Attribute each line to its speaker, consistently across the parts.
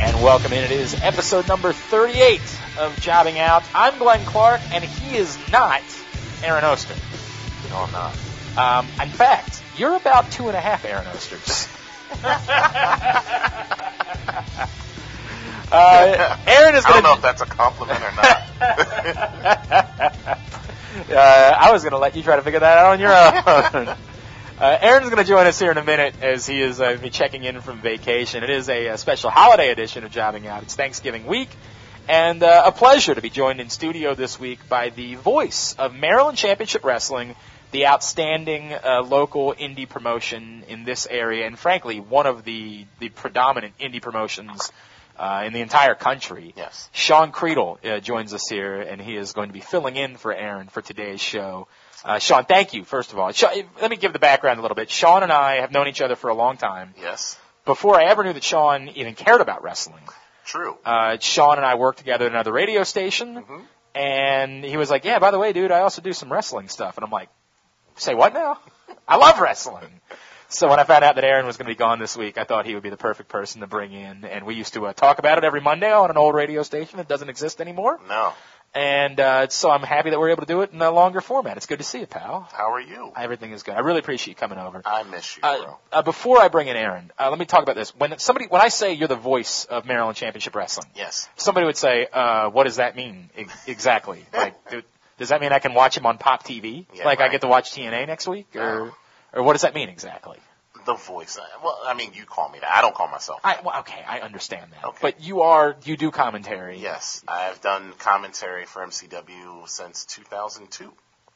Speaker 1: and welcome in. It is episode number 38 of Jobbing Out. I'm Glenn Clark, and he is not Aaron Oster. No, I'm not. Um, in fact, you're about two and a half Aaron Osters. uh, Aaron is
Speaker 2: I
Speaker 1: going
Speaker 2: don't know if
Speaker 1: to.
Speaker 2: that's a compliment or not.
Speaker 1: Uh, I was going to let you try to figure that out on your own. Uh, Aaron's going to join us here in a minute as he is uh, be checking in from vacation. It is a, uh special holiday edition of Jobbing Out. It's Thanksgiving week, and uh, a pleasure to be joined in studio this week by the voice of Maryland Championship Wrestling, the outstanding uh, local indie promotion in this area, and frankly, one of the, the predominant indie promotions uh, in the entire country.
Speaker 2: yes.
Speaker 1: Sean Creedle uh, joins us here, and he is going to be filling in for Aaron for today's show. Uh, Sean, thank you, first of all. Sean, let me give the background a little bit. Sean and I have known each other for a long time.
Speaker 2: Yes.
Speaker 1: Before I ever knew that Sean even cared about wrestling,
Speaker 2: True.
Speaker 1: uh, Sean and I worked together at another radio station,
Speaker 2: Mhm.
Speaker 1: and he was like, "Yeah, by the way, dude, I also do some wrestling stuff." And I'm like, "Say what now? I love wrestling." So when I found out that Aaron was going to be gone this week, I thought he would be the perfect person to bring in, and we used to uh, talk about it every Monday on an old radio station that doesn't exist anymore.
Speaker 2: No.
Speaker 1: And uh, so I'm happy that we're able to do it in a longer format. It's good to see you, pal.
Speaker 2: How are you?
Speaker 1: Everything is good. I really appreciate you coming over.
Speaker 2: I miss you,
Speaker 1: Uh,
Speaker 2: bro.
Speaker 1: uh, before I bring in Aaron, uh, let me talk about this. When somebody, when I say you're the voice of Maryland Championship Wrestling,
Speaker 2: Yes.
Speaker 1: somebody would say, uh, "What does that mean e- exactly? like, do, does that mean I can watch him on Pop TV?
Speaker 2: Yeah,
Speaker 1: like, I
Speaker 2: right.
Speaker 1: get to watch TNA next week, or
Speaker 2: No.
Speaker 1: or what does that mean exactly?"
Speaker 2: The voice. I- Well, I mean, you call me that. I don't call myself.
Speaker 1: I well, okay, I understand that,
Speaker 2: Okay.
Speaker 1: but you are you do commentary.
Speaker 2: Yes. I've done commentary for MCW since 2002.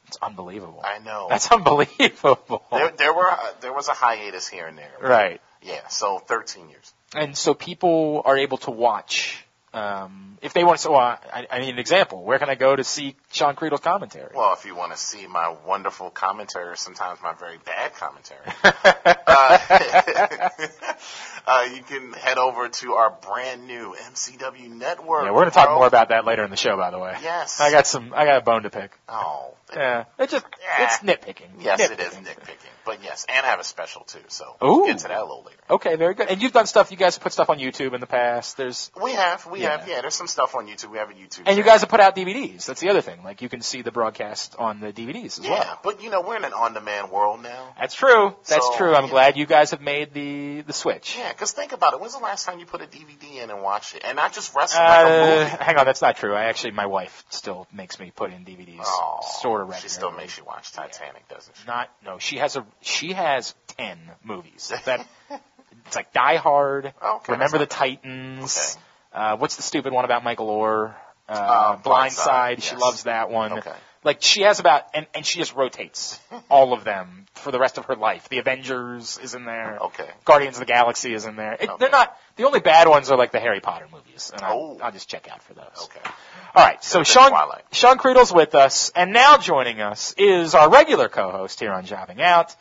Speaker 1: it's unbelievable.
Speaker 2: I know.
Speaker 1: That's unbelievable.
Speaker 2: there, there were uh, there was a hiatus here and there.
Speaker 1: right.
Speaker 2: Yeah. So 13 years.
Speaker 1: and so people are able to watch. Um, if they want to, so uh, I, I need an example. Where can I go to see Sean Creedle's commentary?
Speaker 2: Well, if you want to see my wonderful commentary, or sometimes my very bad commentary, uh, uh, you can head over to our brand new MCW network.
Speaker 1: yeah, we're going to talk
Speaker 2: bro.
Speaker 1: more about that later in the show, by the way.
Speaker 2: Yes.
Speaker 1: I got some, I got a bone to pick.
Speaker 2: Oh.
Speaker 1: Yeah, it's just, it's nitpicking.
Speaker 2: Yes, it is
Speaker 1: Nitpicking.
Speaker 2: nitpicking, but yes, and I have a special too. So
Speaker 1: Ooh.
Speaker 2: we'll get to that a little later.
Speaker 1: Okay, very good. And you've done stuff. You guys have put stuff on YouTube in the past. There's,
Speaker 2: We have, we
Speaker 1: Yeah.
Speaker 2: have, yeah. There's some stuff on YouTube. We have a YouTube.
Speaker 1: and you
Speaker 2: channel.
Speaker 1: guys have put out DVDs. That's the other thing. Like you can see the broadcast on the DVDs as
Speaker 2: yeah.
Speaker 1: well.
Speaker 2: But you know, we're in an on-demand world now.
Speaker 1: That's true. That's
Speaker 2: So,
Speaker 1: true. I'm
Speaker 2: yeah.
Speaker 1: glad you guys have made the the switch.
Speaker 2: Yeah, because think about it. When's the last time you put a DVD in and watched it, and not just wrestling like a
Speaker 1: Uh,
Speaker 2: movie?
Speaker 1: hang on, that's not true. I actually, my wife still makes me put in DVDs,
Speaker 2: Oh,
Speaker 1: sort of.
Speaker 2: She still makes you watch Titanic, doesn't she?
Speaker 1: Not no. She has a she has ten movies. That it's like Die Hard.
Speaker 2: Oh, okay,
Speaker 1: Remember the
Speaker 2: that's
Speaker 1: Titans.
Speaker 2: Okay.
Speaker 1: Uh, what's the stupid one about Michael Orr? Uh,
Speaker 2: Uh,
Speaker 1: Blind
Speaker 2: Blind
Speaker 1: Side.
Speaker 2: Side,
Speaker 1: She
Speaker 2: yes.
Speaker 1: loves that one.
Speaker 2: Okay.
Speaker 1: Like she has about and and she just rotates all of them for the rest of her life. The Avengers is in there.
Speaker 2: Okay.
Speaker 1: Guardians of the Galaxy is in there. It,
Speaker 2: Okay.
Speaker 1: They're not the only bad ones are like the Harry Potter movies, and I,
Speaker 2: Oh.
Speaker 1: I'll just check out for those.
Speaker 2: Okay.
Speaker 1: All right, so
Speaker 2: Good
Speaker 1: Sean
Speaker 2: Twilight.
Speaker 1: Sean Creedle's with us, and now joining us is our regular co-host here on Jobbing Out,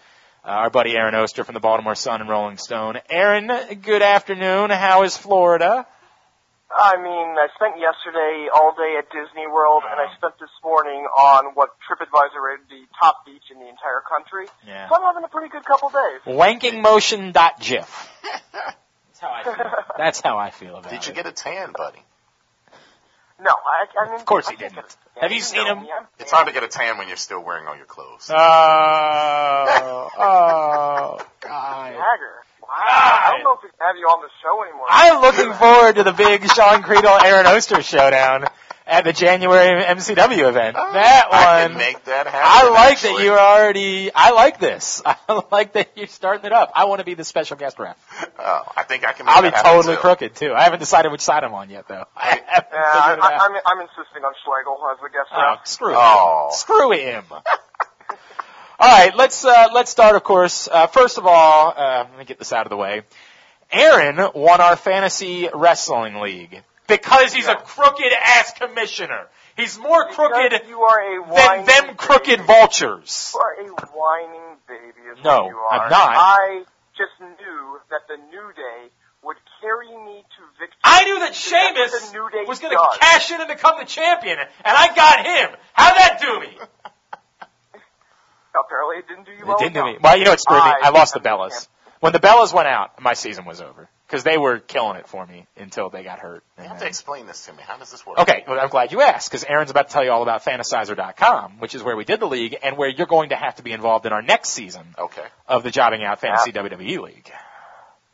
Speaker 1: uh, our buddy Aaron Oster from the Baltimore Sun and Rolling Stone. Aaron, good afternoon. How is Florida?
Speaker 3: I mean, I spent yesterday all day at Disney World, and I
Speaker 1: Wow.
Speaker 3: spent this morning on what TripAdvisor rated the top beach in the entire country.
Speaker 1: Yeah.
Speaker 3: So I'm having a pretty good couple days.
Speaker 1: Wankingmotion.gif. That's how I feel. That's how I feel about
Speaker 2: Did you
Speaker 1: it.
Speaker 2: get a tan, buddy?
Speaker 3: No, I, I mean,
Speaker 1: Of course
Speaker 3: I
Speaker 1: he
Speaker 3: can't
Speaker 1: didn't.
Speaker 3: get
Speaker 1: Have you seen
Speaker 3: know
Speaker 1: him?
Speaker 3: me, I'm
Speaker 2: It's
Speaker 3: tan.
Speaker 2: hard to get a tan when you're still wearing all your clothes.
Speaker 1: Uh, Oh, oh, God.
Speaker 3: Dagger. Wow. I
Speaker 1: God.
Speaker 3: don't know if we can have you on the show anymore.
Speaker 1: I'm looking forward to the big Sean Creedle Aaron Oster showdown at the January MCW event. that one.
Speaker 2: Oh, I can make that happen.
Speaker 1: I like that
Speaker 2: actually.
Speaker 1: you already. I like this. I like that you're starting it up. I want to be the special guest ref.
Speaker 2: Oh, I think I can. Make
Speaker 1: I'll be
Speaker 2: that happen,
Speaker 1: totally
Speaker 2: too.
Speaker 1: crooked too. I haven't decided which side I'm on yet, though. I haven't
Speaker 3: Yeah, I,
Speaker 1: figured it
Speaker 3: I,
Speaker 1: out.
Speaker 3: I'm, I'm insisting on Schlegel as the guest
Speaker 1: Oh,
Speaker 3: ref.
Speaker 1: screw
Speaker 2: Oh.
Speaker 1: him. Screw him. all right, let's uh, let's start. Of course, uh, first of all, uh, let me get this out of the way. Aaron won our fantasy wrestling league because he's a crooked ass commissioner. He's more crooked
Speaker 3: Because you are a
Speaker 1: than
Speaker 3: whining
Speaker 1: them crooked
Speaker 3: baby.
Speaker 1: vultures.
Speaker 3: You are a whining baby, is
Speaker 1: No,
Speaker 3: what you are.
Speaker 1: I'm not.
Speaker 3: I just knew that the New Day would carry me to victory.
Speaker 1: I knew that
Speaker 3: That's what
Speaker 1: Sheamus
Speaker 3: the New Day
Speaker 1: was going
Speaker 3: going
Speaker 1: to cash in and become the champion, and I got him. How'd that do me?
Speaker 3: Apparently, it didn't do you well.
Speaker 1: It didn't do me.
Speaker 3: enough.
Speaker 1: Well, you know, it screwed me. I
Speaker 3: I
Speaker 1: lost the
Speaker 3: understand.
Speaker 1: Bellas. When the Bellas went out, my season was over. because they were killing it for me until they got hurt.
Speaker 2: You
Speaker 1: And
Speaker 2: have to
Speaker 1: then-
Speaker 2: explain this to me. How does this work?
Speaker 1: Okay, well, I'm glad you asked because Aaron's about to tell you all about Fantasizer.com, which is where we did the league and where you're going to have to be involved in our next season
Speaker 2: Okay.
Speaker 1: of the Jobbing Out Fantasy WWE League.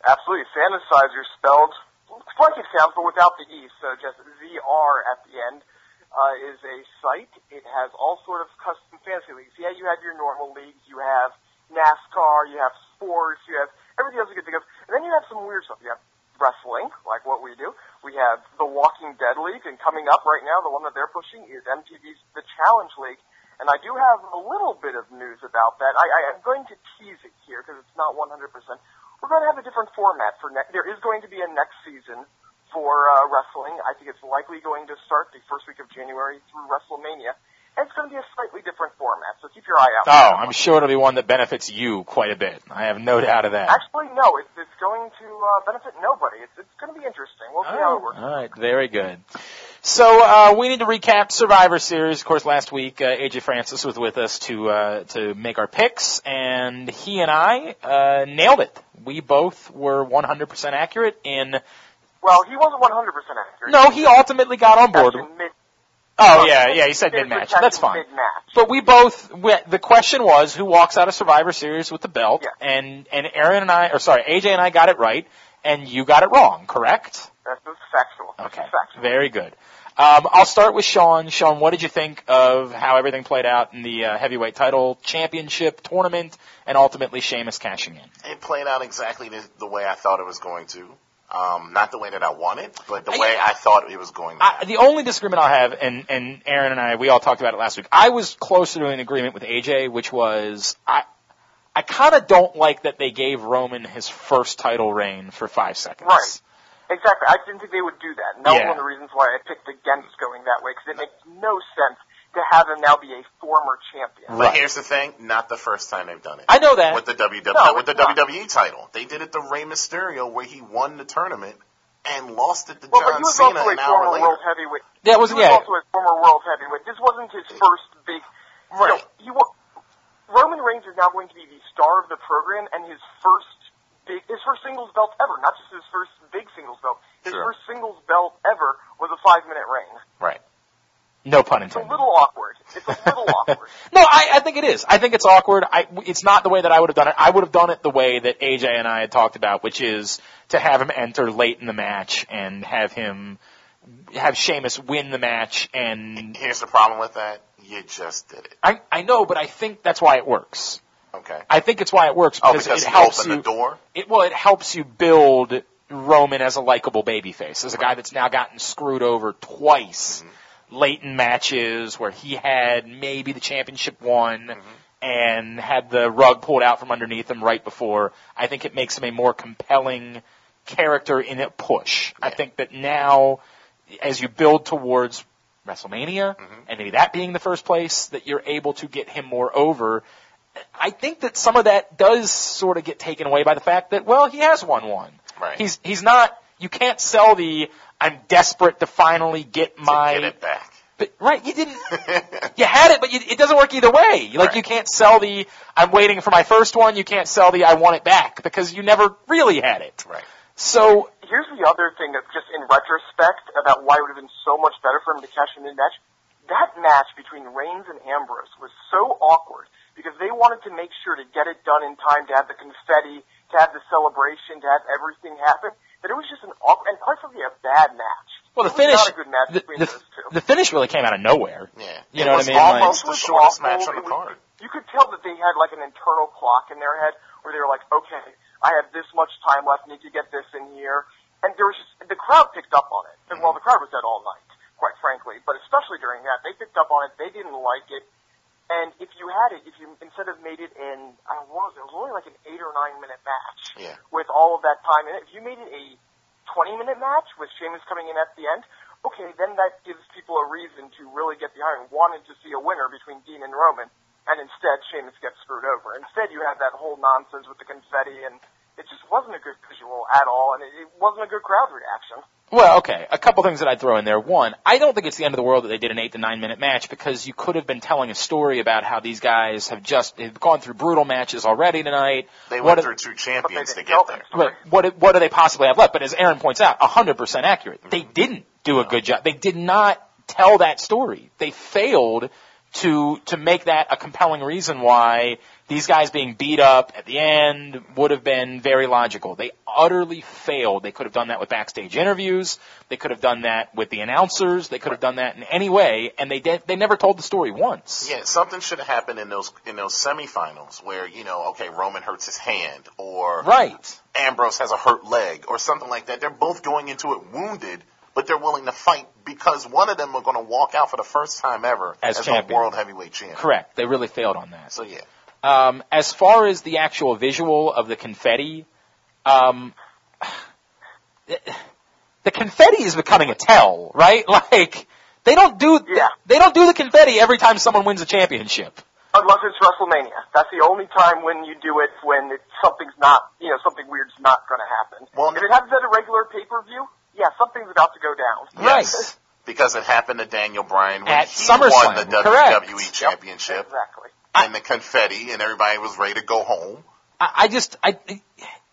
Speaker 3: Absolutely. Fantasizer spelled it's like it sounds, but without the E, so just ZR at the end, uh, is a site. It has all sort of custom fantasy leagues. Yeah, you have your normal leagues, you have NASCAR, you have sports, you have everything else you can think of, and then you have some weird stuff. You have wrestling, like what we do. We have the Walking Dead League, and coming up right now, the one that they're pushing is MTV's The Challenge League. And I do have a little bit of news about that. I, I, I'm going to tease it here because it's not 100% we're going to have a different format for next. There is going to be a next season for uh, wrestling. I think it's likely going to start the first week of January through WrestleMania, and it's going to be a slightly different format. So keep your eye out.
Speaker 1: Oh, I'm sure it'll be one that benefits you quite a bit. I have no doubt of that.
Speaker 3: Actually, no, it's, it's going to uh, benefit nobody. It's, it's going to be interesting. We'll see how it works.
Speaker 1: All right, very good. So uh, we need to recap Survivor Series. Of course, last week uh, AJ Francis was with us to uh, to make our picks, and he and I uh, nailed it. We both were 100% accurate in.
Speaker 3: Well, he wasn't 100% accurate.
Speaker 1: No, he ultimately got on board.
Speaker 3: Actually, mid-
Speaker 1: Oh yeah, yeah, he said mid match. That's fine.
Speaker 3: Mid-match.
Speaker 1: But we both we, the question was who walks out of Survivor Series with the belt,
Speaker 3: Yeah.
Speaker 1: and and Aaron and I, or sorry, AJ and I got it right, and you got it wrong, correct?
Speaker 3: That's that's factual. That's
Speaker 1: Okay.
Speaker 3: factual.
Speaker 1: Very good. Um, I'll start with Sean. Sean, what did you think of how everything played out in the uh, heavyweight title championship tournament, and ultimately Sheamus cashing in?
Speaker 2: It played out exactly the, the way I thought it was going to. Um, not the way that I wanted, but the
Speaker 1: I-
Speaker 2: way I thought it was going to.
Speaker 1: I, the only disagreement I have, and, and Aaron and I, we all talked about it last week. I was closer to an agreement with AJ, which was I, I kind of don't like that they gave Roman his first title reign for five seconds.
Speaker 3: Right. Exactly. I didn't think they would do that. And that was
Speaker 1: Yeah.
Speaker 3: one of the reasons why I picked against going that way, because it makes no sense to have him now be a former champion.
Speaker 2: but
Speaker 1: right.
Speaker 2: here's the thing, not the first time they've done it.
Speaker 1: I know that.
Speaker 2: with the WWE,
Speaker 3: No,
Speaker 2: with the
Speaker 3: it's not.
Speaker 2: WWE title. They did it to Rey Mysterio where he won the tournament and lost it to
Speaker 3: Well,
Speaker 2: John
Speaker 3: but he was
Speaker 2: Cena
Speaker 3: also a
Speaker 2: an hour
Speaker 3: former
Speaker 2: later.
Speaker 3: world heavyweight.
Speaker 1: That
Speaker 3: He
Speaker 1: wasn't
Speaker 3: was
Speaker 1: yeah.
Speaker 3: also a former world heavyweight. This wasn't his first big.
Speaker 2: Right.
Speaker 3: No, he wa- Roman Reigns is now going to be the star of the program and his first big, his first singles belt ever. Not just his first big singles belt. His
Speaker 2: Sure.
Speaker 3: first singles belt ever was a five minute reign.
Speaker 2: Right.
Speaker 1: no pun
Speaker 3: It's a
Speaker 1: intended.
Speaker 3: little awkward. It's a little awkward.
Speaker 1: No, I, I think it is. I think it's awkward. I, it's not the way that I would have done it. I would have done it the way that AJ and I had talked about, which is to have him enter late in the match and have him have Sheamus win the match. And
Speaker 2: Here's the problem with that. You just did it.
Speaker 1: I, I know, but I think that's why it works.
Speaker 2: Okay.
Speaker 1: I think it's why it works
Speaker 2: Oh,
Speaker 1: because,
Speaker 2: because
Speaker 1: it
Speaker 2: he
Speaker 1: helps
Speaker 2: opened
Speaker 1: you.
Speaker 2: the door?
Speaker 1: It, well, it helps you build Roman as a likable babyface, as a guy that's now gotten screwed over twice late in matches where he had maybe the championship won and had the rug pulled out from underneath him right before. I think it makes him a more compelling character in a push. I
Speaker 2: Yeah.
Speaker 1: think that now, as you build towards WrestleMania and maybe that being the first place that you're able to get him more over. I think that some of that does sort of get taken away by the fact that well he has won one.
Speaker 2: Right.
Speaker 1: He's he's not you can't sell the I'm desperate to finally get my
Speaker 2: Get it back.
Speaker 1: but right you didn't you had it but you, it doesn't work either way. Like
Speaker 2: Right.
Speaker 1: you can't sell the I'm waiting for my first one, you can't sell the I want it back because you never really had it.
Speaker 2: right.
Speaker 1: So
Speaker 3: Here's the other thing that just in retrospect about why it would have been so much better for him to cash in the match. That match between Reigns and Ambrose was so awkward because they wanted to make sure to get it done in time to have the confetti, to have the celebration, to have everything happen. That it was just an awkward and quite frankly a bad match.
Speaker 1: well the
Speaker 3: It was
Speaker 1: finish
Speaker 3: not a good match
Speaker 1: the,
Speaker 3: between
Speaker 1: the,
Speaker 3: those two.
Speaker 1: the finish really came out of nowhere.
Speaker 2: Yeah.
Speaker 1: You
Speaker 2: it
Speaker 1: know what
Speaker 2: was
Speaker 1: I mean? Like-
Speaker 2: almost
Speaker 3: It
Speaker 2: the
Speaker 3: was
Speaker 2: shortest
Speaker 3: awful.
Speaker 2: match on the
Speaker 3: It
Speaker 2: card.
Speaker 3: was- You could tell that they had like an internal clock in their head where they were like, okay, I have this much time left, need to get this in here. And there was just, the crowd picked up on it. And well, the crowd was dead all night, quite frankly, but especially during that, they picked up on it. They didn't like it. And if you had it, if you instead of made it in, I don't know, what was it It was only like an eight or nine minute match
Speaker 2: Yeah.
Speaker 3: with all of that time in it. If you made it a 20 minute match with Sheamus coming in at the end, okay, then that gives people a reason to really get behind and wanted to see a winner between Dean and Roman. And instead, Sheamus gets screwed over. Instead, you have that whole nonsense with the confetti and it just wasn't a good visual at all, and it, it wasn't a good crowd reaction.
Speaker 1: Well, okay. A couple things that I'd throw in there. One, I don't think it's the end of the world that they did an eight to nine minute match because you could have been telling a story about how these guys have just have gone through brutal matches already tonight.
Speaker 2: They
Speaker 1: What
Speaker 2: went
Speaker 1: a-
Speaker 2: through two champions to
Speaker 3: didn't
Speaker 2: get
Speaker 3: help
Speaker 2: there.
Speaker 3: it.
Speaker 1: But what what do they possibly have left? But as Aaron points out, 100% accurate. They didn't do a good job. They did not tell that story. They failed to to make that a compelling reason why these guys being beat up at the end would have been very logical. They utterly failed. They could have done that with backstage interviews. They could have done that with the announcers. They could have done that in any way, and they did. They never told the story once.
Speaker 2: Yeah, something should have happened in those in those semifinals where you know, okay, Roman hurts his hand, or
Speaker 1: Right.
Speaker 2: Ambrose has a hurt leg, or something like that. They're both going into it wounded, but they're willing to fight because one of them are going to walk out for the first time ever
Speaker 1: As
Speaker 2: the
Speaker 1: champion.
Speaker 2: world heavyweight champion.
Speaker 1: Correct. They really failed on that.
Speaker 2: So yeah,
Speaker 1: Um, as far as the actual visual of the confetti, um, the confetti is becoming a tell, right? Like they don't do
Speaker 3: Yeah.
Speaker 1: they don't do the confetti every time someone wins a championship.
Speaker 3: Unless it's WrestleMania. That's the only time when you do it when it, something's not, you know, something weird's not going to happen.
Speaker 2: Well,
Speaker 3: if it happens at a regular pay-per-view, yeah, something's about to go down.
Speaker 1: Right.
Speaker 2: because it happened to Daniel Bryan when
Speaker 1: At
Speaker 2: he
Speaker 1: SummerSlam,
Speaker 2: won the
Speaker 1: correct.
Speaker 2: WWE championship
Speaker 3: Exactly.
Speaker 2: and the confetti, and everybody was ready to go home.
Speaker 1: I, I just I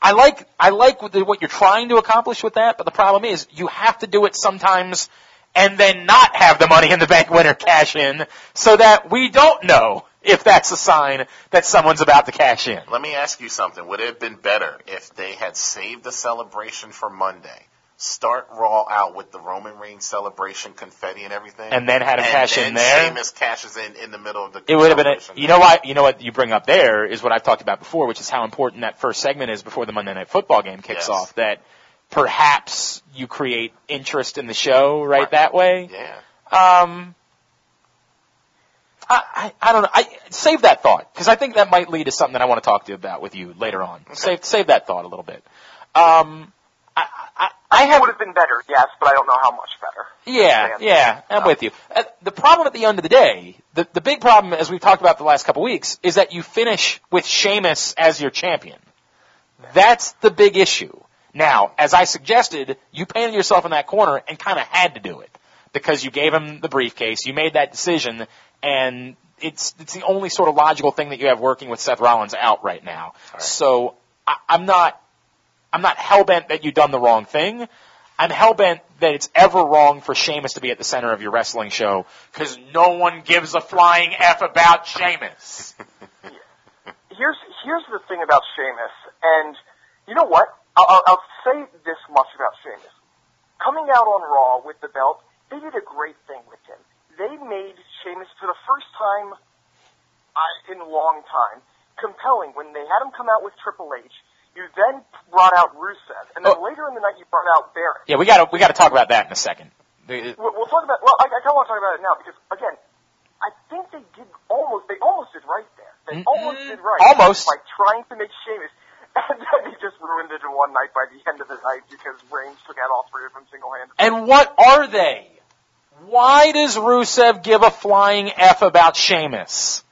Speaker 1: I like I like what the- what you're trying to accomplish with that, but the problem is you have to do it sometimes and then not have the money in the bank winner cash in so that we don't know if that's a sign that someone's about to cash in.
Speaker 2: Let me ask you something. Would it have been better if they had saved the celebration for Monday? Start Raw out with the Roman Reigns celebration, confetti, and everything,
Speaker 1: And then had him cash
Speaker 2: then
Speaker 1: in there.
Speaker 2: Sheamus cashes in in the middle of the.
Speaker 1: It would have been
Speaker 2: celebration.
Speaker 1: a, you know what you know what you bring up there is what I've talked about before, which is how important that first segment is before the Monday Night Football game kicks
Speaker 2: Yes.
Speaker 1: off. That perhaps you create interest in the show right,
Speaker 2: Right.
Speaker 1: that way.
Speaker 2: Yeah.
Speaker 1: Um, I, I I don't know. I save that thought because I think that might lead to something that I want to talk to you about with you later on. Save save that thought a little bit. Um, I I, I have
Speaker 3: would have been better, yes, but I don't know how much better.
Speaker 1: yeah,
Speaker 3: Fans.
Speaker 1: yeah, I'm with you. Uh, the problem at the end of the day, the, the big problem, as we've talked about the last couple weeks, is that you finish with Sheamus as your champion. That's the big issue. Now, as I suggested, you painted yourself in that corner and kind of had to do it because you gave him the briefcase, you made that decision, and it's it's the only sort of logical thing that you have working with Seth Rollins out right now.
Speaker 2: right.
Speaker 1: So I, I'm not I'm not hell bent that you've done the wrong thing. I'm hell bent that it's ever wrong for Sheamus to be at the center of your wrestling show because no one gives a flying f about Sheamus.
Speaker 3: here's here's the thing about Sheamus, and you know what? I'll, I'll, I'll say this much about Sheamus: coming out on Raw with the belt, they did a great thing with him. They made Sheamus for the first time I, in a long time compelling when they had him come out with Triple H. You then brought out Rusev, and then
Speaker 1: Oh.
Speaker 3: later in the night you brought out Barrett.
Speaker 1: Yeah, we gotta we gotta talk about that in a second. The-
Speaker 3: We'll, we'll talk about. Well, I, I kind of want to talk about it now because again, I think they did almost. They almost did right there. They
Speaker 1: Mm,
Speaker 3: almost did right.
Speaker 1: almost.
Speaker 3: by trying to make Sheamus, and then he just ruined it in one night by the end of the night because Reigns took out all three of them single handed.
Speaker 1: And what are they? Why does Rusev give a flying f about Sheamus?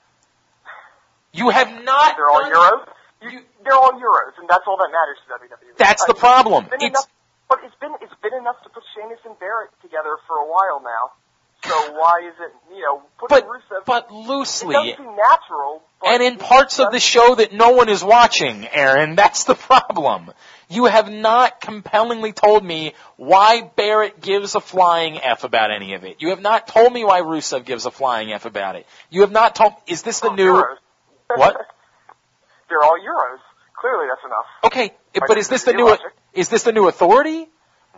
Speaker 1: You have not.
Speaker 3: They're all
Speaker 1: done-
Speaker 3: Euros. You, they're all Euros, and that's all that matters to WWE.
Speaker 1: That's the
Speaker 3: I-
Speaker 1: problem.
Speaker 3: It's been
Speaker 1: It's-
Speaker 3: enough, but it's been it's been enough to put Sheamus and Barrett together for a while now. So why is it you know putting
Speaker 1: But
Speaker 3: Rusev?
Speaker 1: but
Speaker 3: it
Speaker 1: loosely
Speaker 3: doesn't seem natural. But
Speaker 1: and in
Speaker 3: it
Speaker 1: parts of
Speaker 3: does-
Speaker 1: the show that no one is watching, Aaron. That's the problem. You have not compellingly told me why Barrett gives a flying F about any of it. You have not told me why Rusev gives a flying F about it. You have not told, is this the
Speaker 3: Oh,
Speaker 1: new,
Speaker 3: Euros.
Speaker 1: what?
Speaker 3: They're all Euros. Clearly, that's enough.
Speaker 1: Okay, but is this the
Speaker 3: Are
Speaker 1: new,
Speaker 3: you watching?
Speaker 1: is this the new authority?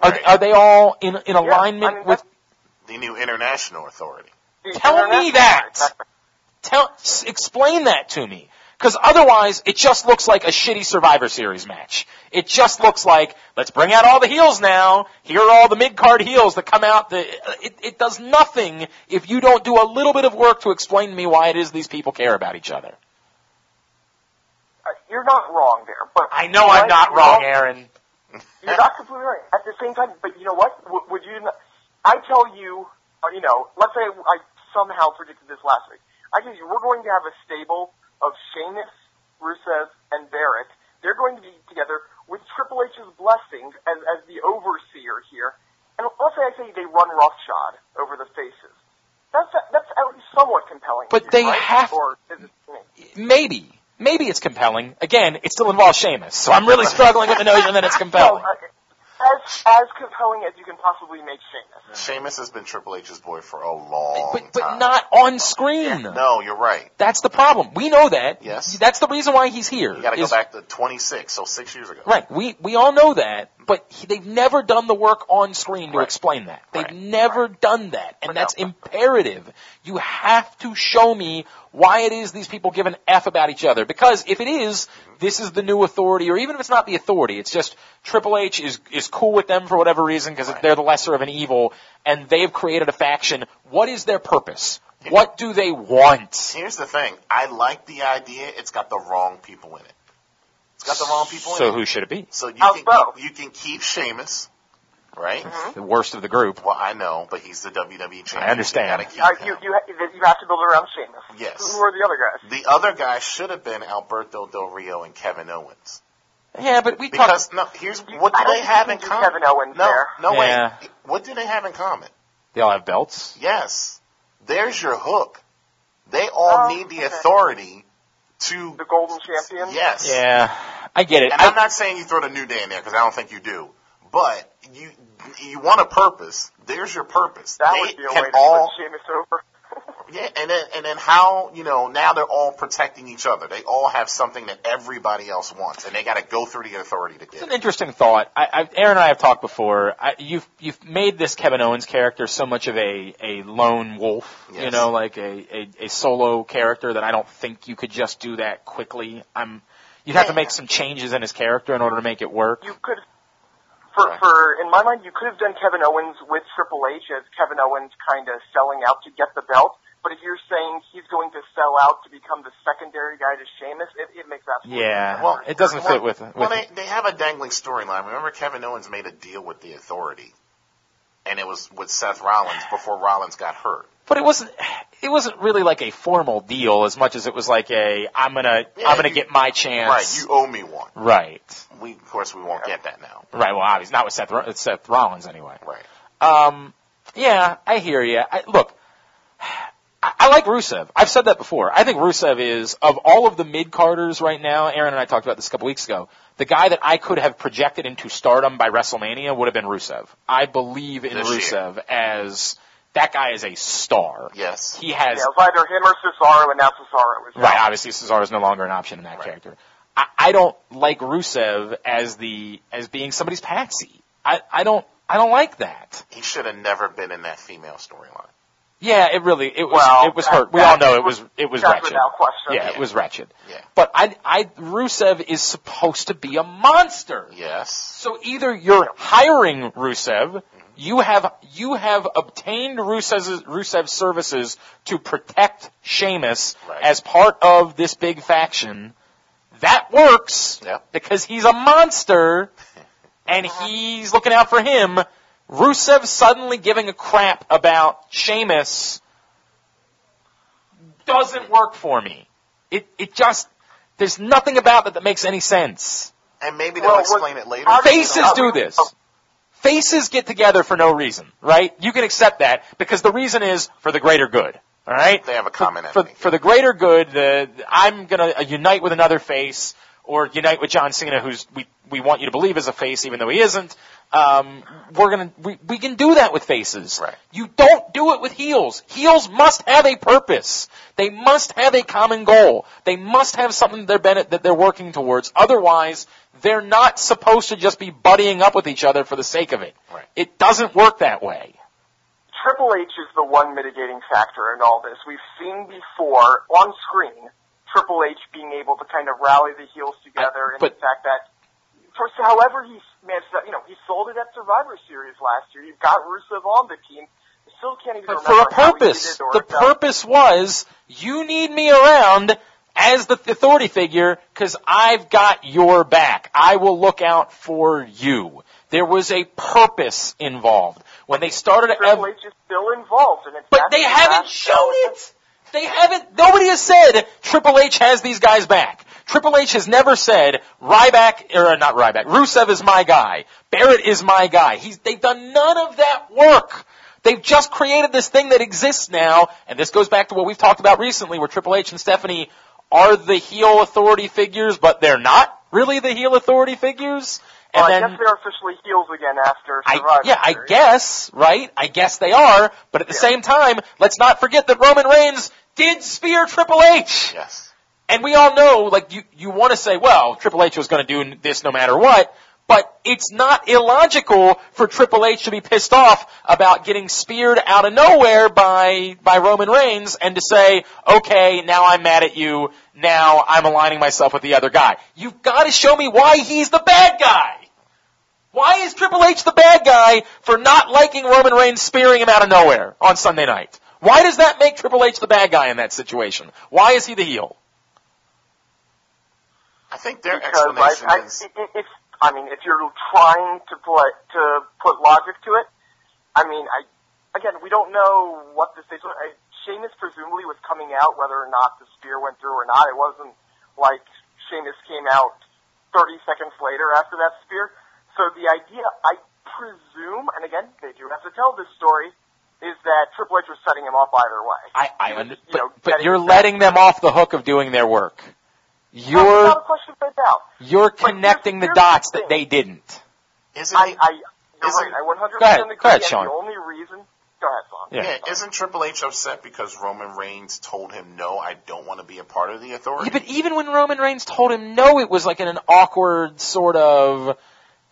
Speaker 1: Are,
Speaker 2: Right.
Speaker 1: are they all in, in
Speaker 3: I
Speaker 1: alignment
Speaker 3: mean,
Speaker 1: with,
Speaker 2: the new international authority.
Speaker 3: The
Speaker 1: Tell
Speaker 3: international-
Speaker 1: me that.
Speaker 3: Exactly.
Speaker 1: tell, s- explain that to me. Because otherwise, it just looks like a shitty Survivor Series match. It just looks like, let's bring out all the heels now. Here are all the mid-card heels that come out. The, uh, it, it does nothing if you don't do a little bit of work to explain to me why it is these people care about each other.
Speaker 3: Uh, You're not wrong there, but
Speaker 1: I know
Speaker 3: why-
Speaker 1: I'm not
Speaker 3: you know,
Speaker 1: wrong, Aaron.
Speaker 3: You're not completely right. At the same time, but you know what? W- would you? Not, I tell you, uh, you know, let's say I somehow predicted this last week. I tell you, we're going to have a stable of Sheamus, Rusev, and Barrett. They're going to be together things as, as the overseer here. And also, I say they run roughshod over the faces. That's that's at least somewhat compelling.
Speaker 1: But
Speaker 3: to you,
Speaker 1: they
Speaker 3: right?
Speaker 1: have-
Speaker 3: Or is it to me?
Speaker 1: Maybe. Maybe it's compelling. Again, it still involves Seamus, so I'm really struggling with the notion that it's compelling.
Speaker 3: Well, uh, as as compelling as you can possibly make Seamus.
Speaker 2: Seamus has been Triple H's boy for a long
Speaker 1: But, but
Speaker 2: time.
Speaker 1: not on screen.
Speaker 2: No, you're right.
Speaker 1: That's the problem. We know that.
Speaker 2: Yes.
Speaker 1: That's the reason why he's here.
Speaker 2: You got to go
Speaker 1: is-
Speaker 2: back to 26, so six years ago.
Speaker 1: Right. We we all know that, but he, they've never done the work on screen to
Speaker 2: Right.
Speaker 1: explain that. They've
Speaker 2: Right.
Speaker 1: never done that, and
Speaker 2: But
Speaker 1: that's
Speaker 2: no.
Speaker 1: imperative. You have to show me why it is these people give an f about each other. Because if it is, this is the new authority, or even if it's not the authority, it's just Triple H is is cool with them for whatever reason because
Speaker 2: Right.
Speaker 1: they're the lesser of an evil, and they've created a faction. What is their purpose?
Speaker 2: Yeah.
Speaker 1: What do they want?
Speaker 2: Here's the thing. I like the idea. It's got the wrong people in it. It's got the wrong people
Speaker 1: So
Speaker 2: in it.
Speaker 1: who should it be?
Speaker 2: So you
Speaker 3: How
Speaker 2: can
Speaker 3: so?
Speaker 2: you can keep Sheamus, right?
Speaker 3: Mm-hmm.
Speaker 1: The worst of the group.
Speaker 2: Well, I know, but he's the WWE champion.
Speaker 1: understand.
Speaker 2: You gotta keep
Speaker 3: Uh,
Speaker 2: him.
Speaker 3: you you ha- you have to build around Seamus.
Speaker 2: Yes.
Speaker 3: Who are the other guys?
Speaker 2: The other guy should have been Alberto Del Rio and Kevin Owens.
Speaker 1: Yeah, but we talked.
Speaker 2: Because no, here's what do
Speaker 3: I
Speaker 2: they
Speaker 3: don't think
Speaker 2: have
Speaker 3: you
Speaker 2: in
Speaker 3: can do
Speaker 2: common?
Speaker 3: Kevin Owens
Speaker 2: no,
Speaker 3: there.
Speaker 2: no
Speaker 1: Yeah.
Speaker 2: wait. What do they have in common?
Speaker 1: They all have belts.
Speaker 2: Yes, there's your hook. They all
Speaker 3: Oh,
Speaker 2: need the
Speaker 3: okay.
Speaker 2: authority to.
Speaker 3: The Golden Champion.
Speaker 2: Yes.
Speaker 1: Yeah, I get it.
Speaker 2: And
Speaker 1: I-
Speaker 2: I'm not saying you throw the New Day in there because I don't think you do, but you you want a purpose. There's your purpose.
Speaker 3: That
Speaker 2: they
Speaker 3: would be a
Speaker 2: can
Speaker 3: way to
Speaker 2: all
Speaker 3: put Seamus over.
Speaker 2: yeah, and then and then how you know now they're all protecting each other. They all have something that everybody else wants, and they got to go through the authority to
Speaker 1: it's
Speaker 2: get.
Speaker 1: an
Speaker 2: It.
Speaker 1: interesting thought. I, I, Aaron and I have talked before. I, you've you've made this Kevin Owens character so much of a a lone wolf, you
Speaker 2: Yes.
Speaker 1: know, like a, a a solo character that I don't think you could just do that quickly. I'm you'd have to make some changes in his character in order to make it work.
Speaker 3: You could, for
Speaker 2: Right.
Speaker 3: for in my mind, you could have done Kevin Owens with Triple H as Kevin Owens kind of selling out to get the belt. But if you're saying he's going to sell out to become the secondary guy to Sheamus, it, it makes absolutely
Speaker 1: Yeah,
Speaker 2: Well,
Speaker 1: it doesn't fit with. with
Speaker 2: Well, they they have a dangling storyline. Remember, Kevin Owens made a deal with the authority, and it was with Seth Rollins before Rollins got hurt.
Speaker 1: but it wasn't. It wasn't really like a formal deal as much as it was like a I'm gonna
Speaker 2: Yeah,
Speaker 1: I'm gonna
Speaker 2: you-
Speaker 1: get my chance.
Speaker 2: Right, you owe me one.
Speaker 1: right.
Speaker 2: We of course we won't get that now.
Speaker 1: Right. Well, obviously not with Seth Ro- Seth Rollins anyway.
Speaker 2: Right.
Speaker 1: Um, yeah, I hear you. I, look, I, I like Rusev. I've said that before. I think Rusev is of all of the mid carders right now. Aaron and I talked about this a couple weeks ago. The guy that I could have projected into stardom by WrestleMania would have been Rusev. I believe in
Speaker 2: This year.
Speaker 1: Rusev as that guy is a star.
Speaker 2: Yes.
Speaker 1: He has
Speaker 3: Yeah, it was either him or Cesaro, and now Cesaro is
Speaker 1: Right,
Speaker 3: out.
Speaker 1: obviously Cesaro is no longer an option in that
Speaker 2: Right.
Speaker 1: character. I, I don't like Rusev as the as being somebody's patsy. I, I don't I don't like that.
Speaker 2: He should have never been in that female storyline.
Speaker 1: Yeah, it really it was
Speaker 3: Well,
Speaker 1: it was
Speaker 3: that-
Speaker 1: hurt. We
Speaker 3: that-
Speaker 1: all know it was it was
Speaker 3: That's
Speaker 1: wretched.
Speaker 3: without question.
Speaker 1: Yeah, it was wretched.
Speaker 2: Yeah.
Speaker 1: But I I Rusev is supposed to be a monster.
Speaker 2: Yes.
Speaker 1: So either you're hiring Rusev, you have you have obtained Rusev's, Rusev's services to protect Sheamus
Speaker 2: Right.
Speaker 1: as part of this big faction. That works
Speaker 2: Yep.
Speaker 1: because he's a monster and he's looking out for him. Rusev suddenly giving a crap about Sheamus doesn't work for me. It it just there's nothing about that that makes any sense.
Speaker 2: And maybe they'll
Speaker 3: Well, what-
Speaker 2: explain it later.
Speaker 3: Our
Speaker 1: Faces
Speaker 3: Oh,
Speaker 1: do this.
Speaker 3: oh.
Speaker 1: Faces get together for no reason, right? You can accept that because the reason is for the greater good. All right?
Speaker 2: They have a common
Speaker 1: for,
Speaker 2: enemy.
Speaker 1: for the greater good, the, I'm going to unite with another face or unite with John Cena, who's we, we want you to believe is a face, even though he isn't. Um, we're gonna we, we can do that with faces.
Speaker 2: Right.
Speaker 1: You don't do it with heels. Heels must have a purpose. They must have a common goal. They must have something they're bene that they're working towards. Otherwise, they're not supposed to just be buddying up with each other for the sake of it.
Speaker 2: Right.
Speaker 1: It doesn't work that way.
Speaker 3: Triple H is the one mitigating factor in all this. We've seen before on screen Triple H being able to kind of rally the heels together, and
Speaker 1: but-
Speaker 3: the fact that, for however he managed, to- you know, he sold it at Survivor Series last year. You've got Rusev on the team. I Still can't even
Speaker 1: But for a
Speaker 3: remember how he did
Speaker 1: purpose.
Speaker 3: it or
Speaker 1: The
Speaker 3: if that-
Speaker 1: purpose was you need me around as the authority figure because I've got your back. I will look out for you. There was a purpose involved when they started.
Speaker 3: Triple
Speaker 1: Ev-
Speaker 3: H is still involved, and it's
Speaker 1: but
Speaker 3: that's
Speaker 1: they
Speaker 3: the
Speaker 1: haven't
Speaker 3: last-
Speaker 1: shown it. They haven't, nobody has said Triple H has these guys back. Triple H has never said Ryback, or not Ryback, Rusev is my guy. Barrett is my guy. He's, they've done none of that work. They've just created this thing that exists now, and this goes back to what we've talked about recently where Triple H and Stephanie are the heel authority figures, but they're not really the heel authority figures. And
Speaker 3: Well,
Speaker 1: then,
Speaker 3: I guess they're officially heels again after
Speaker 1: I,
Speaker 3: Survivor
Speaker 1: yeah, I
Speaker 3: Series.
Speaker 1: guess, right? I guess they are, but at the
Speaker 3: Yeah.
Speaker 1: same time, let's not forget that Roman Reigns did spear Triple H.
Speaker 2: Yes.
Speaker 1: And we all know, like, you, you want to say, well, Triple H was going to do this no matter what, but it's not illogical for Triple H to be pissed off about getting speared out of nowhere by, by Roman Reigns and to say, okay, now I'm mad at you, now I'm aligning myself with the other guy. You've got to show me why he's the bad guy! Why is Triple H the bad guy for not liking Roman Reigns spearing him out of nowhere on Sunday night? Why does that make Triple H the bad guy in that situation? Why is he the heel?
Speaker 2: I think their
Speaker 3: because
Speaker 2: explanation
Speaker 3: I, I,
Speaker 2: is
Speaker 3: i- i- if I mean, if you're trying to put to put logic to it, I mean, I again, we don't know what the stage. I, Sheamus presumably was coming out whether or not the spear went through or not. It wasn't like Sheamus came out 30 seconds later after that spear. So the idea, I presume, and again, they do have to tell this story, is that Triple H was setting him up either way.
Speaker 1: I, I
Speaker 3: You
Speaker 1: under,
Speaker 3: know,
Speaker 1: but, but
Speaker 3: getting-
Speaker 1: you're letting them off the hook of doing their work.
Speaker 3: That's
Speaker 1: You're
Speaker 3: not a question of doubt.
Speaker 1: you're
Speaker 3: here's-
Speaker 1: connecting the
Speaker 3: here's the
Speaker 1: dots that
Speaker 3: thing.
Speaker 1: they didn't.
Speaker 2: isn't
Speaker 3: I,
Speaker 2: it-
Speaker 3: I, you're
Speaker 2: Isn't-
Speaker 3: right. I 100%
Speaker 1: Go ahead.
Speaker 3: agree.
Speaker 1: Go ahead,
Speaker 3: and
Speaker 1: Sean.
Speaker 3: The only reason. Go ahead, Sean.
Speaker 1: Yeah.
Speaker 2: yeah, isn't Triple H upset because Roman Reigns told him no, I don't want to be a part of the authority?
Speaker 1: Yeah, but even when Roman Reigns told him no, it was like in an awkward sort of,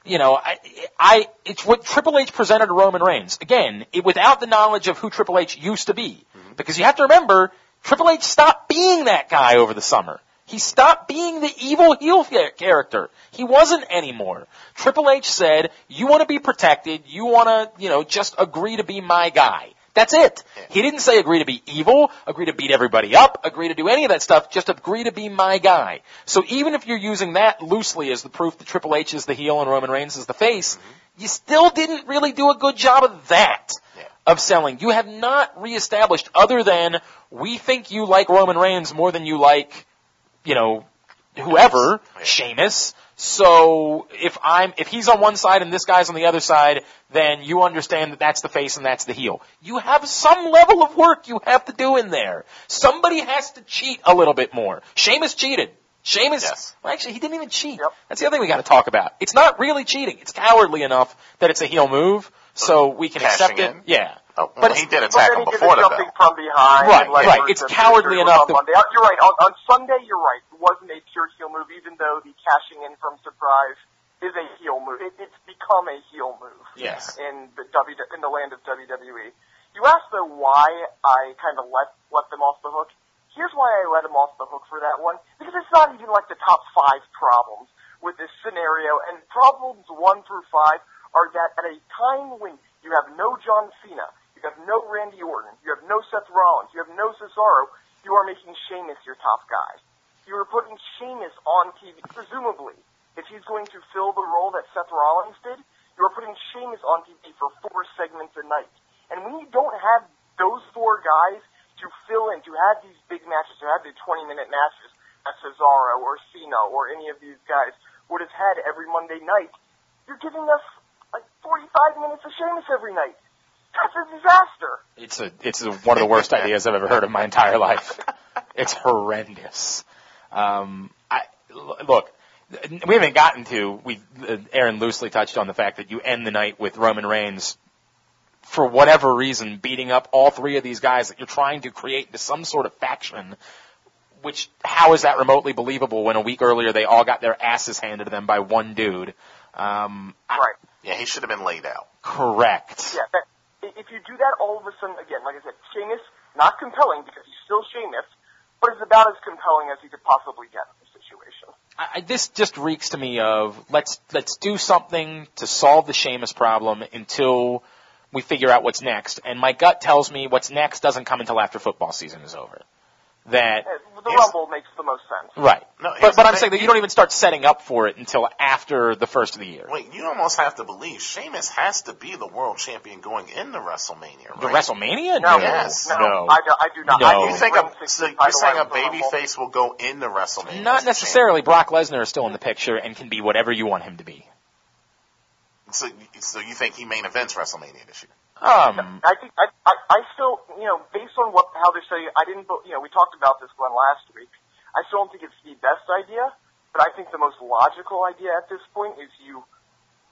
Speaker 1: you know, I, I it's what Triple H presented to Roman Reigns again it, without the knowledge of who Triple H used to be, because you have to remember Triple H stopped being that guy over the summer. He stopped being the evil heel fa- character. He wasn't anymore. Triple H said, "You want to be protected. You want to, you know, just agree to be my guy." That's it. He didn't say agree to be evil, agree to beat everybody up, agree to do any of that stuff, just agree to be my guy. So even if you're using that loosely as the proof that Triple H is the heel and Roman Reigns is the face, you still didn't really do a good job of that
Speaker 2: Yeah.
Speaker 1: of selling. You have not reestablished other than we think you like Roman Reigns more than you like, you know, whoever,
Speaker 2: Oh, Yeah.
Speaker 1: Sheamus. So if I'm if he's on one side and this guy's on the other side, then you understand that that's the face and that's the heel. You have some level of work you have to do in there. Somebody has to cheat a little bit more. Sheamus cheated. Sheamus,
Speaker 2: Yes.
Speaker 1: well, actually, he didn't even cheat.
Speaker 3: Yep.
Speaker 1: That's the other thing we got to talk about. It's not really cheating. It's cowardly enough that it's a heel move, so we can
Speaker 2: Cashing
Speaker 1: accept it.
Speaker 2: in?
Speaker 1: Yeah.
Speaker 2: oh, well,
Speaker 1: but
Speaker 2: he did
Speaker 3: But
Speaker 2: attack
Speaker 3: then
Speaker 2: him
Speaker 3: he did
Speaker 2: before
Speaker 3: the
Speaker 2: the
Speaker 3: jumping
Speaker 2: bell.
Speaker 3: from behind.
Speaker 1: Right,
Speaker 3: and, like,
Speaker 1: right.
Speaker 3: Bruce
Speaker 1: It's
Speaker 3: said,
Speaker 1: cowardly
Speaker 3: Bruce
Speaker 1: enough
Speaker 3: on
Speaker 1: that-
Speaker 3: Monday. You're right. On, on Sunday, you're right. It wasn't a pure heel move, even though the cashing in from surprise is a heel move. It, it's become a heel move.
Speaker 1: Yes.
Speaker 3: In the w, in the land of WWE. You asked though why I kind of let let them off the hook. Here's why I let them off the hook for that one because it's not even like the top five problems with this scenario, and problems one through five are that at a time when you have no John Cena, you have no Randy Orton, you have no Seth Rollins, you have no Cesaro, you are making Sheamus your top guy. You are putting Sheamus on TV, presumably, if he's going to fill the role that Seth Rollins did. You are putting Sheamus on TV for four segments a night. And when you don't have those four guys to fill in, to have these big matches, to have the 20 minute matches that Cesaro or Cena or any of these guys would have had every Monday night, you're giving us like 45 minutes of Sheamus every night. That's a disaster.
Speaker 1: It's a it's a, one of the worst ideas I've ever heard in my entire life. It's horrendous. Um, I l- look, we haven't gotten to we. Uh, Aaron loosely touched on the fact that you end the night with Roman Reigns for whatever reason beating up all three of these guys that you're trying to create into some sort of faction. Which how is that remotely believable when a week earlier they all got their asses handed to them by one dude? Um, I-
Speaker 3: Right.
Speaker 2: Yeah, he should have been laid out.
Speaker 1: correct.
Speaker 3: Yeah, that, i- if you do that all of a sudden, again, like I said, Sheamus, not compelling because he's still Sheamus, but it's about as compelling as you could possibly get in the situation.
Speaker 1: I, I- this just reeks to me of let's let's do something to solve the Seamus problem until we figure out what's next. And my gut tells me what's next doesn't come until after football season is over. That
Speaker 3: Uh, the
Speaker 2: Here's-
Speaker 3: Rumble makes the most sense.
Speaker 1: Right.
Speaker 2: No, here's
Speaker 1: but but
Speaker 2: the
Speaker 1: I'm
Speaker 2: thing.
Speaker 1: saying that you don't even start setting up for it until after the first of the year.
Speaker 2: Wait, you almost have to believe Sheamus has to be the world champion going into WrestleMania, right?
Speaker 1: The WrestleMania?
Speaker 3: No,
Speaker 2: Yes.
Speaker 3: no,
Speaker 1: No.
Speaker 3: I, do, I do not.
Speaker 1: No.
Speaker 3: I do
Speaker 2: You think a,
Speaker 3: Roman
Speaker 2: so
Speaker 3: title
Speaker 2: you're saying a
Speaker 3: after the Rumble.
Speaker 2: babyface will go into WrestleMania? as
Speaker 1: Not
Speaker 2: the
Speaker 1: necessarily. Brock Lesnar is still in the picture and can be whatever you want him to be.
Speaker 2: champion? So, so you think he main events WrestleMania this year?
Speaker 1: Um,
Speaker 3: I think I, I, I still, you know, based on what how they're saying, I didn't, be- you know, we talked about this Glenn last week. I still don't think it's the best idea, but I think the most logical idea at this point is you.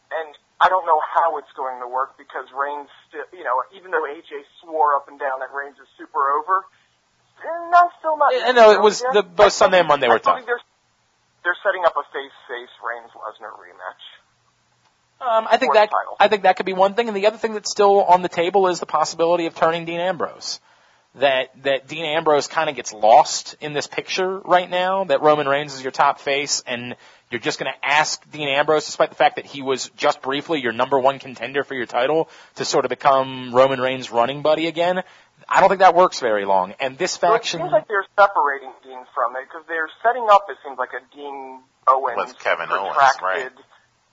Speaker 3: And I don't know how it's going to work because Reigns, still, you know, even though AJ swore up and down that Reigns is super over, eh, no, still not.
Speaker 1: I know it was the both Sunday and Monday
Speaker 3: I
Speaker 1: were
Speaker 3: still
Speaker 1: tough.
Speaker 3: think they're, they're setting up a face-face Reigns Lesnar rematch.
Speaker 1: Um, I think
Speaker 3: Fourth
Speaker 1: that
Speaker 3: title.
Speaker 1: I think that could be one thing, and the other thing that's still on the table is the possibility of turning Dean Ambrose. That that Dean Ambrose kind of gets lost in this picture right now. That Roman Reigns is your top face, and you're just going to ask Dean Ambrose, despite the fact that he was just briefly your number one contender for your title, to sort of become Roman Reigns' running buddy again. I don't think that works very long. And this
Speaker 3: Well, it
Speaker 1: faction,
Speaker 3: seems like they're separating Dean from it because they're setting up. It seems like a Dean Owens
Speaker 2: With Kevin Owens,
Speaker 3: protracted,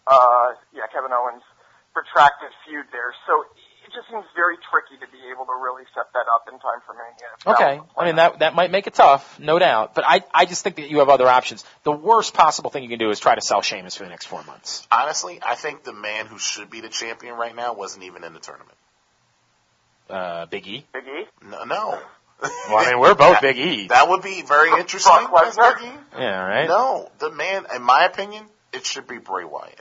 Speaker 3: uh, yeah, Kevin Owens protracted feud there. So it just seems very tricky to be able to really set that up in time for Mania. if that
Speaker 1: Okay.
Speaker 3: was the
Speaker 1: I mean
Speaker 3: plan.
Speaker 1: that that might make it tough, no doubt. But I I just think that you have other options. The worst possible thing you can do is try to sell Sheamus for the next four months.
Speaker 2: Honestly, I think the man who should be the champion right now wasn't even in the tournament.
Speaker 1: Uh Big E.
Speaker 3: Big E.
Speaker 2: No, no.
Speaker 1: Well, I mean we're both Big E.
Speaker 2: that would be very interesting.
Speaker 3: Brock Lesnar?
Speaker 2: Big E.
Speaker 1: Yeah, right?
Speaker 2: No, the man, in my opinion, it should be Bray Wyatt.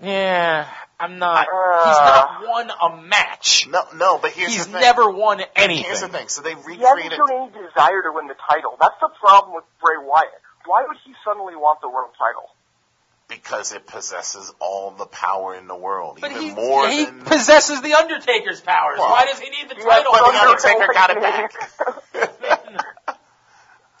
Speaker 1: Yeah. I'm not
Speaker 3: Uh.
Speaker 1: he's not won a match.
Speaker 2: No, no, but here's
Speaker 1: He's
Speaker 2: the thing.
Speaker 1: never won anything.
Speaker 2: Here's the thing. So they
Speaker 3: He hasn't
Speaker 2: recreated.
Speaker 3: shown any desire to win the title. That's the problem with Bray Wyatt. Why would he suddenly want the world title?
Speaker 2: because it possesses all the power in the world,
Speaker 1: But
Speaker 2: even
Speaker 1: he,
Speaker 2: more
Speaker 1: he
Speaker 2: than.
Speaker 1: possesses the Undertaker's powers.
Speaker 2: Well,
Speaker 1: Why does he need the
Speaker 3: You have
Speaker 1: title?
Speaker 2: But
Speaker 3: some
Speaker 2: the Undertaker
Speaker 3: sort of-
Speaker 2: got it back.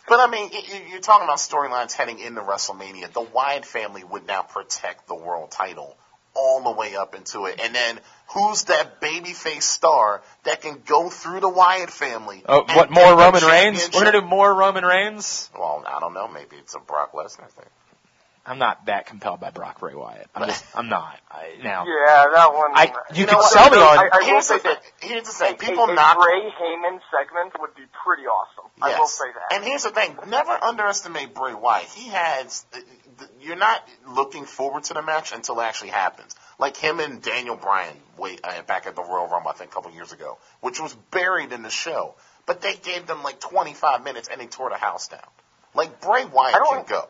Speaker 2: but I mean, y- y- you're talking about storylines heading into WrestleMania. The Wyatt family would now protect the world title all the way up into it, and then who's that babyface star that can go through the Wyatt family?
Speaker 1: Oh,
Speaker 2: and
Speaker 1: what
Speaker 2: get
Speaker 1: more
Speaker 2: the
Speaker 1: Roman Reigns? We're
Speaker 2: championship?
Speaker 1: gonna do more Roman Reigns.
Speaker 2: Well, I don't know. Maybe it's a Brock Lesnar thing.
Speaker 1: I'm not that compelled by Brock Bray Wyatt. I'm just I'm not. I,
Speaker 2: Oh.
Speaker 1: now
Speaker 3: Yeah, that one. uh,
Speaker 1: I- you
Speaker 2: can
Speaker 3: what?
Speaker 2: sell
Speaker 1: me
Speaker 3: I-
Speaker 1: on-
Speaker 3: I, I will
Speaker 2: here's,
Speaker 3: say
Speaker 2: the
Speaker 3: that
Speaker 2: thing, here's the thing.
Speaker 3: a-
Speaker 2: People
Speaker 3: a, a
Speaker 2: knock
Speaker 3: Ray Heyman segment would be pretty awesome. I will
Speaker 2: Yes.
Speaker 3: say that.
Speaker 2: And here's the thing: never underestimate Bray Wyatt. He has. You're not looking forward to the match until it actually happens. Like him and Daniel Bryan, way uh, back at the Royal Rumble, I think a couple years ago, which was buried in the show. But they gave them like 25 minutes, and they tore the house down. Like Bray Wyatt
Speaker 3: I
Speaker 2: can
Speaker 3: don't-
Speaker 2: go.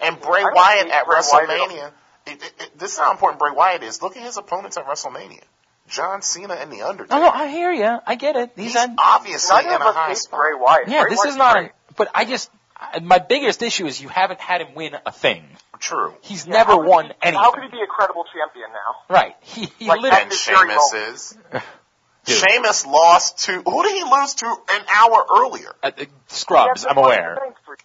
Speaker 2: And Bray
Speaker 3: I don't
Speaker 2: Wyatt
Speaker 3: think
Speaker 2: at
Speaker 3: Bray Wyatt at all.
Speaker 2: WrestleMania. It, it, it, this is how important Bray Wyatt is. Look at his opponents at WrestleMania: John Cena and the Undertaker.
Speaker 1: No, no, Oh, I hear you. I get it. He's,
Speaker 2: He's
Speaker 1: on.
Speaker 2: obviously
Speaker 3: Neither
Speaker 2: in
Speaker 3: of
Speaker 2: a
Speaker 3: us
Speaker 2: high
Speaker 3: hates
Speaker 2: spot.
Speaker 3: Bray Wyatt.
Speaker 1: Yeah,
Speaker 3: Bray
Speaker 1: this
Speaker 3: Wyatt's
Speaker 1: is not.
Speaker 3: great.
Speaker 1: A, but I just I, my biggest issue is you haven't had him win a thing.
Speaker 2: True.
Speaker 1: He's
Speaker 3: Yeah,
Speaker 1: never
Speaker 3: how could he
Speaker 1: won
Speaker 3: be-
Speaker 1: anything.
Speaker 3: How could he be a credible champion now?
Speaker 1: right. He, he
Speaker 3: Like,
Speaker 1: literally.
Speaker 2: and
Speaker 3: That's very
Speaker 2: Sheamus
Speaker 3: bold.
Speaker 2: is.
Speaker 1: Dude.
Speaker 2: Sheamus lost to who did he lose to an hour earlier?
Speaker 1: Uh, uh, scrubs.
Speaker 3: Yeah,
Speaker 1: I'm
Speaker 3: but
Speaker 1: aware.
Speaker 3: thanks for-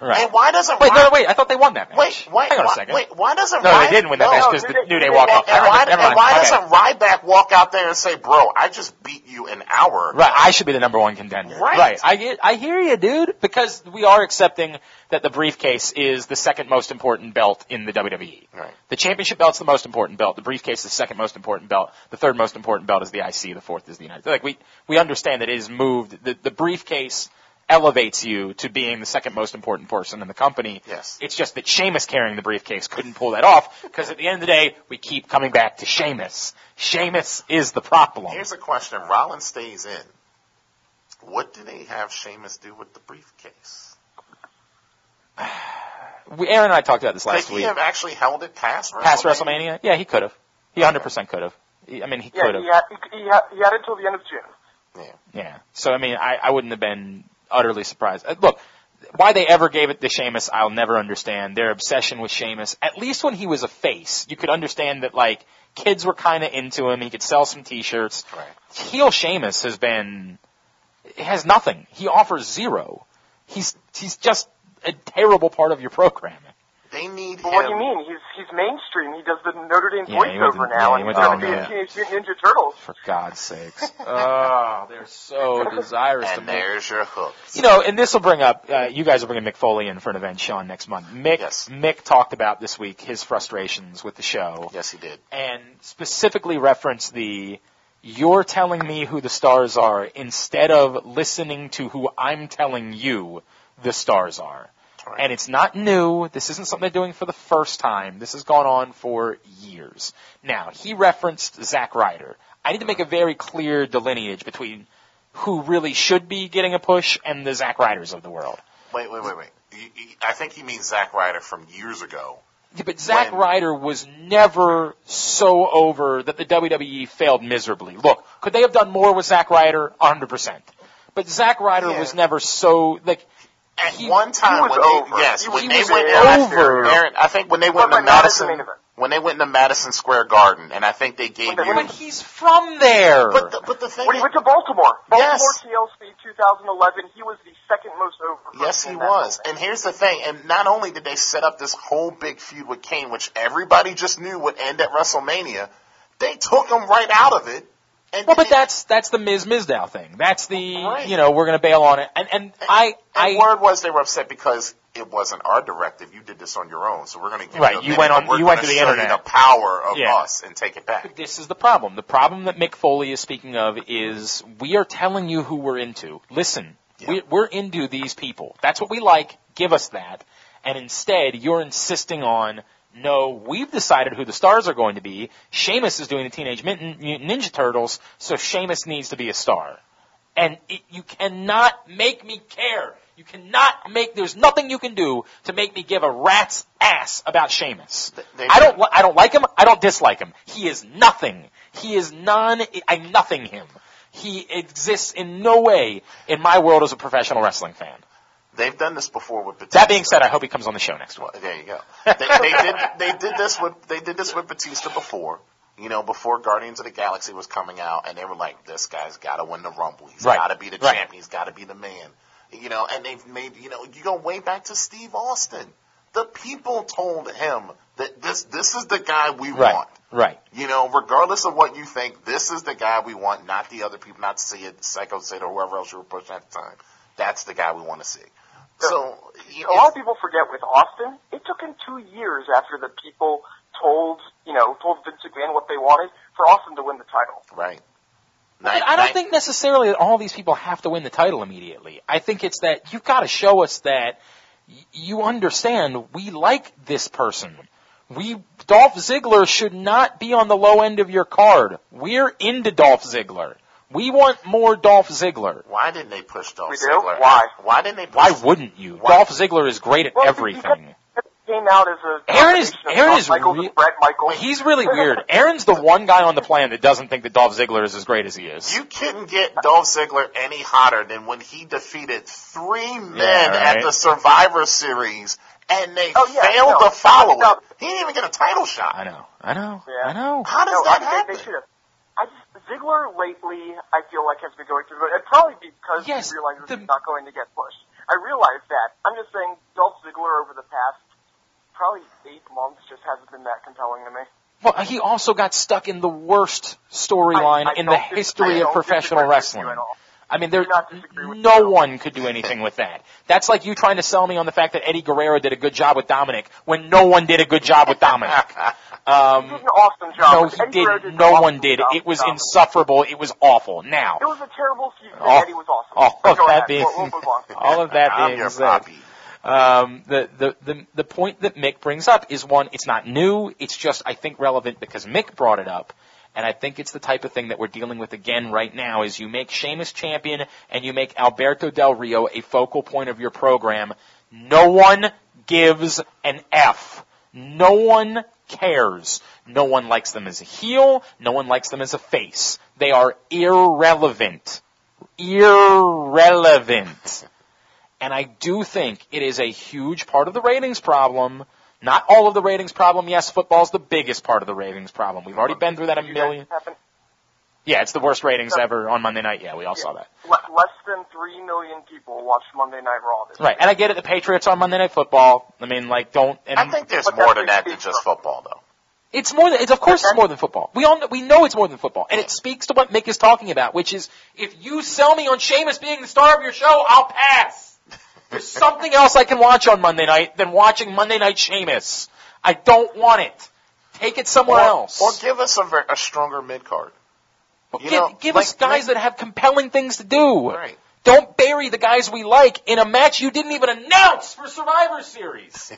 Speaker 1: Right.
Speaker 2: And why doesn't
Speaker 1: Wait, no, no,
Speaker 2: Ry-
Speaker 1: wait. I thought they won that match.
Speaker 2: wait, wait,
Speaker 1: Hang on a
Speaker 2: why-
Speaker 1: second.
Speaker 2: wait, why doesn't
Speaker 1: no,
Speaker 2: Ry-
Speaker 1: they didn't win
Speaker 2: no,
Speaker 1: that match
Speaker 3: no,
Speaker 1: because
Speaker 3: New
Speaker 1: the
Speaker 3: Day-
Speaker 1: New
Speaker 3: New
Speaker 1: Day
Speaker 3: Day
Speaker 1: walked
Speaker 3: walked
Speaker 1: off.
Speaker 2: And
Speaker 1: Never
Speaker 2: why,
Speaker 1: mind. Never
Speaker 2: and
Speaker 1: mind.
Speaker 2: why
Speaker 1: My bad.
Speaker 2: doesn't Ryback walk out there and say, "Bro, I just beat you an hour."
Speaker 1: Right, I should be the number one contender.
Speaker 2: Right.
Speaker 1: I get, I hear you, dude. Because we are accepting that the briefcase is the second most important belt in the WWE.
Speaker 2: Right.
Speaker 1: The championship belt's the most important belt. The briefcase is the second most important belt. The third most important belt is the IC. The fourth is the United. Like we, we understand that it is moved. The, the briefcase elevates you to being the second most important person in the company.
Speaker 2: Yes.
Speaker 1: It's just that Sheamus carrying the briefcase couldn't pull that off because at the end of the day, we keep coming back to Sheamus. Sheamus is the problem.
Speaker 2: Here's a question: If Rollins stays in. What do they have Sheamus do with the briefcase?
Speaker 1: we, Aaron and I talked about this
Speaker 2: Could
Speaker 1: last
Speaker 2: he
Speaker 1: week.
Speaker 2: have actually held it past WrestleMania?
Speaker 1: Past WrestleMania? Yeah, he could have. He 100% could have. I mean, he
Speaker 3: Yeah,
Speaker 1: could have.
Speaker 3: he had, he, he had, he had it till the end of June.
Speaker 1: Yeah. So I mean, I, I wouldn't have been utterly surprised. Uh, look, why they ever gave it to Sheamus, I'll never understand. Their obsession with Sheamus, at least when he was a face, you could understand that like kids were kind of into him. He could sell some T-shirts.
Speaker 2: Right.
Speaker 1: Heel Sheamus has been has nothing. He offers zero. He's he's just a terrible part of your programming.
Speaker 2: They need
Speaker 3: Well, what do you
Speaker 2: him.
Speaker 3: mean? He's he's mainstream. He does the Notre Dame
Speaker 1: Yeah, he went to-
Speaker 3: voiceover now,
Speaker 1: yeah, he
Speaker 3: and
Speaker 1: went
Speaker 3: he's
Speaker 2: to-
Speaker 3: going
Speaker 2: oh,
Speaker 3: to be
Speaker 1: yeah.
Speaker 3: in Teenage Mutant Ninja Turtles.
Speaker 1: For God's sakes. Oh, they're so desirous to
Speaker 2: And
Speaker 1: make
Speaker 2: there's your hook.
Speaker 1: You know, and this will bring up, uh, you guys will bring Mick Foley in for an event, Sean, next month. Mick,
Speaker 2: Yes.
Speaker 1: Mick talked about this week his frustrations with the show
Speaker 2: Yes, he did.
Speaker 1: and specifically referenced the, you're telling me who the stars are instead of listening to who I'm telling you the stars are.
Speaker 2: Right.
Speaker 1: And it's not new. This isn't something they're doing for the first time. This has gone on for years. Now, he referenced Zack Ryder. I need to make a very clear delineage between who really should be getting a push and the Zack Ryders of the world.
Speaker 2: wait, wait, wait, wait. You- you- I think he means Zack Ryder from years ago.
Speaker 1: Yeah, But Zack
Speaker 2: When-
Speaker 1: Ryder was never so over that the WWE failed miserably. Look, could they have done more with Zack Ryder? 100%. But Zack Ryder
Speaker 2: Yeah.
Speaker 1: was never so, like,
Speaker 2: At
Speaker 1: He-
Speaker 2: one time,
Speaker 3: he was
Speaker 2: when they,
Speaker 3: over.
Speaker 2: yes,
Speaker 3: He-
Speaker 2: when
Speaker 3: he
Speaker 2: they
Speaker 3: was
Speaker 2: went
Speaker 3: over.
Speaker 2: Aaron, Aaron, I think when they went
Speaker 3: But-
Speaker 2: to
Speaker 3: but not as the
Speaker 2: Madison,
Speaker 3: main event.
Speaker 2: when they went to Madison Square Garden, and I think they gave
Speaker 3: When they
Speaker 2: you.
Speaker 1: but he's from there.
Speaker 2: but the, but the thing,
Speaker 3: When he went to Baltimore,
Speaker 2: Yes.
Speaker 3: Baltimore TLC 2011, he was the second most over. person
Speaker 2: Yes, he
Speaker 3: in that
Speaker 2: was.
Speaker 3: moment.
Speaker 2: And here's the thing. And not only did they set up this whole big feud with Kane, which everybody just knew would end at WrestleMania, they took him right out of it. And
Speaker 1: Well, but that's that's the Ms. Mizdow thing. That's the
Speaker 2: Right.
Speaker 1: you know we're gonna bail on it. And and I
Speaker 2: and
Speaker 1: I
Speaker 2: word was they were upset because it wasn't our directive. You did this on your own, so we're going to give
Speaker 1: Right,
Speaker 2: You, a
Speaker 1: you
Speaker 2: minute,
Speaker 1: went on-
Speaker 2: but we're
Speaker 1: you went
Speaker 2: gonna
Speaker 1: to the
Speaker 2: show
Speaker 1: internet.
Speaker 2: You the power of
Speaker 1: Yeah.
Speaker 2: us and take it back.
Speaker 1: this is the problem. The problem that Mick Foley is speaking of is we are telling you who we're into. Listen,
Speaker 2: Yeah.
Speaker 1: we, we're into these people. That's what we like. Give us that. And instead, you're insisting on no. We've decided who the stars are going to be. Seamus is doing the Teenage Mutant Mutant Ninja Turtles, so Seamus needs to be a star. And it, you cannot make me care. You cannot make. There's nothing you can do to make me give a rat's ass about Seamus.
Speaker 2: they-
Speaker 1: I don't. Li- I don't like him. I don't dislike him. He is nothing. He is non. I nothing him. He exists in no way in my world as a professional wrestling fan.
Speaker 2: They've done this before with Batista.
Speaker 1: That being said, I hope he comes on the show next week.
Speaker 2: Well, there you go. They, they did they did this with they did this with Batista before. You know, before Guardians of the Galaxy was coming out, and they were like, "This guy's got to win the Rumble. He's
Speaker 1: Right.
Speaker 2: got to be the
Speaker 1: Right.
Speaker 2: champion. He's got to be the man." You know, and they've made you know you go way back to Steve Austin. The people told him that this this is the guy we
Speaker 1: Right.
Speaker 2: want.
Speaker 1: Right.
Speaker 2: You know, regardless of what you think, this is the guy we want, not the other people, not see it, Psycho Sid or whoever else you were pushing at the time. That's the guy we want to see. So, you
Speaker 3: A lot of people forget with Austin, it took him two years after the people told you know told Vince McMahon what they wanted for Austin to win the title.
Speaker 2: Right.
Speaker 1: I, I don't think necessarily that all these people have to win the title immediately. I think it's that you've got to show us that y- you understand we like this person. We Dolph Ziggler should not be on the low end of your card. We're into Dolph Ziggler. We want more Dolph Ziggler.
Speaker 2: Why didn't they push Dolph
Speaker 3: We do?
Speaker 2: Ziggler?
Speaker 3: Why?
Speaker 2: Why didn't they push
Speaker 1: Why wouldn't you?
Speaker 2: Why-
Speaker 1: Dolph Ziggler is great at
Speaker 3: Well,
Speaker 1: everything.
Speaker 3: It came out as a
Speaker 1: Aaron is-
Speaker 3: combination of
Speaker 1: Aaron
Speaker 3: Shawn
Speaker 1: is
Speaker 3: Michaels
Speaker 1: re-
Speaker 3: and Bret Michaels.
Speaker 1: He's really weird. Aaron's the one guy on the planet that doesn't think that Dolph Ziggler is as great as he is.
Speaker 2: You couldn't get Dolph Ziggler any hotter than when he defeated three men
Speaker 1: right.
Speaker 2: at the Survivor Series and they
Speaker 3: Oh, yeah,
Speaker 2: failed
Speaker 3: no.
Speaker 2: to follow
Speaker 3: No.
Speaker 2: it. He didn't even get a title shot.
Speaker 1: I know. I know.
Speaker 3: Yeah.
Speaker 1: I know.
Speaker 2: How does
Speaker 3: no,
Speaker 2: that
Speaker 3: I, they,
Speaker 2: happen?
Speaker 3: they should have. I just, Ziggler lately, I feel like has been going through, and probably because
Speaker 1: Yes,
Speaker 3: he realizes
Speaker 1: the-
Speaker 3: he's not going to get pushed. I realize that. I'm just saying, Dolph Ziggler over the past probably eight months just hasn't been that compelling to me.
Speaker 1: Well, he also got stuck in the worst
Speaker 3: I- I
Speaker 1: storyline in the
Speaker 3: don't dis- I
Speaker 1: history of
Speaker 3: don't
Speaker 1: professional
Speaker 3: disagree with you
Speaker 1: wrestling.
Speaker 3: at all.
Speaker 1: I mean, there
Speaker 3: do not disagree with you at
Speaker 1: no
Speaker 3: all.
Speaker 1: one could do anything with that. That's like you trying to sell me on the fact that Eddie Guerrero did a good job with Dominic when no one did a good job with Dominic.
Speaker 3: He
Speaker 1: Um,
Speaker 3: did an awesome job.
Speaker 1: no,
Speaker 3: but
Speaker 1: he
Speaker 3: Eddie Guerrero
Speaker 1: didn't.
Speaker 3: an
Speaker 1: No
Speaker 3: awesome
Speaker 1: one did.
Speaker 3: job
Speaker 1: It was
Speaker 3: with Dominic.
Speaker 1: insufferable. It was awful. Now,
Speaker 3: It was a terrible season.
Speaker 1: All-
Speaker 3: and Eddie was awesome.
Speaker 1: all
Speaker 3: But
Speaker 1: of
Speaker 3: go
Speaker 1: Oh, that
Speaker 3: ahead.
Speaker 1: being-
Speaker 3: We'll- we'll move on.
Speaker 1: all of that
Speaker 2: I'm
Speaker 1: being
Speaker 2: your
Speaker 1: said,
Speaker 2: poppy.
Speaker 1: um, the, the, the, the point that Mick brings up is one, it's not new, it's just, I think, relevant because Mick brought it up. And I think it's the type of thing that we're dealing with again right now is you make Sheamus champion and you make Alberto Del Rio a focal point of your program. No one gives an F. No one cares. No one likes them as a heel. No one likes them as a face. They are irrelevant. Irrelevant. And I do think it is a huge part of the ratings problem. Not all of the ratings problem. Yes, football's the biggest part of the ratings problem. We've already been through that a
Speaker 3: You guys
Speaker 1: million.
Speaker 3: haven't-
Speaker 1: Yeah, it's the worst ratings ever on Monday night. Yeah, we all saw that.
Speaker 3: Le- less than three million people watched Monday Night Raw this
Speaker 1: Right, and I get it. The Patriots on Monday Night Football. I mean, like, don't. And
Speaker 2: I think there's
Speaker 3: But
Speaker 2: more
Speaker 3: that's
Speaker 2: to
Speaker 3: what
Speaker 2: that
Speaker 3: you
Speaker 2: than
Speaker 3: do.
Speaker 2: just football, though.
Speaker 1: It's more than, it's of course it's more than football. We all, kn- we know it's more than football. And it speaks to what Mick is talking about, which is, if you sell me on Sheamus being the star of your show, I'll pass. There's something else I can watch on Monday night than watching Monday Night Sheamus. I don't want it. Take it somewhere
Speaker 2: or,
Speaker 1: else.
Speaker 2: or give us a, ver- a stronger mid card.
Speaker 1: give
Speaker 2: you know,
Speaker 1: give us
Speaker 2: like-
Speaker 1: guys that have compelling things to do.
Speaker 2: Right.
Speaker 1: Don't bury the guys we like in a match you didn't even announce for Survivor Series.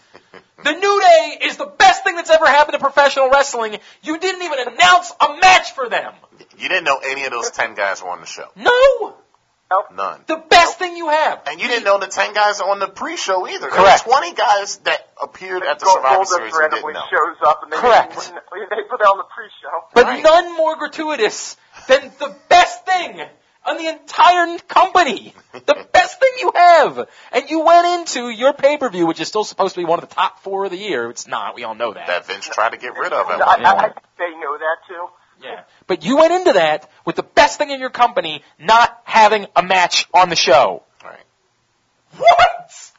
Speaker 1: the New Day is the best thing that's ever happened to professional wrestling. You didn't even announce a match for them.
Speaker 2: You didn't know any of those ten guys were on the show.
Speaker 1: No!
Speaker 2: None.
Speaker 1: The best thing you have.
Speaker 2: And you didn't know the ten guys on the pre-show either.
Speaker 1: Correct.
Speaker 2: There were twenty guys that appeared at the
Speaker 3: Gold-
Speaker 2: Survivor
Speaker 3: Goldust
Speaker 2: Series you didn't
Speaker 3: randomly
Speaker 2: know.
Speaker 3: shows up and they,
Speaker 1: Correct.
Speaker 3: they put it on the pre-show.
Speaker 1: But
Speaker 2: Right.
Speaker 1: none more gratuitous than the best thing on the entire company. The best thing you have. And you went into your pay-per-view, which is still supposed to be one of the top four of the year. It's not. We all know that.
Speaker 2: That Vince tried to get rid of him.
Speaker 3: I, I, I
Speaker 1: Yeah.
Speaker 3: think they know that too.
Speaker 1: Yeah. But you went into that with the best thing in your company not having a match on the show.
Speaker 2: Right.
Speaker 1: What?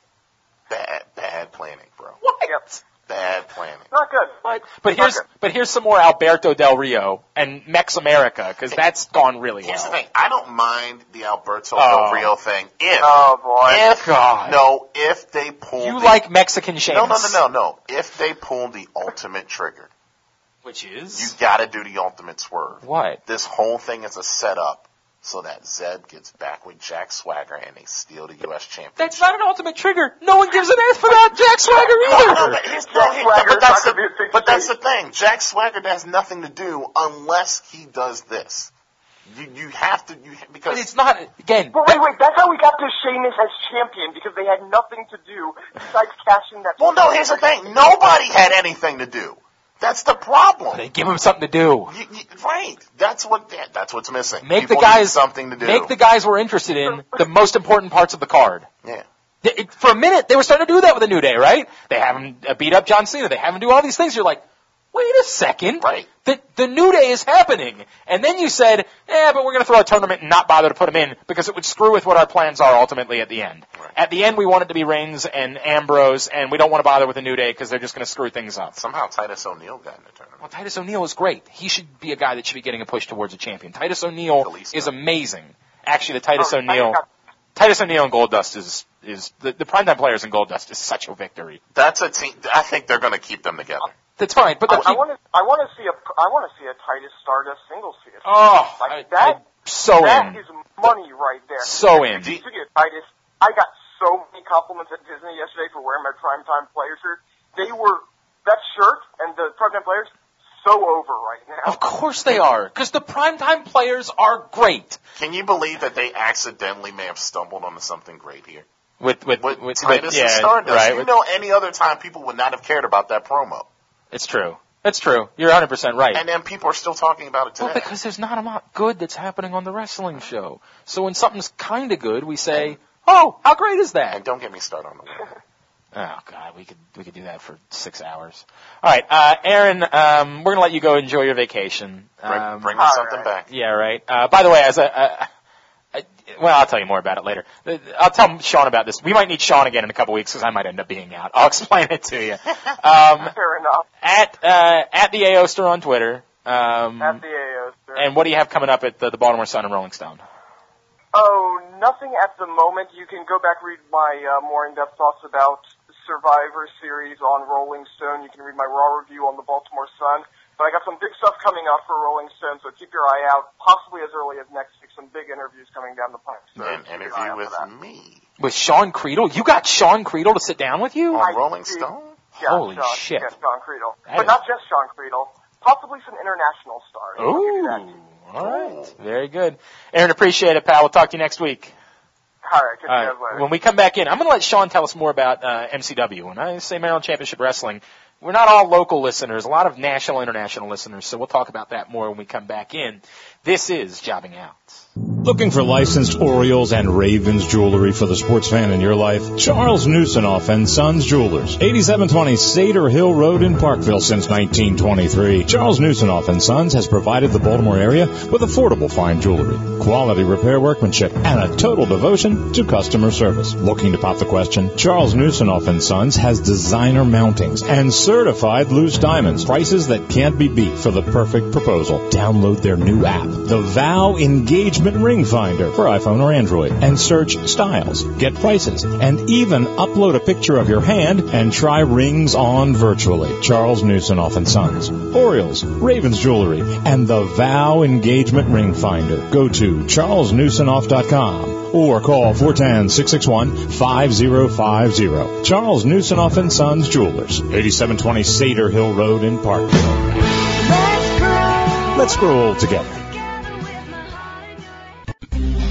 Speaker 2: Bad, bad planning, bro.
Speaker 1: What?
Speaker 3: Yep.
Speaker 2: Bad planning.
Speaker 3: Not good.
Speaker 1: What? But here's
Speaker 3: Okay.
Speaker 1: but here's some more Alberto Del Rio and Mex America because that's gone really
Speaker 2: Here's the
Speaker 1: well.
Speaker 2: thing. I don't mind the Alberto
Speaker 1: Oh.
Speaker 2: Del Rio thing if,
Speaker 3: Oh boy.
Speaker 2: if
Speaker 1: God.
Speaker 2: no, if they pull
Speaker 1: You
Speaker 2: the,
Speaker 1: like Mexican Sheamus?
Speaker 2: no, no, no, no, no. If they pull the ultimate trigger,
Speaker 1: Which
Speaker 2: you
Speaker 1: is
Speaker 2: got to do the ultimate swerve.
Speaker 1: what?
Speaker 2: This whole thing is a setup so that Zeb gets back with Jack Swagger and they steal the U.S. championship.
Speaker 1: That's not an ultimate trigger. No one gives an F about Jack
Speaker 2: No,
Speaker 1: Swagger
Speaker 2: but,
Speaker 1: either.
Speaker 2: here's-
Speaker 3: Jack
Speaker 2: no, he-
Speaker 3: Swagger
Speaker 2: but
Speaker 3: is
Speaker 2: that's
Speaker 3: not gonna be
Speaker 2: the,
Speaker 3: a big
Speaker 2: but that's the
Speaker 3: thing.
Speaker 2: thing. Jack Swagger has nothing to do unless he does this. You you have to you
Speaker 1: But
Speaker 2: because
Speaker 1: it's not again.
Speaker 3: But wait, wait, that's how we got to Sheamus as champion because they had nothing to do besides cashing that.
Speaker 2: well no here's the thing nobody had anything to do. That's the problem.
Speaker 1: They give him something to do.
Speaker 2: You, you, right. That's what that, that's what's missing.
Speaker 1: Make
Speaker 2: People
Speaker 1: the
Speaker 2: need
Speaker 1: guys
Speaker 2: something to do.
Speaker 1: Make the guys we're interested in the most important parts of the card.
Speaker 2: yeah.
Speaker 1: Th- it- for a minute, they were starting to do that with a New Day, right? They have him uh, beat up John Cena. They have him do all these things. You're like, wait a second.
Speaker 2: Right.
Speaker 1: The, the New Day is happening. And then you said, eh, but we're going to throw a tournament and not bother to put him in because it would screw with what our plans are ultimately at the end.
Speaker 2: Right.
Speaker 1: At the end, we want it to be Reigns and Ambrose, and we don't want to bother with the New Day because they're just going to screw things up.
Speaker 2: Somehow Titus O'Neil got in the tournament.
Speaker 1: Well, Titus O'Neil is great. He should be a guy that should be getting a push towards a champion. Titus O'Neil
Speaker 2: Kalisto.
Speaker 1: is amazing. Actually, the Titus
Speaker 3: Oh,
Speaker 1: O'Neil,
Speaker 3: I got-
Speaker 1: Titus O'Neil and Goldust is is the, the primetime players in Goldust is such a victory.
Speaker 2: That's a team. I think they're going to keep them together.
Speaker 1: That's fine, but
Speaker 3: I,
Speaker 1: the
Speaker 3: I want to. I want to see a. I want to see a Titus Stardust single series.
Speaker 1: oh,
Speaker 3: like
Speaker 1: I,
Speaker 3: that-
Speaker 1: I'm so
Speaker 3: That
Speaker 1: in,
Speaker 3: is money right there.
Speaker 1: so in.
Speaker 2: Do you-
Speaker 3: Speaking of Titus, I got so many compliments at Disney yesterday for wearing my primetime player shirt. They were that shirt and the primetime players so over right now.
Speaker 1: Of course they are, because the primetime players are great.
Speaker 2: Can you believe that they accidentally may have stumbled onto something great here?
Speaker 1: With with
Speaker 2: with,
Speaker 1: with, with
Speaker 2: Titus
Speaker 1: yeah,
Speaker 2: and Stardust.
Speaker 1: right.
Speaker 2: you
Speaker 1: with-
Speaker 2: know, any other time people would not have cared about that promo,
Speaker 1: it's true. It's true. You're 100 percent right.
Speaker 2: and then people are still talking about it today.
Speaker 1: Well, because there's not a lot good that's happening on the wrestling show. So when something's kind of good, we say, "Oh, how great is
Speaker 2: and
Speaker 1: that?"
Speaker 2: don't get me started on the women.
Speaker 1: Oh God, we could we could do that for six hours. All right, uh, Aaron, um, we're gonna let you go enjoy your vacation.
Speaker 2: Bring,
Speaker 1: Um,
Speaker 2: bring me
Speaker 3: all
Speaker 2: something
Speaker 3: right.
Speaker 2: back.
Speaker 1: Yeah, right. Uh, by the way, as a, uh, I, well, I'll tell you more about it later. Uh, I'll tell Sean about this. We might need Sean again in a couple weeks because I might end up being out. I'll explain it to you. Um,
Speaker 3: Fair enough.
Speaker 1: at uh, at the AOster on Twitter. Um,
Speaker 3: At the AOs. sir.
Speaker 1: and what do you have coming up at the, the Baltimore Sun and Rolling Stone?
Speaker 3: Oh, nothing at the moment. You can go back read my uh, more in-depth thoughts about Survivor Series on Rolling Stone. You can read my raw review on the Baltimore Sun. But I got some big stuff coming up for Rolling Stone, so keep your eye out. Possibly as early as next week, some big interviews coming down the pipe. So
Speaker 2: An
Speaker 3: keep your eye
Speaker 2: interview
Speaker 3: out
Speaker 2: with
Speaker 3: for that.
Speaker 2: me
Speaker 1: With Sean Creedle? You got Sean Creedle to sit down with you?
Speaker 2: on
Speaker 3: I
Speaker 2: Rolling
Speaker 3: see.
Speaker 2: Stone.
Speaker 3: Yeah,
Speaker 1: Holy
Speaker 3: Sean,
Speaker 1: shit.
Speaker 3: Yeah, Sean Creedle.
Speaker 1: That
Speaker 3: but
Speaker 1: is-
Speaker 3: not just Sean Creedle. Possibly some international stars. I'll give you
Speaker 1: Ooh.
Speaker 3: that.
Speaker 1: Oh, All right. Very good. Aaron, appreciate it, pal. We'll talk to you next week.
Speaker 3: All right, good
Speaker 1: All right. When we come back in, I'm going to let Sean tell us more about uh, MCW. When I say Maryland Championship Wrestling, we're not all local listeners, a lot of national, international listeners, so we'll talk about that more when we come back in.
Speaker 4: This is Jobbing Out.
Speaker 5: Looking for licensed Orioles and Ravens jewelry for the sports fan in your life? Charles Newsonoff and Sons Jewelers, 8720 Seder Hill Road in Parkville since 1923. Charles Newsonoff and Sons has provided the Baltimore area with affordable fine jewelry, quality repair workmanship, and a total devotion to customer service. Looking to pop the question? Charles Newsonoff and Sons has designer mountings and certified loose diamonds, prices that can't be beat for the perfect proposal. Download their new app, the Vow Engagement Ring. Ring Finder for iPhone or Android and search styles, get prices, and even upload a picture of your hand and try rings on virtually. Charles Newsonoff and Sons, Orioles, Ravens Jewelry, and the Vow Engagement Ring Finder. Go to charlesnewsonoff.com or call 410-661-5050. Charles Newsonoff and Sons Jewelers, 8720 Seder Hill Road in Parkville. Let's grow old together.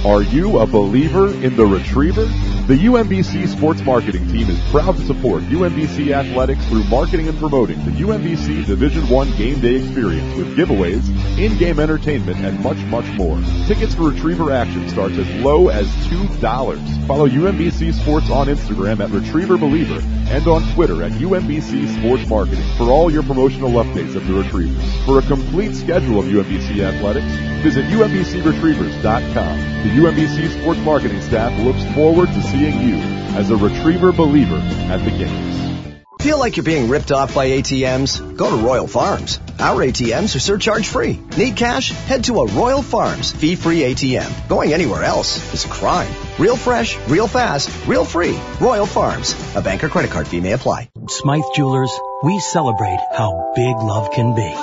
Speaker 6: Are you a believer in the retriever? The UMBC sports marketing team is proud to support UMBC athletics through marketing and promoting the UMBC Division One game day experience with giveaways, in-game entertainment, and much, much more. Tickets for retriever action starts as low as $2. Follow UMBC Sports on Instagram at Retriever Believer and on Twitter at UMBC Sports Marketing for all your promotional updates of the Retrievers. For a complete schedule of UMBC athletics, visit UMBCRetrievers.com. The UMBC sports marketing staff looks forward to seeing you as a retriever believer at the games.
Speaker 7: Feel like you're being ripped off by ATMs? Go to Royal Farms. Our ATMs are surcharge free. Need cash? Head to a Royal Farms fee free ATM. Going anywhere else is a crime. Real fresh, real fast, real free. Royal Farms. A bank or credit card fee may apply.
Speaker 8: Smythe Jewelers, we celebrate how big love can be.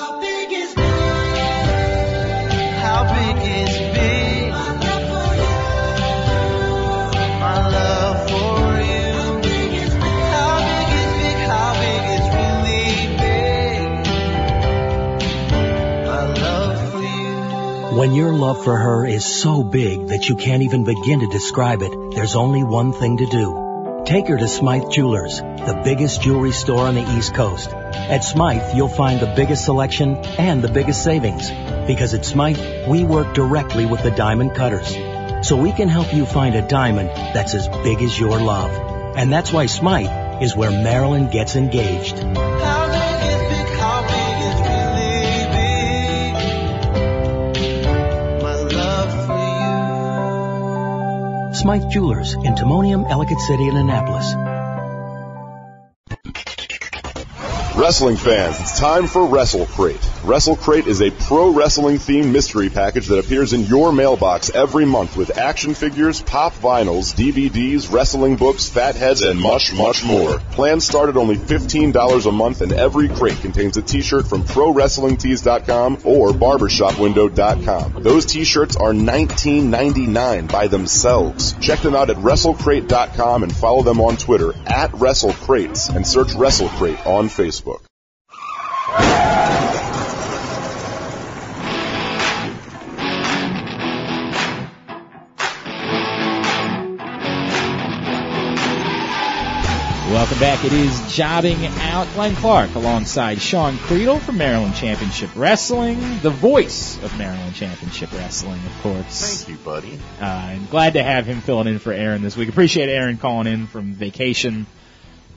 Speaker 8: When your love for her is so big that you can't even begin to describe it, there's only one thing to do. Take her to Smythe Jewelers, the biggest jewelry store on the East Coast. At Smythe, you'll find the biggest selection and the biggest savings. Because at Smythe, we work directly with the diamond cutters. So we can help you find a diamond that's as big as your love. And that's why Smythe is where Marilyn gets engaged. Smythe Jewelers in Timonium, Ellicott City, and Annapolis.
Speaker 6: Wrestling fans, it's time for Wrestle Crate. Wrestle Crate is a pro wrestling themed mystery package that appears in your mailbox every month with action figures, pop vinyls, DVDs, wrestling books, fatheads, and much, much more. Plans start at only $15 a month, and every crate contains a t-shirt from ProWrestlingTees.com or BarbershopWindow.com. Those t-shirts are $19.99 by themselves. Check them out at WrestleCrate.com and follow them on Twitter at WrestleCrates and search Wrestle Crate on Facebook.
Speaker 1: Welcome back. It is Jobbing Out. Glenn Clark alongside Sean Creedle from Maryland Championship Wrestling, the voice of Maryland Championship Wrestling, of course.
Speaker 2: Thank you, buddy.
Speaker 1: Uh, and glad to have him filling in for Aaron this week. Appreciate Aaron calling in from vacation.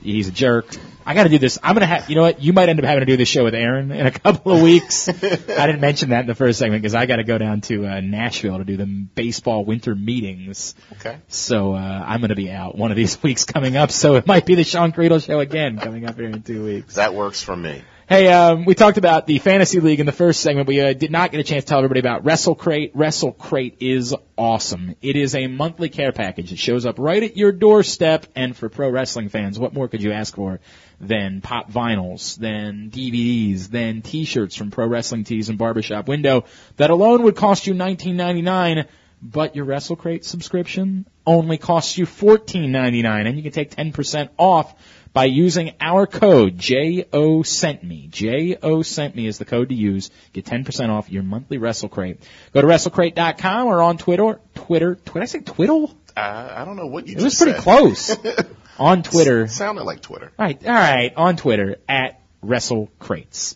Speaker 1: He's a jerk. I got to do this. I'm gonna have. You know what? You might end up having to do this show with Aaron in a couple of weeks. I didn't mention that in the first segment because I got to go down to uh, Nashville to do the baseball winter meetings.
Speaker 2: Okay.
Speaker 1: So uh, I'm gonna be out one of these weeks coming up. So it might be the Sean Creedle show again coming up here in two weeks.
Speaker 2: That works for me.
Speaker 1: Hey, um, we talked about the fantasy league in the first segment. We uh, did not get a chance to tell everybody about Wrestle Crate. Wrestle Crate is awesome. It is a monthly care package. It shows up right at your doorstep. And for pro wrestling fans, what more could you ask for than pop vinyls, than DVDs, than T-shirts from Pro Wrestling Tees and Barbershop Window? That alone would cost you 19.99. But your Wrestle Crate subscription only costs you 14.99, and you can take 10% off by using our code JO sent me. JO sent me is the code to use. Get 10% off your monthly Wrestle Crate. Go to wrestlecrate.com or on Twitter, Twitter, did I say Twiddle?
Speaker 2: Uh, I don't know what you.
Speaker 1: It was
Speaker 2: just
Speaker 1: pretty
Speaker 2: said.
Speaker 1: close. on Twitter.
Speaker 2: Sounded like Twitter.
Speaker 1: All right, all right, on Twitter at WrestleCrates.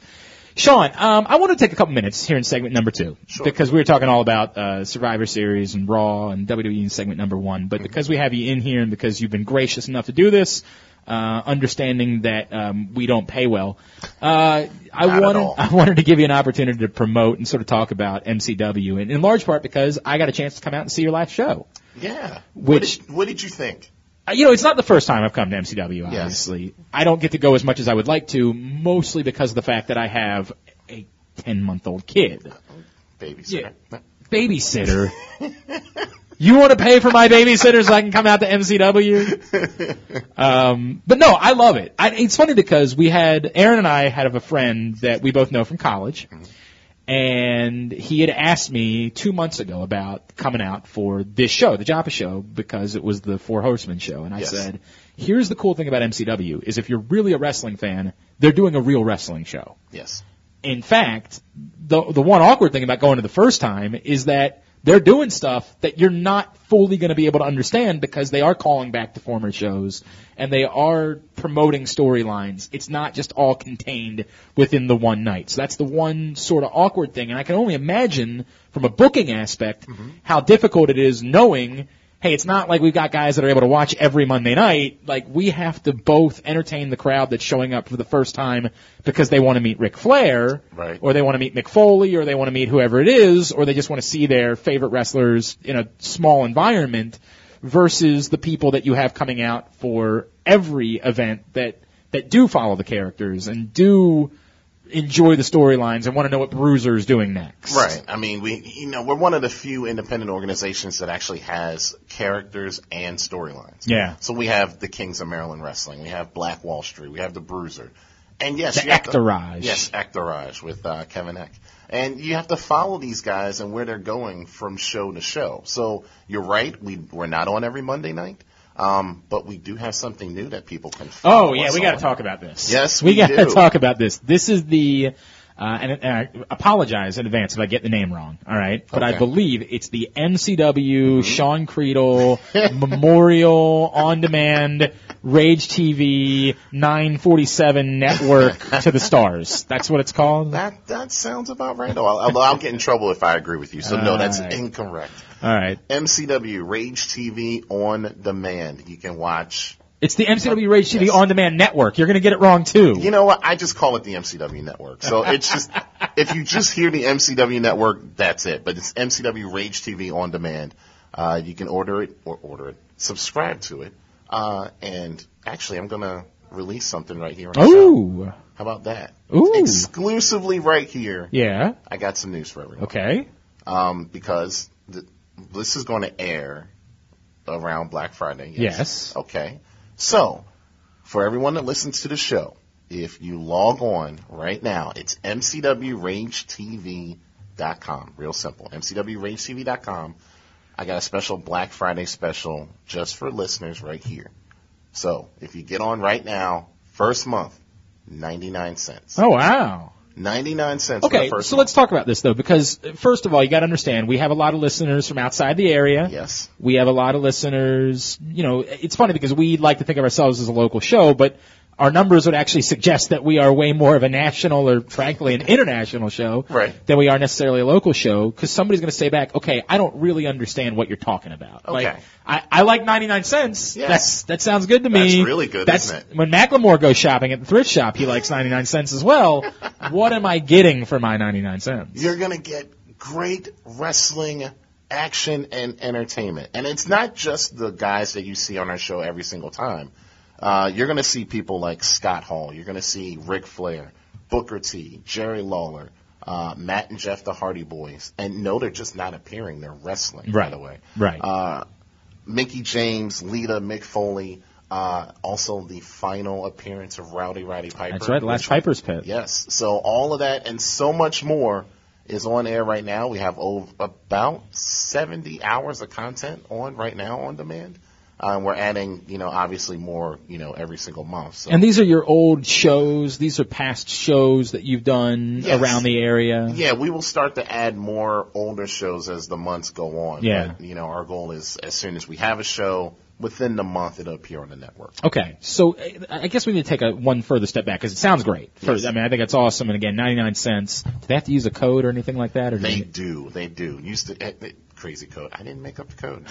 Speaker 1: Sean, um, I want to take a couple minutes here in segment number two because we were talking all about uh, Survivor Series and Raw and WWE in segment number one.
Speaker 2: Mm-hmm.
Speaker 1: But because we have you in here and because you've been gracious enough to do this, uh, understanding that um, we don't pay well, uh, I
Speaker 2: Not at
Speaker 1: wanted
Speaker 2: all.
Speaker 1: I wanted to give you an opportunity to promote and sort of talk about MCW, and in large part because I got a chance to come out and see your last show.
Speaker 2: Yeah.
Speaker 1: Which-
Speaker 2: what did, what did you think?
Speaker 1: Uh, you know, it's not the first time I've come to MCW, obviously. I don't get to go as much as I would like to, mostly because of the fact that I have a 10 month old kid.
Speaker 2: Babysitter.
Speaker 1: Babysitter. you want to pay for my babysitter so I can come out to MCW? Um, but no, I love it. I, it's funny because we had, Aaron and I had a friend that we both know from college. And he had asked me two months ago about coming out for this show, the Joppa show, because it was the Four Horsemen show. And I
Speaker 2: Yes.
Speaker 1: said, here's the cool thing about MCW is if you're really a wrestling fan, they're doing a real wrestling show.
Speaker 2: Yes.
Speaker 1: In fact, the, the one awkward thing about going to the first time is that they're doing stuff that you're not fully going to be able to understand because they are calling back to former shows and they are promoting storylines. It's not just all contained within the one night. So that's the one sort of awkward thing. And I can only imagine from a booking aspect how difficult it is knowing hey, it's not like we've got guys that are able to watch every Monday night. Like we have to both entertain the crowd that's showing up for the first time because they want to meet Ric Flair,
Speaker 2: Right.
Speaker 1: or they want to meet Mick Foley, or they want to meet whoever it is, or they just want to see their favorite wrestlers in a small environment versus the people that you have coming out for every event that that do follow the characters and do enjoy the storylines and want to know what Bruiser is doing next.
Speaker 2: Right. I mean, we you know we're one of the few independent organizations that actually has characters and storylines.
Speaker 1: Yeah.
Speaker 2: So we have the Kings of Maryland Wrestling. We have Black Wall Street. We have the Bruiser. And yes,
Speaker 1: The
Speaker 2: you have to-
Speaker 1: Actorage.
Speaker 2: Yes, Actorage with uh, Kevin Eck. And you have to follow these guys and where they're going from show to show. So you're right. We we're not on every Monday night, um, but we do have something new that people can. follow
Speaker 1: Oh yeah,
Speaker 2: us
Speaker 1: we got to
Speaker 2: on.
Speaker 1: talk about this.
Speaker 2: Yes,
Speaker 1: we,
Speaker 2: we
Speaker 1: got to
Speaker 2: do.
Speaker 1: talk about this. This is the, uh, and, and I apologize in advance if I get the name wrong. All right, but I
Speaker 2: Okay. Mm-hmm.
Speaker 1: believe it's the MCW Sean Creedle Memorial On Demand Rage TV 947 Network to the Stars. That's what it's called.
Speaker 2: That that sounds about right. Although I'll, I'll get in trouble if I agree with you. So no, that's
Speaker 1: Alright.
Speaker 2: incorrect.
Speaker 1: All right,
Speaker 2: MCW Rage TV on demand. You can watch.
Speaker 1: it's the MCW Rage TV
Speaker 2: Yes.
Speaker 1: On Demand Network. You're gonna get it wrong too.
Speaker 2: You know what? I just call it the MCW network. So it's just if you just hear the MCW network, that's it. But it's MCW Rage TV on demand. Uh, you can order it or order it, subscribe to it, uh, and actually, I'm gonna release something right here. On the show.
Speaker 1: Ooh,
Speaker 2: how about that?
Speaker 1: Ooh.
Speaker 2: Exclusively right here.
Speaker 1: yeah,
Speaker 2: I got some news for everyone.
Speaker 1: okay,
Speaker 2: um, because th- this is going to air around Black Friday.
Speaker 1: Yes.
Speaker 2: Okay. So, for everyone that listens to the show, if you log on right now, it's mcwrangetv.com. Real simple. mcwrangetv.com. I got a special Black Friday special just for listeners right here. So, if you get on right now, first month, 99 cents.
Speaker 1: oh wow.
Speaker 2: 99 cents for
Speaker 1: Okay,
Speaker 2: the first
Speaker 1: so
Speaker 2: month.
Speaker 1: let's talk about this though, because uh, first of all, you got to understand we have a lot of listeners from outside the area.
Speaker 2: Yes.
Speaker 1: We have a lot of listeners. You know, it's funny because we like to think of ourselves as a local show, but our numbers would actually suggest that we are way more of a national or frankly an international show
Speaker 2: Right.
Speaker 1: than we are necessarily a local show because somebody's going to say back, okay, I don't really understand what you're talking about. Like,
Speaker 2: Okay.
Speaker 1: I, I like 99 cents.
Speaker 2: Yes.
Speaker 1: That's, that sounds good to me.
Speaker 2: That's really good,
Speaker 1: That's-
Speaker 2: isn't it?
Speaker 1: When Macklemore goes shopping at the thrift shop, he likes 99 cents as well. what am I getting for my 99 cents?
Speaker 2: You're gonna get great wrestling action and entertainment. And it's not just the guys that you see on our show every single time. Uh, you're gonna see people like Scott Hall. You're gonna see Ric Flair, Booker T, Jerry Lawler, uh, Matt and Jeff the Hardy Boys. And no, they're just not appearing. They're wrestling,
Speaker 1: Right.
Speaker 2: by the way.
Speaker 1: Right.
Speaker 2: Uh, Mickey James, Lita, Mick Foley, uh, also the final appearance of Rowdy Roddy Piper.
Speaker 1: That's right, the last
Speaker 2: which-
Speaker 1: Piper's Pit.
Speaker 2: Yes. So all of that and so much more is on air right now. We have over, about 70 hours of content on right now on demand. Um, we're adding, you know, obviously more, you know, every single month. So.
Speaker 1: And these are your old shows. These are past shows that you've done
Speaker 2: Yes.
Speaker 1: around the area.
Speaker 2: yeah, we will start to add more older shows as the months go on.
Speaker 1: Yeah.
Speaker 2: But, you know, our goal is as soon as we have a show, within the month it'll appear on the network.
Speaker 1: Okay, so uh, I guess we need to take a one further step back because it sounds great. For, I mean, I think it's awesome. And again, ninety nine cents. Do they have to use a code or anything like that? Or do
Speaker 2: They
Speaker 1: you-
Speaker 2: do. They do. Used to eh, eh, crazy code. I didn't make up the code.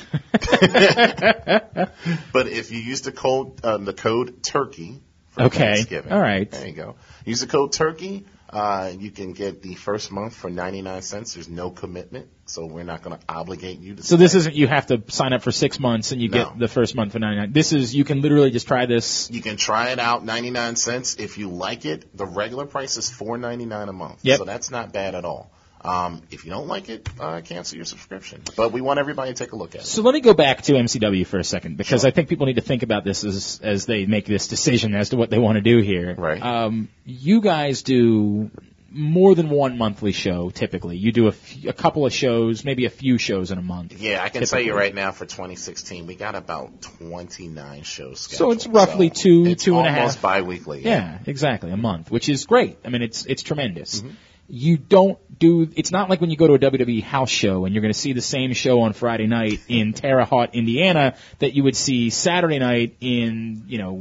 Speaker 2: but if you use the code um, the code turkey for
Speaker 1: Okay.
Speaker 2: Thanksgiving,
Speaker 1: All right.
Speaker 2: There you go. Use the code turkey. Uh, you can get the first month for 99 cents. There's no commitment, so we're not going to obligate you to.
Speaker 1: so this
Speaker 2: spend.
Speaker 1: isn't you have to sign up for six months and you
Speaker 2: No.
Speaker 1: get the first month for ninety nine. This is you can literally just try this.
Speaker 2: You can try it out, 99 cents. If you like it, the regular price is 4.99 a month.
Speaker 1: Yep.
Speaker 2: So that's not bad at all. Um, if you don't like it, uh, cancel your subscription. But we want everybody to take a look at it.
Speaker 1: So let me go back to MCW for a second because I think people need to think about this as as they make this decision as to what they want to do here.
Speaker 2: Right.
Speaker 1: Um, you guys do more than one monthly show typically. You do a, f- a couple of shows, maybe a few shows in a month.
Speaker 2: Yeah, I can tell you
Speaker 1: Typically.
Speaker 2: right now for 2016, we got about 29 shows
Speaker 1: So
Speaker 2: scheduled.
Speaker 1: it's roughly two-
Speaker 2: it's
Speaker 1: two and a
Speaker 2: almost
Speaker 1: half.
Speaker 2: bi-weekly.
Speaker 1: Yeah, exactly. A month, which is great. I mean, it's it's tremendous.
Speaker 2: Mm-hmm.
Speaker 1: You don't do. It's not like when you go to a WWE house show and you're going to see the same show on Friday night in Terre Haute, Indiana, that you would see Saturday night in you know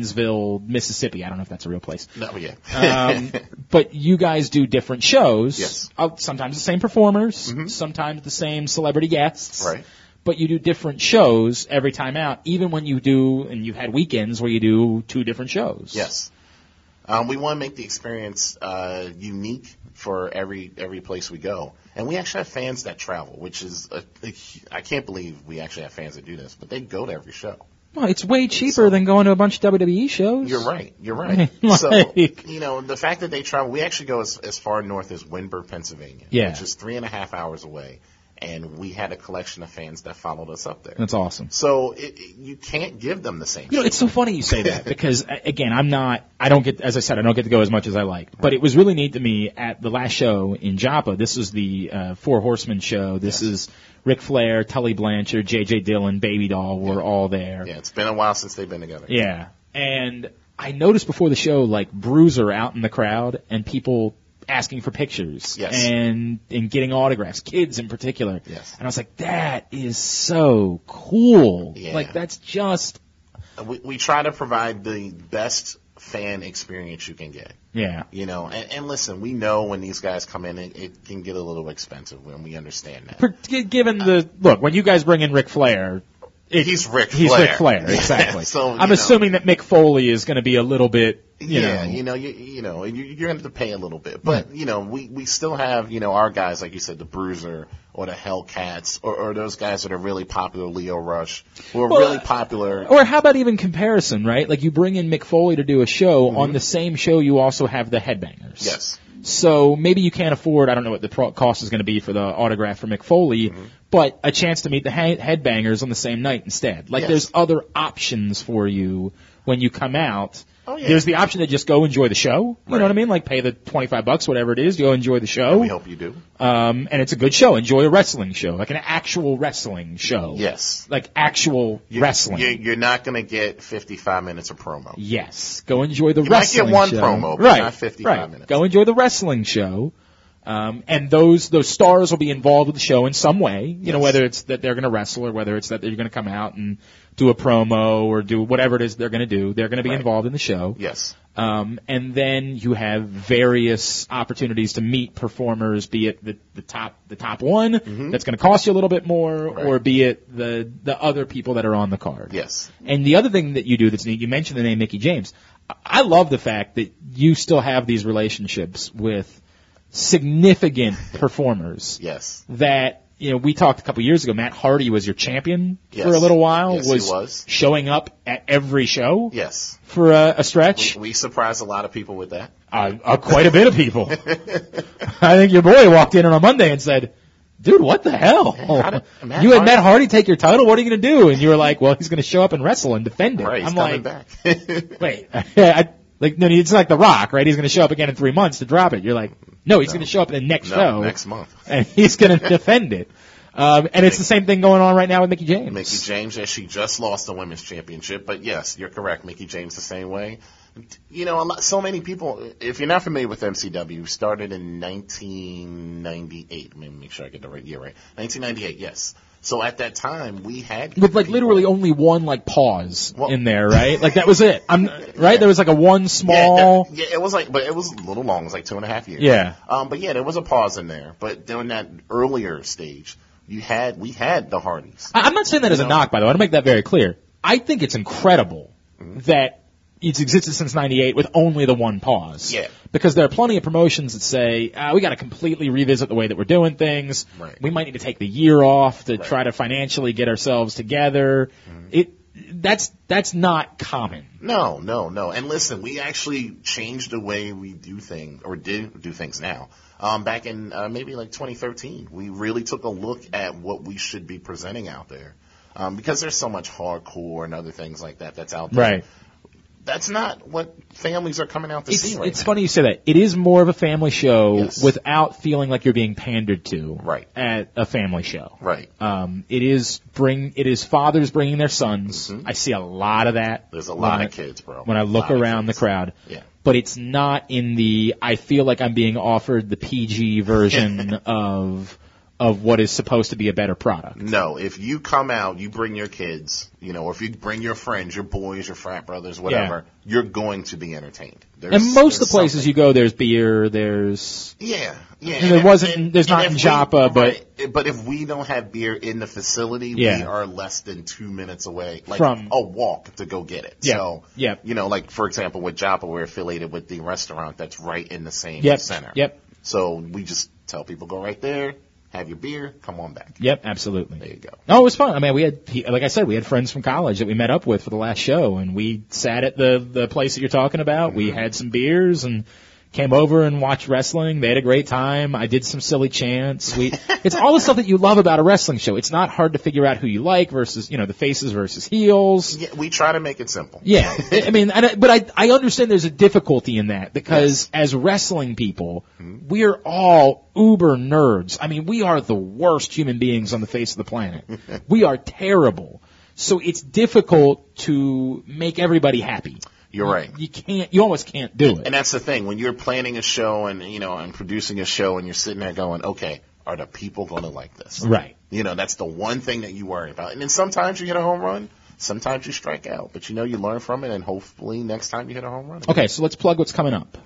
Speaker 1: Waynesville, Mississippi. I don't know if that's a real place.
Speaker 2: No, yeah.
Speaker 1: Um, but you guys do different shows.
Speaker 2: Yes. Mm-hmm.
Speaker 1: Uh, sometimes the same performers, sometimes the same celebrity guests.
Speaker 2: Right.
Speaker 1: But you do different shows every time out, even when you do, and you've had weekends where you do two different shows.
Speaker 2: yes. Um, we want to make the experience uh, unique for every every place we go, and we actually have fans that travel, which is a, a, hu- I can't believe we actually have fans that do this, but they go to every show.
Speaker 1: Well, it's way cheaper than going to a bunch of WWE shows.
Speaker 2: You're right. You're right. so
Speaker 1: Like-
Speaker 2: you know the fact that they travel, we actually go as, as far north as Winburg, Pennsylvania,
Speaker 1: Yeah.
Speaker 2: which is three and a half hours away, and we had a collection of fans that followed us up there.
Speaker 1: That's awesome.
Speaker 2: so it, it- you can't give them the same.
Speaker 1: You know, it's so funny you say that because a- again, I'm not, I don't get, as I said, I don't get to go as much as I like. But it was really neat to me at the last show in Joppa. This was the uh, Four Horsemen show. This is Ric Flair, Tully Blanchard, J.J. Dillon, Baby Doll were all there.
Speaker 2: yeah, it's been a while since they've been together.
Speaker 1: Yeah. And I noticed before the show, like Bruiser out in the crowd and people asking for pictures
Speaker 2: Yes.
Speaker 1: and and getting autographs, kids in particular.
Speaker 2: Yes.
Speaker 1: And I was like, that is so cool.
Speaker 2: Yeah.
Speaker 1: Like that's just
Speaker 2: We, we try to provide the best fan experience you can get.
Speaker 1: yeah.
Speaker 2: You know, and, and listen, we know when these guys come in, it, it can get a little expensive, and we understand that.
Speaker 1: Per- gi- Given the look, when you guys bring in Ric Flair, it-
Speaker 2: He's Ric
Speaker 1: He's
Speaker 2: Flair.
Speaker 1: Ric Flair, exactly.
Speaker 2: So, you
Speaker 1: I'm
Speaker 2: know.
Speaker 1: assuming that Mick Foley is going to be a little bit, you
Speaker 2: yeah,
Speaker 1: know,
Speaker 2: you know, you, you know, you, you're gonna have to pay a little bit, but you know, we we still have you know our guys like you said, the Bruiser or the Hellcats or, or those guys that are really popular, Leo Rush, who are
Speaker 1: Well, oh.
Speaker 2: really popular.
Speaker 1: Or how about even comparison, right? Like you bring in Mick Foley to do a show. On the same show, you also have the Headbangers.
Speaker 2: Mm-hmm. Yes.
Speaker 1: So maybe you can't afford. I don't know what the pro- cost is going to be for the autograph for Mick Foley,
Speaker 2: Mm-hmm.
Speaker 1: but a chance to meet the he- Headbangers on the same night instead. Like
Speaker 2: Yes.
Speaker 1: there's other options for you when you come out.
Speaker 2: Oh, yeah.
Speaker 1: There's the option to just go enjoy the show. You
Speaker 2: Right.
Speaker 1: know what I mean? Like pay the 25 bucks, whatever it is, go enjoy the show.
Speaker 2: we hope you do.
Speaker 1: Um, and it's a good show. Enjoy a wrestling show, like an actual wrestling show.
Speaker 2: Yes.
Speaker 1: Like actual
Speaker 2: You-
Speaker 1: wrestling.
Speaker 2: You, you're not gonna get 55 minutes of promo.
Speaker 1: Yes. Go enjoy the
Speaker 2: You might
Speaker 1: wrestling
Speaker 2: get one
Speaker 1: show.
Speaker 2: promo, but
Speaker 1: right.
Speaker 2: not 55
Speaker 1: right.
Speaker 2: minutes.
Speaker 1: Go enjoy the wrestling show. Um, and those those stars will be involved with the show in some way. You know,
Speaker 2: Yes.
Speaker 1: whether it's that they're going to wrestle or whether it's that they're going to come out and do a promo or do whatever it is they're going to do. They're going to be
Speaker 2: Right.
Speaker 1: involved in the show.
Speaker 2: Yes.
Speaker 1: Um, and then you have various opportunities to meet performers, be it the, the top the top one that's going to cost you a little bit more,
Speaker 2: Mm-hmm. Right.
Speaker 1: or be it the the other people that are on the card.
Speaker 2: Yes.
Speaker 1: And the other thing that you do that's neat, you mentioned the name Mickey James. I- I love the fact that you still have these relationships with significant performers
Speaker 2: Yes.
Speaker 1: that you know we talked a couple years ago. Matt Hardy was your champion
Speaker 2: Yes.
Speaker 1: for a little while.
Speaker 2: Yes, he was.
Speaker 1: showing up at every show
Speaker 2: Yes.
Speaker 1: for a, a stretch.
Speaker 2: We surprise a lot of people with that.
Speaker 1: Uh, uh, quite a bit of people. I think your boy walked in on a Monday and said, "Dude, what the hell?
Speaker 2: how did- Matt
Speaker 1: you had
Speaker 2: Hardy-
Speaker 1: Matt Hardy take your title. What are you going to do?" And you were like, "Well, he's going to show up and wrestle and defend it."
Speaker 2: Right. He's
Speaker 1: I'm like,
Speaker 2: coming back.
Speaker 1: wait, I, like no, it's like The Rock, right? He's going to show up again in three months to drop it. You're like, no, he's going to show up in the next
Speaker 2: no,
Speaker 1: show,
Speaker 2: next month.
Speaker 1: and he's going to defend it. Um, and it's the same thing going on right now with Mickey James.
Speaker 2: Mickey James, as she just lost the women's championship, but yes, you're correct. Mickey James the same way. you know, a lot, so many people. If you're not familiar with MCW, started in 1998. Let me make sure I get the right year right. 1998, yes. So at that time, we had
Speaker 1: With like
Speaker 2: people-
Speaker 1: literally only one like pause
Speaker 2: Well-
Speaker 1: in there, right? Like that was it. I'm right. There was like a one
Speaker 2: Yeah,
Speaker 1: small.
Speaker 2: that- yeah, it was like, but it was a little long. It was like two and a half years.
Speaker 1: Yeah.
Speaker 2: Um, but yeah, there was a pause in there. But during that earlier stage, you had we had the Hardys.
Speaker 1: I- I'm not saying that as a
Speaker 2: No.
Speaker 1: knock, by the way. I want to make that very clear. I think it's incredible
Speaker 2: Mm-hmm.
Speaker 1: that it's existed since '98 with only the one pause.
Speaker 2: Yeah.
Speaker 1: Because there are plenty of promotions that say ah, we got to completely revisit the way that we're doing things.
Speaker 2: Right.
Speaker 1: We might need to take the year off to try to financially get ourselves together.
Speaker 2: Mm-hmm.
Speaker 1: It that's that's not common.
Speaker 2: No, no, no. And listen, we actually changed the way we do things or did do things now. Um, back in uh, maybe like 2013, we really took a look at what we should be presenting out there. Um, because there's so much hardcore and other things like that that's out there. That's not what families are coming out to
Speaker 1: It's,
Speaker 2: see right
Speaker 1: it's
Speaker 2: now.
Speaker 1: funny you say that. It is more of a family show
Speaker 2: Yes.
Speaker 1: without feeling like you're being pandered to
Speaker 2: Right.
Speaker 1: at a family show.
Speaker 2: Right.
Speaker 1: Um, it is bring it is fathers bringing their sons. I see a lot of that.
Speaker 2: Mm-hmm. There's a lot
Speaker 1: when
Speaker 2: of
Speaker 1: I-
Speaker 2: kids, bro.
Speaker 1: When I look
Speaker 2: Lot of
Speaker 1: around the
Speaker 2: kids.
Speaker 1: crowd.
Speaker 2: Yeah.
Speaker 1: But it's not in the I feel like I'm being offered the PG version of of what is supposed to be a better product.
Speaker 2: No, if you come out, you bring your kids, you know, or if you bring your friends, your boys, your frat brothers, whatever, you're going to be entertained. There's,
Speaker 1: And most of
Speaker 2: there's
Speaker 1: the places
Speaker 2: something.
Speaker 1: you go, there's beer, there's
Speaker 2: Yeah, yeah.
Speaker 1: And there
Speaker 2: if-
Speaker 1: wasn't- there's not
Speaker 2: if
Speaker 1: in
Speaker 2: we-
Speaker 1: Joppa, but-
Speaker 2: right, but if we don't have beer in the facility, we
Speaker 1: Yeah.
Speaker 2: are less than two minutes away, like
Speaker 1: From-
Speaker 2: a walk to go get it.
Speaker 1: Yeah,
Speaker 2: So,
Speaker 1: yeah.
Speaker 2: you know, like for example, with Joppa, we're affiliated with the restaurant that's right in the same
Speaker 1: yep,
Speaker 2: center.
Speaker 1: yep,
Speaker 2: So we just tell people go right there, have your beer, come on back.
Speaker 1: yep, absolutely.
Speaker 2: There you go.
Speaker 1: No, it was fun. I mean, we had, he- like I said, we had friends from college that we met up with for the last show, and we sat at the the place that you're talking about. We had some beers and came over and watched wrestling. They had a great time. I did some silly chants. We, it's all the stuff that you love about a wrestling show. It's not hard to figure out who you like versus, you know, the faces versus heels.
Speaker 2: Yeah, we try to make it simple.
Speaker 1: Yeah, I I mean, and I, but I I understand there's a difficulty in that because as wrestling people,
Speaker 2: Hmm.
Speaker 1: we're all uber nerds. I mean, we are the worst human beings on the face of the planet. we are terrible. So it's difficult to make everybody happy.
Speaker 2: You're right.
Speaker 1: You can't. You almost can't do it.
Speaker 2: And that's the thing when you're planning a show and you know and producing a show and you're sitting there going, okay, are the people going to like this?
Speaker 1: right.
Speaker 2: You know, that's the one thing that you worry about. And then sometimes you hit a home run, sometimes you strike out, but you know you learn from it and hopefully next time you hit a home run.
Speaker 1: Okay, so let's plug what's coming up.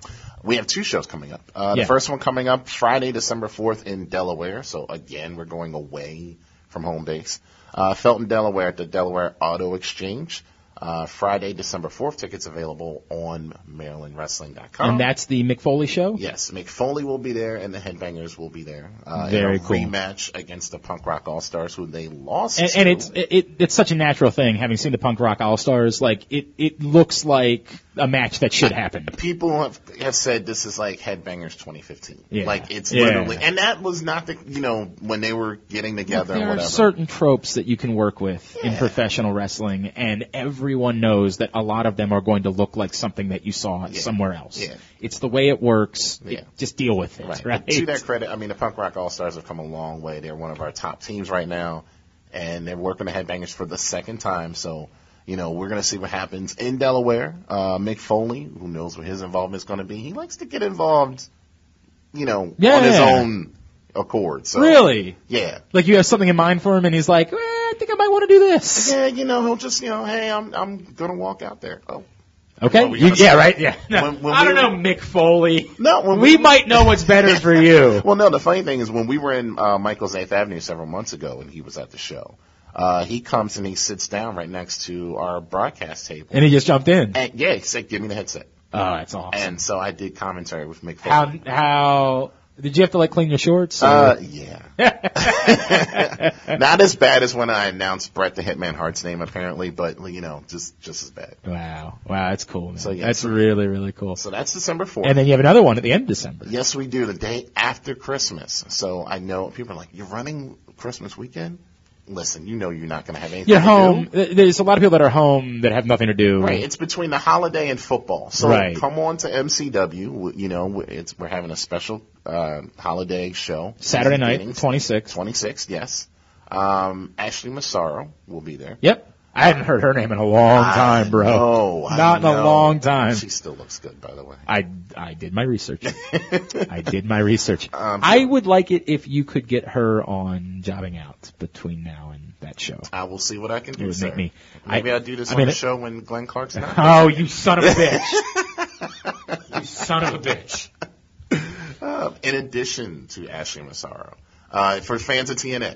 Speaker 2: We have two shows coming up. Uh,
Speaker 1: Yeah.
Speaker 2: The first one coming up Friday, December 4th in Delaware. So again, we're going away from home base. Uh, Felton, Delaware at the Delaware Auto Exchange. Uh, Friday, December 4th. Tickets available on MarylandWrestling.com.
Speaker 1: And that's the McFoley show.
Speaker 2: Uh-huh. Yes, McFoley will be there, and the Headbangers will be there. Uh,
Speaker 1: Very
Speaker 2: in a
Speaker 1: cool.
Speaker 2: Rematch against the Punk Rock All Stars, who they lost.
Speaker 1: And,
Speaker 2: to.
Speaker 1: and it's it, it, it's such a natural thing having seen the punk rock all stars like it it looks like a match that should happen.
Speaker 2: people have, have said this is like Headbangers 2015.
Speaker 1: Yeah.
Speaker 2: Like it's
Speaker 1: Yeah.
Speaker 2: literally, and that was not the you know when they were getting together
Speaker 1: There
Speaker 2: or
Speaker 1: are
Speaker 2: whatever.
Speaker 1: certain tropes that you can work with in professional wrestling, and everyone knows that a lot of them are going to look like something that you saw somewhere else.
Speaker 2: Yeah.
Speaker 1: It's the way it works.
Speaker 2: Yeah.
Speaker 1: It- just deal with it,
Speaker 2: Right.
Speaker 1: right?
Speaker 2: But To their credit, I mean, the Punk Rock All Stars have come a long way. They're one of our top teams right now, and they're working the Headbangers for the second time. So, you know, we're going to see what happens in Delaware. Uh, Mick Foley, who knows what his involvement is going to be, he likes to get involved, you know, on his
Speaker 1: Yeah.
Speaker 2: own accord. So,
Speaker 1: Really?
Speaker 2: Yeah.
Speaker 1: Like you have something in mind for him, and he's like, eh, I think I might want to do this.
Speaker 2: Yeah, you know, he'll just, you know, hey, I'm, I'm going to walk out there. Oh.
Speaker 1: Okay.
Speaker 2: Well, we
Speaker 1: You-
Speaker 2: gotta-
Speaker 1: yeah. Right. Yeah.
Speaker 2: When- when
Speaker 1: I don't
Speaker 2: we-
Speaker 1: know, Mick Foley.
Speaker 2: No, when
Speaker 1: We might know what's better for you.
Speaker 2: Well, no, the funny thing is when we were in uh, Michael's Eighth Avenue several months ago and he was at the show, uh, he comes and he sits down right next to our broadcast table.
Speaker 1: And he just jumped in.
Speaker 2: And, yeah, he said, give me the headset.
Speaker 1: Oh, that's awesome.
Speaker 2: And so I did commentary with Mick
Speaker 1: how
Speaker 2: Foley.
Speaker 1: how did you have to like clean your shorts? or-
Speaker 2: Uh, yeah. Not as bad as when I announced Brett the Hitman Hart's name, apparently, but, you know, just, just as bad.
Speaker 1: Wow. Wow, that's cool. Man.
Speaker 2: So, yeah,
Speaker 1: that's
Speaker 2: so-
Speaker 1: really, really cool.
Speaker 2: So that's December 4th.
Speaker 1: And then you have another one at the end of December.
Speaker 2: Yes, we do. The day after Christmas. So I know people are like, "You're running Christmas weekend." Listen, you know you're not going to have anything.
Speaker 1: You're
Speaker 2: to
Speaker 1: home.
Speaker 2: do.
Speaker 1: Th- There's a lot of people that are home that have nothing to do.
Speaker 2: Right. It's between the holiday and football. So
Speaker 1: Right.
Speaker 2: come on to MCW. W- You know, w- it's we're having a special uh, holiday show
Speaker 1: Saturday night,
Speaker 2: Meetings.
Speaker 1: 26.
Speaker 2: 26. Yes. Um, Ashley Massaro will be there.
Speaker 1: Yep. I hadn't heard her name in a long time, bro.
Speaker 2: Oh, I
Speaker 1: Not in a
Speaker 2: know.
Speaker 1: long time.
Speaker 2: She still looks good, by the way.
Speaker 1: I, I did my research. I did my research.
Speaker 2: Um,
Speaker 1: I would like it if you could get her on jobbing out between now and that show.
Speaker 2: I will see what I can do.
Speaker 1: It would
Speaker 2: sir.
Speaker 1: make me.
Speaker 2: Maybe I, will do this
Speaker 1: I
Speaker 2: on
Speaker 1: mean,
Speaker 2: the
Speaker 1: it-
Speaker 2: show when Glenn Clark's not.
Speaker 1: Oh, you son of a bitch! you son of a bitch!
Speaker 2: Uh, in addition to Ashley Massaro, uh, for fans of TNA,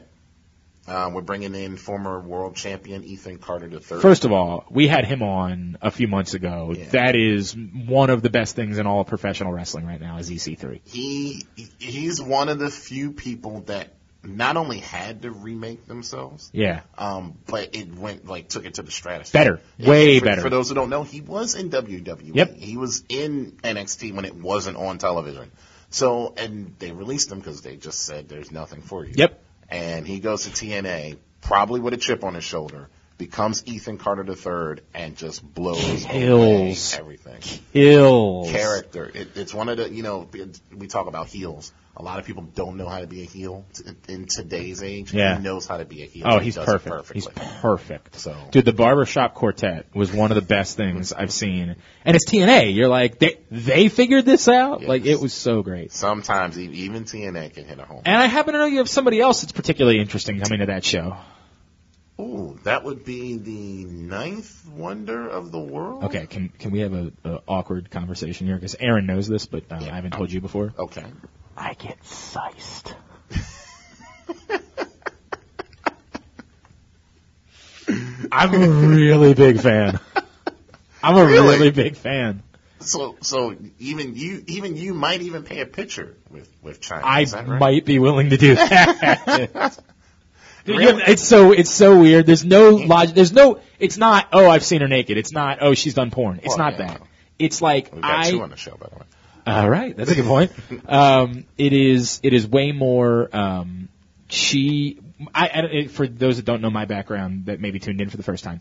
Speaker 2: uh, we're bringing in former world champion Ethan Carter III.
Speaker 1: First of all, we had him on a few months ago.
Speaker 2: Yeah.
Speaker 1: That is one of the best things in all of professional wrestling right now is E EC3.
Speaker 2: he he's one of the few people that not only had to remake themselves,
Speaker 1: Yeah,
Speaker 2: um, but it went like took it to the stratosphere.
Speaker 1: better,
Speaker 2: Yeah,
Speaker 1: way
Speaker 2: for,
Speaker 1: better.
Speaker 2: For those who don't know, he was in WWE.
Speaker 1: Yep.
Speaker 2: He was in NXT when it wasn't on television. So, and they released him because they just said there's nothing for you.
Speaker 1: Yep.
Speaker 2: And he goes to TNA, probably with a chip on his shoulder, becomes Ethan Carter III, and just blows away
Speaker 1: Kills.
Speaker 2: everything.
Speaker 1: Kills.
Speaker 2: Character. It, it's one of the, you know, it- we talk about heels. A lot of people don't know how to be a heel t- in today's age.
Speaker 1: Yeah.
Speaker 2: He knows how to be a heel.
Speaker 1: Oh,
Speaker 2: He
Speaker 1: he's
Speaker 2: does it
Speaker 1: perfect.
Speaker 2: Perfectly.
Speaker 1: He's perfect.
Speaker 2: So-
Speaker 1: dude, the barbershop quartet was one of the best things I've seen, and it's TNA. You're like, they they figured this out.
Speaker 2: Yes.
Speaker 1: Like it was so great.
Speaker 2: Sometimes e- even TNA can hit a home.
Speaker 1: And I happen to know you have somebody else that's particularly interesting coming to that show.
Speaker 2: Ooh, that would be the ninth wonder of the world.
Speaker 1: Okay, can can we have a, a awkward conversation here? Because Aaron knows this, but uh, I haven't told you before.
Speaker 2: Okay.
Speaker 1: I get sized. I'm a really big fan. I'm a
Speaker 2: Really?
Speaker 1: really big fan.
Speaker 2: So, so even you, even you might even pay a picture with with China.
Speaker 1: I
Speaker 2: Is that right?
Speaker 1: might be willing to do that. Dude, you-
Speaker 2: Really?
Speaker 1: It's so it's so weird. There's no log. There's no. It's not. Oh, I've seen her naked. It's not. Oh, she's done porn. It's
Speaker 2: Well,
Speaker 1: not
Speaker 2: yeah,
Speaker 1: that.
Speaker 2: no.
Speaker 1: It's like
Speaker 2: We've got
Speaker 1: I.
Speaker 2: two on the show, by the way.
Speaker 1: All right, that's a good point. Um, it is it is way more. Um, she, I, I it- for those that don't know my background that maybe tuned in for the first time,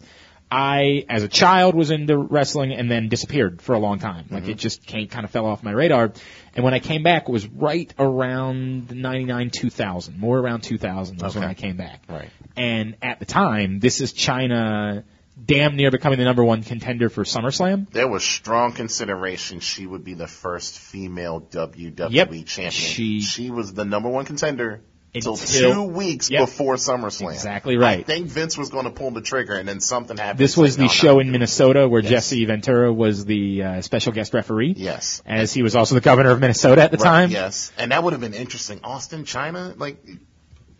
Speaker 1: I as a child was into wrestling and then disappeared for a long time. Like
Speaker 2: Mm-hmm.
Speaker 1: it just came, kind of fell off my radar. And when I came back it was right around ninety nine two thousand, more around two thousand was when
Speaker 2: Okay.
Speaker 1: I came back.
Speaker 2: Right.
Speaker 1: And at the time, this is China. Damn near becoming the number one contender for SummerSlam.
Speaker 2: There was strong consideration she would be the first female WWE
Speaker 1: Yep.
Speaker 2: champion.
Speaker 1: She-
Speaker 2: was the number one contender until
Speaker 1: Until-
Speaker 2: two weeks
Speaker 1: Yep.
Speaker 2: before SummerSlam.
Speaker 1: Exactly right.
Speaker 2: I think Vince was going to pull the trigger, and then something happened.
Speaker 1: This
Speaker 2: It's like,
Speaker 1: was the
Speaker 2: no, no.
Speaker 1: show in Minnesota where Jesse Ventura was the uh, special guest referee.
Speaker 2: Yes.
Speaker 1: As he was also the governor of Minnesota at the
Speaker 2: Right,
Speaker 1: time.
Speaker 2: Yes, and that would have been interesting. Austin, China, like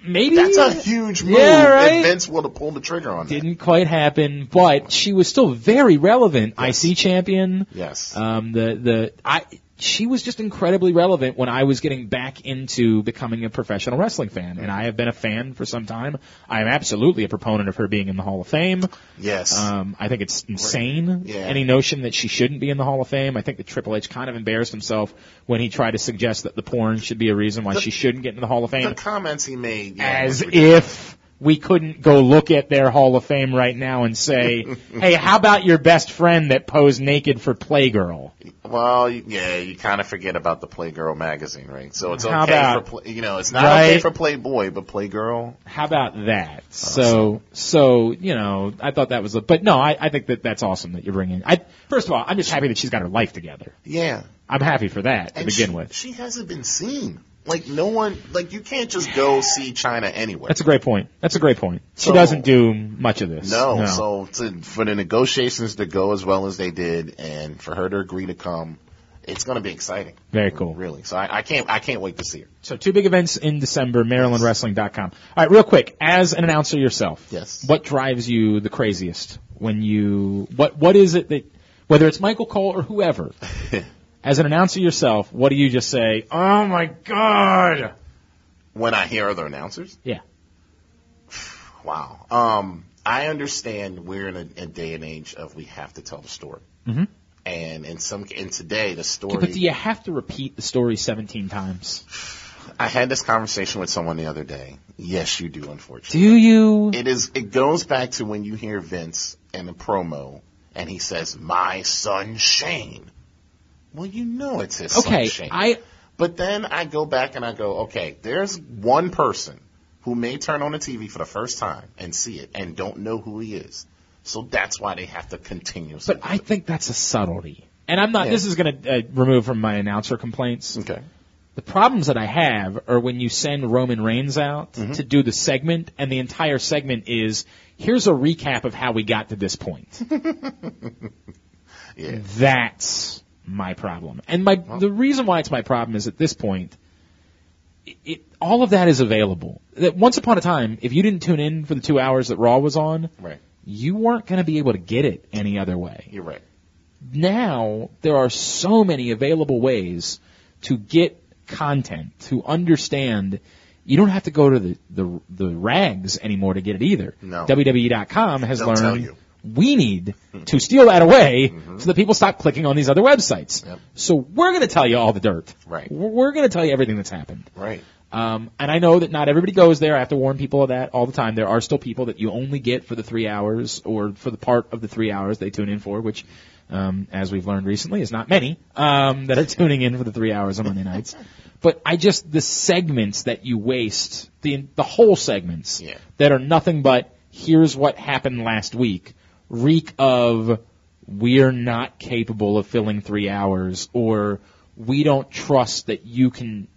Speaker 1: Maybe
Speaker 2: That's a huge move.
Speaker 1: Yeah, right?
Speaker 2: If Vince would have pulled the trigger on that.
Speaker 1: didn't quite happen, but she was still very relevant. IC champion.
Speaker 2: Yes.
Speaker 1: Um, the the I she was just incredibly relevant when I was getting back into becoming a professional wrestling fan, and I have been a fan for some time. I am absolutely a proponent of her being in the Hall of Fame.
Speaker 2: yes.
Speaker 1: Um, I think it's insane.
Speaker 2: Yeah.
Speaker 1: Any notion that she shouldn't be in the Hall of Fame. I think that Triple H kind of embarrassed himself when he tried to suggest that the porn should be a reason why
Speaker 2: The-
Speaker 1: she shouldn't get into the Hall of
Speaker 2: the
Speaker 1: Fame.
Speaker 2: comments he made. Yeah,
Speaker 1: As
Speaker 2: was ridiculous.
Speaker 1: if we couldn't go look at their Hall of Fame right now and say, hey, how about your best friend that posed naked for Playgirl?
Speaker 2: Well, you- yeah, you kind of forget about the Playgirl magazine, right? So it's
Speaker 1: How
Speaker 2: okay
Speaker 1: about-
Speaker 2: for play, you know, it's not okay
Speaker 1: Right.
Speaker 2: for Playboy, but Playgirl.
Speaker 1: How about that? So, so, you know, I thought that was a, but no, I, I think that that's awesome that you're bringing. I, first of all, I'm just happy that she's got her life together.
Speaker 2: Yeah.
Speaker 1: I'm happy for that to
Speaker 2: And
Speaker 1: begin
Speaker 2: she,
Speaker 1: with.
Speaker 2: she hasn't been seen. Like no one, like you can't just go see China anywhere.
Speaker 1: That's a great point. That's a great point. She
Speaker 2: So-
Speaker 1: doesn't do much of this.
Speaker 2: No, so to, for the negotiations to go as well as they did, and for her to agree to come, it's going to be exciting,
Speaker 1: very cool.
Speaker 2: really. So I, I can't, I can't wait to see her.
Speaker 1: So two big events in December, MarylandWrestling.com. All right, real quick, as an announcer yourself,
Speaker 2: Yes.
Speaker 1: what drives you the craziest when you what what is it that whether it's Michael Cole or whoever, as an announcer yourself, what do you just say? Oh my god!
Speaker 2: when I hear other announcers.
Speaker 1: Yeah.
Speaker 2: Wow. Um, I understand we're in a, a day and age of we have to tell the story.
Speaker 1: Mhm.
Speaker 2: And in some, in today, the story.
Speaker 1: But do you have to repeat the story 17 times?
Speaker 2: I had this conversation with someone the other day. Yes, you do, unfortunately.
Speaker 1: Do you?
Speaker 2: It is. It goes back to when you hear Vince in a promo and he says, "My son Shane." Well, you know it's his son
Speaker 1: Okay,
Speaker 2: Shane.
Speaker 1: I
Speaker 2: But then I go back and I go, okay, there's one person who may turn on the TV for the first time and see it and don't know who he is. So that's why they have to continue.
Speaker 1: But I think that's a subtlety. And I'm not. This is going to uh, remove from my announcer complaints.
Speaker 2: Okay.
Speaker 1: The problems that I have are when you send Roman Reigns out
Speaker 2: Mm-hmm.
Speaker 1: to do the segment, and the entire segment is here's a recap of how we got to this point.
Speaker 2: Yeah.
Speaker 1: That's my problem. And my the reason why it's my problem is at this point, it, it all of that is available. That once upon a time, if you didn't tune in for the two hours that Raw was on,
Speaker 2: Right.
Speaker 1: you weren't going to be able to get it any other way.
Speaker 2: You're right.
Speaker 1: Now there are so many available ways to get content to understand. You don't have to go to the the, the rags anymore to get it either.
Speaker 2: No.
Speaker 1: WWE.com has
Speaker 2: They'll
Speaker 1: learned
Speaker 2: tell you. Hmm. Mm-hmm.
Speaker 1: we need to steal that away so that people stop clicking on these other websites.
Speaker 2: Yep.
Speaker 1: So we're going to tell you all the dirt.
Speaker 2: Right.
Speaker 1: We're- We're going to tell you everything that's happened.
Speaker 2: Right.
Speaker 1: Um, and I know that not everybody goes there. I have to warn people of that all the time. There are still people that you only get for the three hours or for the part of the three hours they tune in for, which, um, as we've learned recently, is not many um, that are tuning in for the three hours on Monday nights. But I just the segments that you waste, the the whole segments
Speaker 2: Yeah.
Speaker 1: that are nothing but here's what happened last week, reek of we're not capable of filling three hours or we don't trust that you can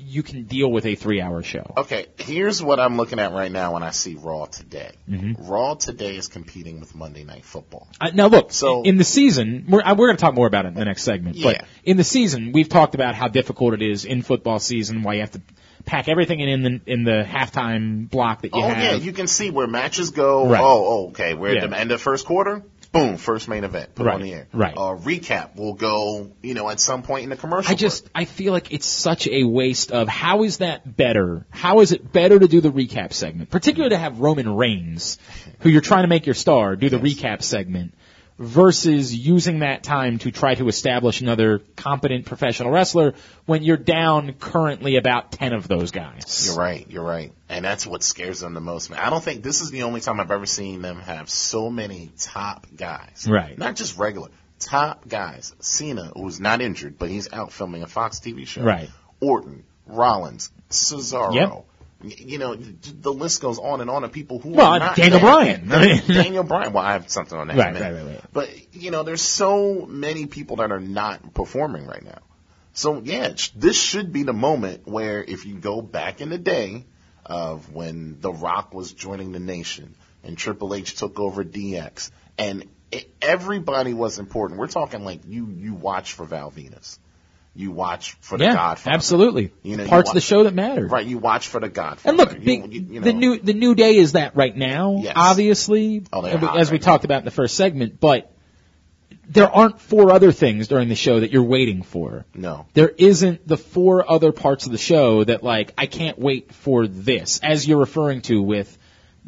Speaker 1: you can deal with a three hour show.
Speaker 2: Okay, here's what I'm looking at right now when I see Raw today.
Speaker 1: Mm-hmm.
Speaker 2: Raw today is competing with Monday Night Football.
Speaker 1: Uh, now look,
Speaker 2: So-
Speaker 1: in the season, we're, uh, we're going to talk more about it in the next segment,
Speaker 2: Yeah.
Speaker 1: but in the season, we've talked about how difficult it is in football season, why you have to pack everything in in the, in the halftime block that you
Speaker 2: oh
Speaker 1: have.
Speaker 2: yeah, you can see where matches go.
Speaker 1: Right.
Speaker 2: Oh, oh, okay. We're
Speaker 1: Yeah.
Speaker 2: at the end of first quarter. Boom, first main event. Put it on
Speaker 1: Right,
Speaker 2: the air.
Speaker 1: right.
Speaker 2: Uh, recap will go, you know, at some point in the commercial.
Speaker 1: I just I feel like it's such a waste of how is that better? How is it better to do the recap segment, particularly to have Roman Reigns, who you're trying to make your star, do the recap segment, versus using that time to try to establish another competent professional wrestler when you're down currently about ten of those guys.
Speaker 2: You're right. You're right. And that's what scares them the most. Man. I don't think this is the only time I've ever seen them have so many top guys.
Speaker 1: Right.
Speaker 2: Not just regular top guys. Cena, who's not injured, but he's out filming a Fox TV show.
Speaker 1: Right.
Speaker 2: Orton, Rollins, Cesaro.
Speaker 1: Yep.
Speaker 2: Y- You know, th- the list goes on and on of people who
Speaker 1: Well,
Speaker 2: are not
Speaker 1: Daniel
Speaker 2: there.
Speaker 1: Bryan. I mean-
Speaker 2: Daniel Bryan. Well, I have something on that. in a
Speaker 1: Right,
Speaker 2: minute.
Speaker 1: right, right, right.
Speaker 2: But you know, there's so many people that are not performing right now. So yeah, sh- this should be the moment where if you go back in the day of when The Rock was joining the nation and Triple H took over DX and i everybody was important. We're talking like you you watch for Val Venus. You watch for the
Speaker 1: yeah,
Speaker 2: Godfather.
Speaker 1: absolutely.
Speaker 2: You know, you
Speaker 1: Parts of the
Speaker 2: watch-
Speaker 1: show that matter.
Speaker 2: Right, you watch for the Godfather.
Speaker 1: And look, the,
Speaker 2: You- you- you
Speaker 1: the
Speaker 2: know.
Speaker 1: new the new day is that right now,
Speaker 2: Yes.
Speaker 1: obviously,
Speaker 2: Oh, they're
Speaker 1: as we-
Speaker 2: hot
Speaker 1: as we
Speaker 2: right
Speaker 1: talked about in the first segment. But there aren't four other things during the show that you're waiting for.
Speaker 2: No.
Speaker 1: There isn't the four other parts of the show that like I can't wait for this, as you're referring to with.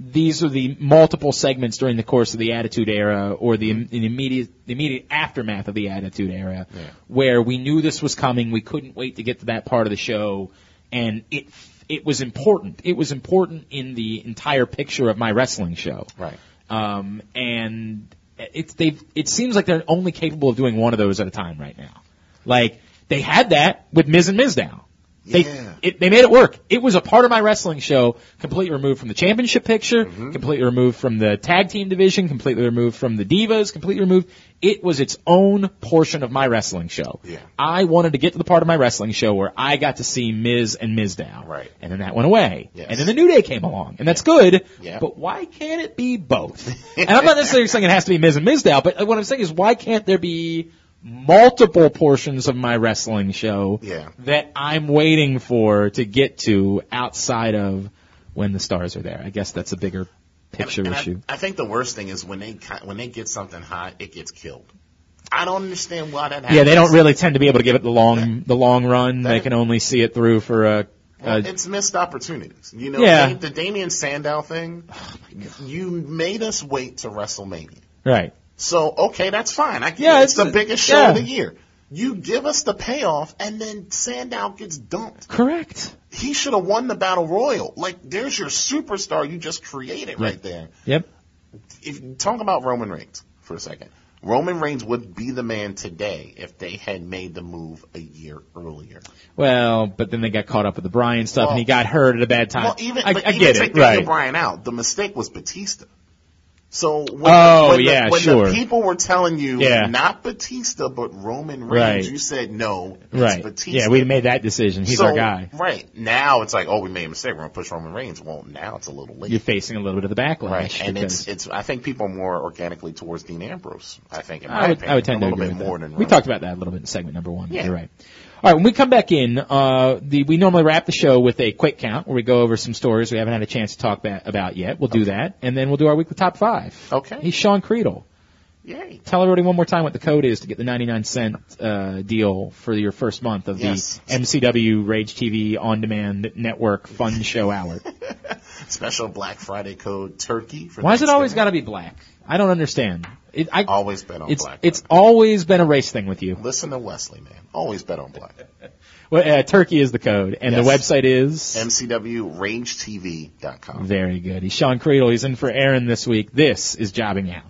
Speaker 1: These are the multiple segments during the course of the Attitude Era, or the,
Speaker 2: Mm-hmm.
Speaker 1: im- the immediate the immediate aftermath of the Attitude Era, where we knew this was coming, we couldn't wait to get to that part of the show, and it it was important. It was important in the entire picture of my wrestling show.
Speaker 2: Right.
Speaker 1: Um, and it's they it seems like they're only capable of doing one of those at a time right now. Like they had that with Miz and Mizdow. They
Speaker 2: Yeah.
Speaker 1: it, they made it work. It was a part of my wrestling show, completely removed from the championship picture,
Speaker 2: Mm-hmm.
Speaker 1: completely removed from the tag team division, completely removed from the divas, completely removed. It was its own portion of my wrestling show.
Speaker 2: Yeah.
Speaker 1: I wanted to get to the part of my wrestling show where I got to see Miz and Mizdow.
Speaker 2: Right.
Speaker 1: And then that went away.
Speaker 2: Yes.
Speaker 1: And then the New Day came along, and that's good.
Speaker 2: Yeah.
Speaker 1: But why can't it be both? and I'm not necessarily saying it has to be Miz and Mizdow, but what I'm saying is why can't there be multiple portions of my wrestling show
Speaker 2: Yeah.
Speaker 1: that I'm waiting for to get to outside of when the stars are there? I guess that's a bigger picture
Speaker 2: And I-
Speaker 1: issue.
Speaker 2: I, think the worst thing is when they ki- when they get something hot, it gets killed. I don't understand why that happens.
Speaker 1: yeah, they don't really tend to be able to give it the long the long run. they
Speaker 2: that-
Speaker 1: can only see it through for a,
Speaker 2: Well,
Speaker 1: a
Speaker 2: it's missed opportunities. You know,
Speaker 1: Uh, Yeah. Oh,
Speaker 2: the, the Damian Sandow thing. You made us wait to WrestleMania.
Speaker 1: right.
Speaker 2: So okay, that's fine. I get
Speaker 1: Yeah,
Speaker 2: it.
Speaker 1: it's
Speaker 2: it's the
Speaker 1: a-
Speaker 2: biggest show of
Speaker 1: yeah.
Speaker 2: the year. You give us the payoff, and then Sandow gets dumped.
Speaker 1: Correct.
Speaker 2: He should have won the Battle Royal. Like, there's your superstar you just created right there.
Speaker 1: Yep.
Speaker 2: if talk about Roman Reigns for a second. Roman Reigns would be the man today if they had made the move a year earlier.
Speaker 1: Well, but then they got caught up with the Bryan stuff,
Speaker 2: Well-
Speaker 1: and he got hurt at a bad time.
Speaker 2: Well, even
Speaker 1: I,
Speaker 2: but
Speaker 1: I
Speaker 2: even
Speaker 1: get
Speaker 2: take
Speaker 1: it,
Speaker 2: Daniel
Speaker 1: right?
Speaker 2: Bryan out. The mistake was Batista. So when,
Speaker 1: Oh,
Speaker 2: when,
Speaker 1: yeah,
Speaker 2: the, when
Speaker 1: sure.
Speaker 2: the people were telling you
Speaker 1: Yeah.
Speaker 2: not Batista but Roman Reigns,
Speaker 1: Right.
Speaker 2: you said no, it's
Speaker 1: Right.
Speaker 2: Batista.
Speaker 1: Yeah, we made that decision. He's
Speaker 2: so,
Speaker 1: our guy.
Speaker 2: Right now it's like oh we made a mistake we're gonna push Roman Reigns. Well now it's a little late.
Speaker 1: You're facing a little bit of the backlash.
Speaker 2: Right, and
Speaker 1: because-
Speaker 2: it's it's. I think people are more organically towards Dean Ambrose. I think in my
Speaker 1: I would,
Speaker 2: opinion,
Speaker 1: I would tend
Speaker 2: a
Speaker 1: to
Speaker 2: little
Speaker 1: agree
Speaker 2: bit
Speaker 1: with
Speaker 2: more
Speaker 1: that.
Speaker 2: than
Speaker 1: we
Speaker 2: Roman.
Speaker 1: talked about that a little bit in segment number one.
Speaker 2: Yeah.
Speaker 1: You're right. All right, when we come back in, uh, the, we normally wrap the show with a quick count where we go over some stories we haven't had a chance to talk ba- about yet. We'll do that, and then we'll do our weekly top five.
Speaker 2: Okay.
Speaker 1: He's Sean Creedle.
Speaker 2: Yay.
Speaker 1: Tell everybody one more time what the code is to get the 99 cent uh, deal for your first month of
Speaker 2: Yes.
Speaker 1: the MCW Rage TV On Demand Network Fun Show Hour.
Speaker 2: Special Black Friday code turkey. For
Speaker 1: Why has it always got
Speaker 2: Thanksgiving.
Speaker 1: to be black? I don't understand. It, I,
Speaker 2: Always bet on
Speaker 1: it's
Speaker 2: black.
Speaker 1: it's always been a race thing with you.
Speaker 2: listen to Wesley, man. Always bet on black.
Speaker 1: Well, uh, Turkey is the code, and the
Speaker 2: Yes.
Speaker 1: website is.
Speaker 2: MCWRangeTV.com.
Speaker 1: Very good. He's Sean Creedle. He's in for Aaron this week. This is Jobbing Out.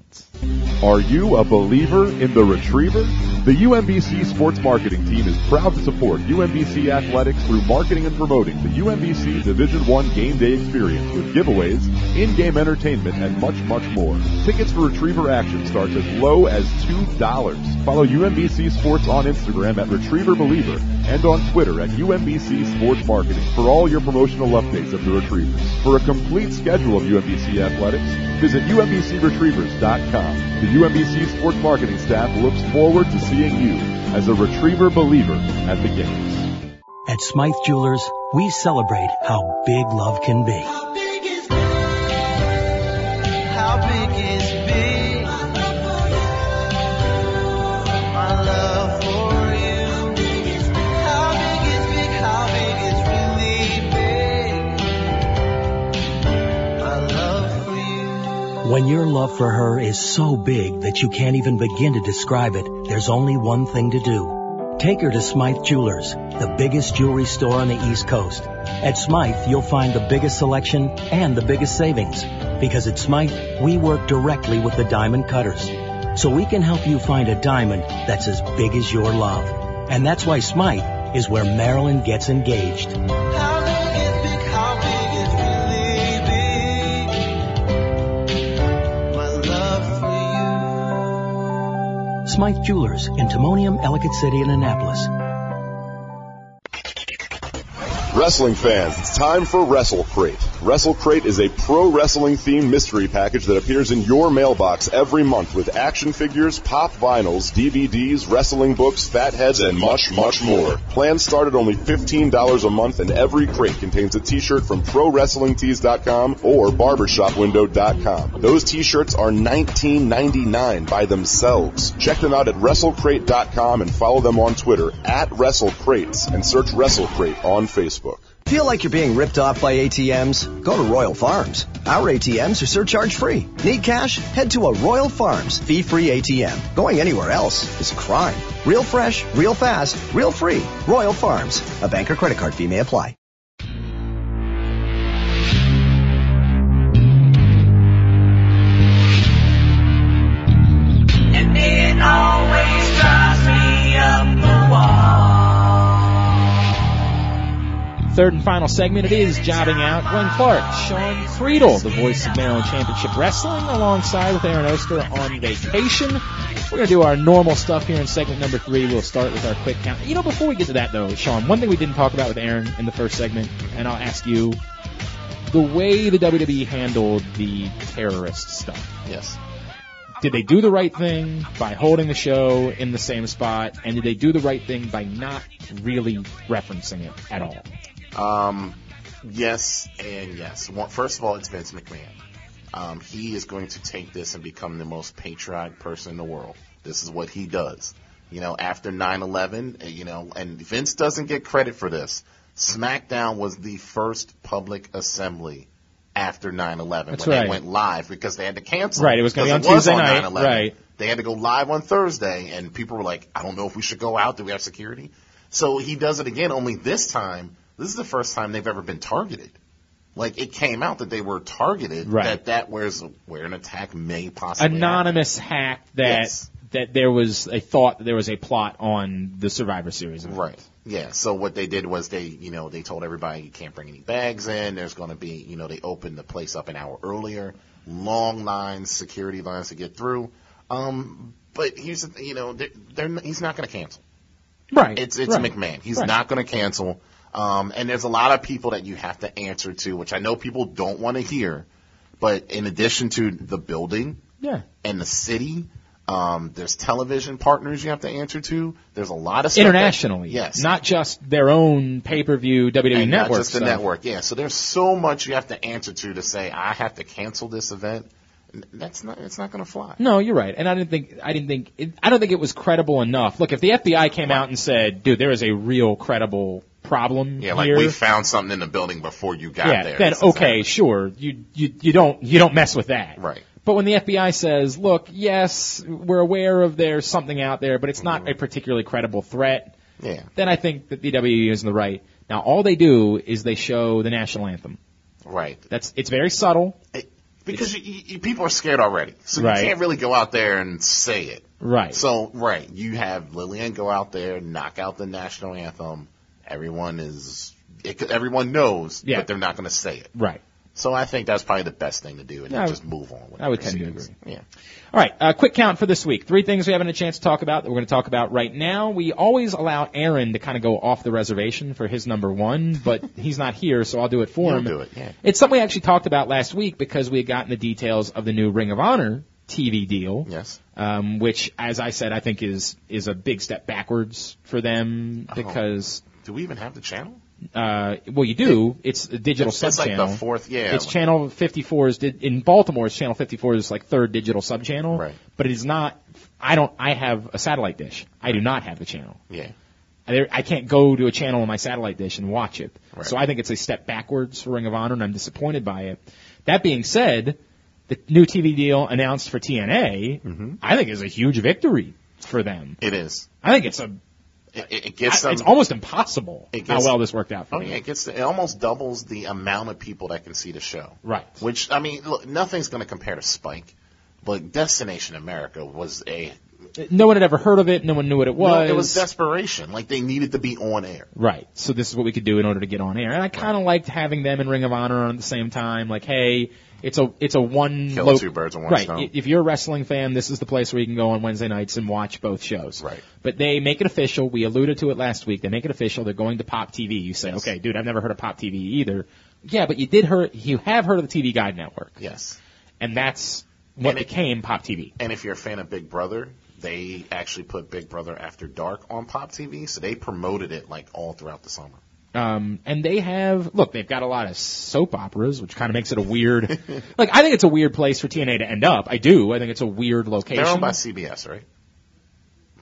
Speaker 6: Are you a believer in the retriever? The UMBC sports marketing team is proud to support UMBC athletics through marketing and promoting the UMBC Division One game day experience with giveaways, in-game entertainment, and much, much more. Tickets for retriever action starts as low as $2. Follow UMBC Sports on Instagram at Retriever Believer and on Twitter at UMBC Sports Marketing for all your promotional updates of the Retrievers. For a complete schedule of UMBC athletics, Visit UMBCRetrievers.com. The UMBC sports marketing staff looks forward to seeing you as a retriever believer at the games.
Speaker 8: At Smythe Jewelers, we celebrate how big love can be.
Speaker 9: How big is big? My love for you. How big is big? How big is really big? My love for you.
Speaker 8: When your love for her is so big that you can't even begin to describe it, there's only one thing to do. Take her to Smythe Jewelers, the biggest jewelry store on the East Coast. At Smythe, you'll find the biggest selection and the biggest savings. Because at Smythe, we work directly with the diamond cutters. So we can help you find a diamond that's as big as your love. And that's why Smythe is where Marilyn gets engaged.
Speaker 9: How big is big? How big is really big? My love for you.
Speaker 8: Smythe Jewelers in Timonium, Ellicott City, and Annapolis.
Speaker 6: Wrestling fans, it's time for Wrestle Crate. Wrestle Crate is a pro wrestling themed mystery package that appears in your mailbox every month with action figures, pop vinyls, DVDs, wrestling books, fatheads, and much, much more. Plans start at only $15 a month, and every crate contains a t-shirt from ProWrestlingTees.com or BarbershopWindow.com. Those t-shirts are $19.99 by themselves. Check them out at WrestleCrate.com and follow them on Twitter at WrestleCrates and search Wrestle Crate on Facebook.
Speaker 7: Feel like you're being ripped off by ATMs? Go to Royal Farms. Our ATMs are surcharge free. Need cash? Head to a Royal Farms fee free ATM. Going anywhere else is a crime. Real fresh, real fast, real free. Royal Farms. A bank or credit card fee may apply.
Speaker 9: And it always drives me up the wall.
Speaker 1: Third and final segment, it is Jobbing Out. Glenn Clark, Sean Friedel, the voice of Maryland Championship Wrestling, alongside with Aaron Oster on vacation. We're going to do our normal stuff here in segment number three. We'll start with our quick count. You know, before we get to that, though, Sean, one thing we didn't talk about with Aaron in the first segment, and I'll ask you, the way the WWE handled the terrorist stuff
Speaker 2: Yes.
Speaker 1: did they do the right thing by holding the show in the same spot, and did they do the right thing by not really referencing it at all?
Speaker 2: Um, yes and yes. One, first of all, it's Vince McMahon. Um, he is going to take this and become the most patriotic person in the world. This is what he does. You know, after 9/11, uh, you know, and Vince doesn't get credit for this. SmackDown was the first public assembly after 9/11
Speaker 1: That's
Speaker 2: when
Speaker 1: right.
Speaker 2: they went live because they had to cancel.
Speaker 1: Right, it was gonna be
Speaker 2: because
Speaker 1: on
Speaker 2: it was
Speaker 1: Tuesday night,
Speaker 2: 9/11.
Speaker 1: right.
Speaker 2: They had to go live on Thursday, and people were like, "I don't know if we should go out. Do we have security?" So he does it again. Only this time, this is the first time they've ever been targeted. Like it came out that they were targeted.
Speaker 1: Right.
Speaker 2: That that where's where an attack may possibly
Speaker 1: Anonymous hack that
Speaker 2: Yes.
Speaker 1: that there was a thought that there was a plot on the Survivor Series.
Speaker 2: happen. Right. Yeah, so what they did was they, you know, they told everybody you can't bring any bags in. There's going to be, you know, they opened the place up an hour earlier. Long lines, security lines to get through. Um, but here's, the, th- you know, they're, they're, he's not going to cancel.
Speaker 1: Right.
Speaker 2: It's it's
Speaker 1: right.
Speaker 2: McMahon. He's
Speaker 1: Right.
Speaker 2: not going to cancel. Um, and there's a lot of people that you have to answer to, which I know people don't want to hear. But in addition to the building,
Speaker 1: Yeah.
Speaker 2: and the city. Um, there's television partners you have to answer to. There's a lot of stuff that-
Speaker 1: Internationally.
Speaker 2: yes,
Speaker 1: Not just their own pay per view WWE
Speaker 2: and
Speaker 1: E network.
Speaker 2: not just the
Speaker 1: stuff.
Speaker 2: network. Yeah, so there's so much you have to answer to to say I have to cancel this event. N- That's not it's not going to fly.
Speaker 1: No, you're right. And I didn't think I didn't think it, I don't think it was credible enough. Look, if the FBI came out and said, "Dude, there is a real credible problem
Speaker 2: Yeah, like
Speaker 1: here,"
Speaker 2: we found something in the building before you got
Speaker 1: yeah,
Speaker 2: there.
Speaker 1: then
Speaker 2: This is
Speaker 1: okay, sure, you you you don't you don't mess with that.
Speaker 2: it. right.
Speaker 1: But when the FBI says, "Look, yes, we're aware of there's something out there, but it's not
Speaker 2: Mm-hmm.
Speaker 1: a particularly credible threat,"
Speaker 2: Yeah,
Speaker 1: then I think that the WWE is in the right. Now, all they do is they show the national anthem.
Speaker 2: right.
Speaker 1: That's it's very subtle,
Speaker 2: Because you, you, you- people are scared already, so
Speaker 1: Right.
Speaker 2: you can't really go out there and say it.
Speaker 1: right?
Speaker 2: So right, you have Lillian go out there, knock out the national anthem. Everyone is it, everyone knows,
Speaker 1: Yeah.
Speaker 2: but they're not going to say it.
Speaker 1: right.
Speaker 2: So I think that's probably the best thing to do, and
Speaker 1: Yeah,
Speaker 2: then
Speaker 1: I
Speaker 2: just move on. with
Speaker 1: I would
Speaker 2: the
Speaker 1: tend to
Speaker 2: proceedings. Yeah.
Speaker 1: All right, uh, quick count for this week. Three things we haven't had a chance to talk about that we're going to talk about right now. We always allow Aaron to kind of go off the reservation for his number one, but he's not here, so I'll do it for
Speaker 2: You'll
Speaker 1: him.
Speaker 2: do it, yeah.
Speaker 1: It's something we actually talked about last week because we had gotten the details of the new Ring of Honor TV deal,
Speaker 2: Yes.
Speaker 1: um, which, as I said, I think is is a big step backwards for them
Speaker 2: Uh-huh.
Speaker 1: because,
Speaker 2: Do we even have the channel?
Speaker 1: uh, well, you do. It's a digital
Speaker 2: It's like
Speaker 1: sub-channel.
Speaker 2: the fourth. Yeah.
Speaker 1: It's channel 54's did in Baltimore. It's channel 54's like third digital sub channel.
Speaker 2: Right.
Speaker 1: But it is not. I don't. I have a satellite dish. I do not have the channel.
Speaker 2: yeah.
Speaker 1: I, there- I can't go to a channel on my satellite dish and watch it.
Speaker 2: Right.
Speaker 1: So I think it's a step backwards for Ring of Honor, and I'm disappointed by it. That being said, the new TV deal announced for TNA,
Speaker 2: Mm-hmm.
Speaker 1: I think is a huge victory for them.
Speaker 2: It is.
Speaker 1: I think it's a.
Speaker 2: It, it, it gets
Speaker 1: I-
Speaker 2: them.
Speaker 1: it's almost impossible
Speaker 2: um, It
Speaker 1: how
Speaker 2: gets-
Speaker 1: well this worked out for
Speaker 2: oh
Speaker 1: them.
Speaker 2: yeah. It gets. It almost doubles the amount of people that can see the show.
Speaker 1: Right.
Speaker 2: Which I mean, look, nothing's going to compare to Spike, but Destination America was a
Speaker 1: No one had ever heard of it. No one knew what it was.
Speaker 2: No, it was desperation. Like they needed to be on air.
Speaker 1: Right. So this is what we could do in order to get on air. And I kind of liked having them in Ring of Honor on at the same time. Like, hey, it's a it's a one
Speaker 2: Kill
Speaker 1: lo-
Speaker 2: two birds with one
Speaker 1: right.
Speaker 2: stone.
Speaker 1: i- If you're a wrestling fan, this is the place where you can go on Wednesday nights and watch both shows.
Speaker 2: Right.
Speaker 1: But they make it official. We alluded to it last week. They make it official. They're going to Pop TV. You say, okay, dude, I've never heard of Pop TV either. Yeah, but you did heard you have heard of the TV Guide Network,
Speaker 2: Yes.
Speaker 1: and that's what
Speaker 2: And it-
Speaker 1: became Pop TV.
Speaker 2: And if you're a fan of Big Brother, they actually put Big Brother After Dark on Pop TV, so they promoted it like all throughout the summer.
Speaker 1: Um, and they have, look, they've got a lot of soap operas, which kind of makes it a weird, like, I think it's a weird place for TNA to end up. I do. I think it's a weird location.
Speaker 2: They're owned by CBS, right?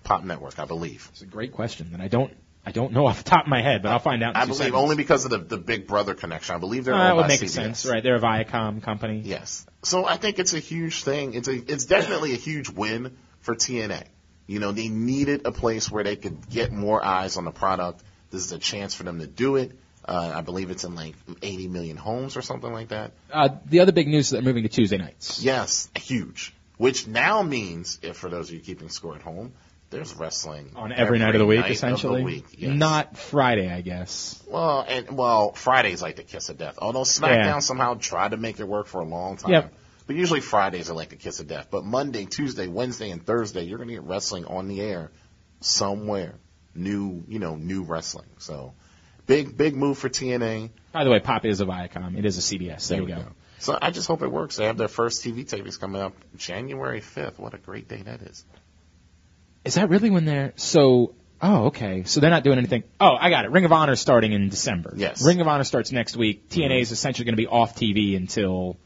Speaker 2: Pop Network, I believe.
Speaker 1: it's a great question that I don't, I don't know off the top of my head, but I'll find out. in
Speaker 2: I
Speaker 1: two
Speaker 2: believe
Speaker 1: seconds.
Speaker 2: only because of the, the Big Brother connection. I believe they're
Speaker 1: Uh, that
Speaker 2: owned
Speaker 1: would
Speaker 2: by
Speaker 1: make
Speaker 2: CBS.
Speaker 1: sense, right? They're a Viacom company.
Speaker 2: Yes. So I think it's a huge thing. It's a it's definitely a huge win for TNA. You know, they needed a place where they could get more eyes on the product. This is a chance for them to do it. Uh, I believe it's in like 80 million homes or something like that.
Speaker 1: Uh, the other big news is they're moving to Tuesday nights.
Speaker 2: Yes, huge. Which now means, if for those of you keeping score at home, there's wrestling
Speaker 1: On every, night of the week, essentially.
Speaker 2: week, yes.
Speaker 1: Not Friday, I guess.
Speaker 2: well, and well, Fridays like the kiss of death. Although SmackDown
Speaker 1: Yeah.
Speaker 2: somehow tried to make it work for a long time.
Speaker 1: Yep.
Speaker 2: But usually Fridays are like the kiss of death. But Monday, Tuesday, Wednesday, and Thursday, you're gonna get wrestling on the air somewhere. New, you know, new wrestling. So big, big move for TNA.
Speaker 1: By the way, Pop is a Viacom. It is a CBS. There, we go.
Speaker 2: So I just hope it works. They have their first TV tapings coming up January 5th. What a great day that is.
Speaker 1: Is that really when they're so? Oh, okay. So they're not doing anything. Oh, I got it. Ring of Honor starting in December.
Speaker 2: Yes. Mm-hmm.
Speaker 1: Ring of Honor starts next week. TNA is essentially going to be off TV until.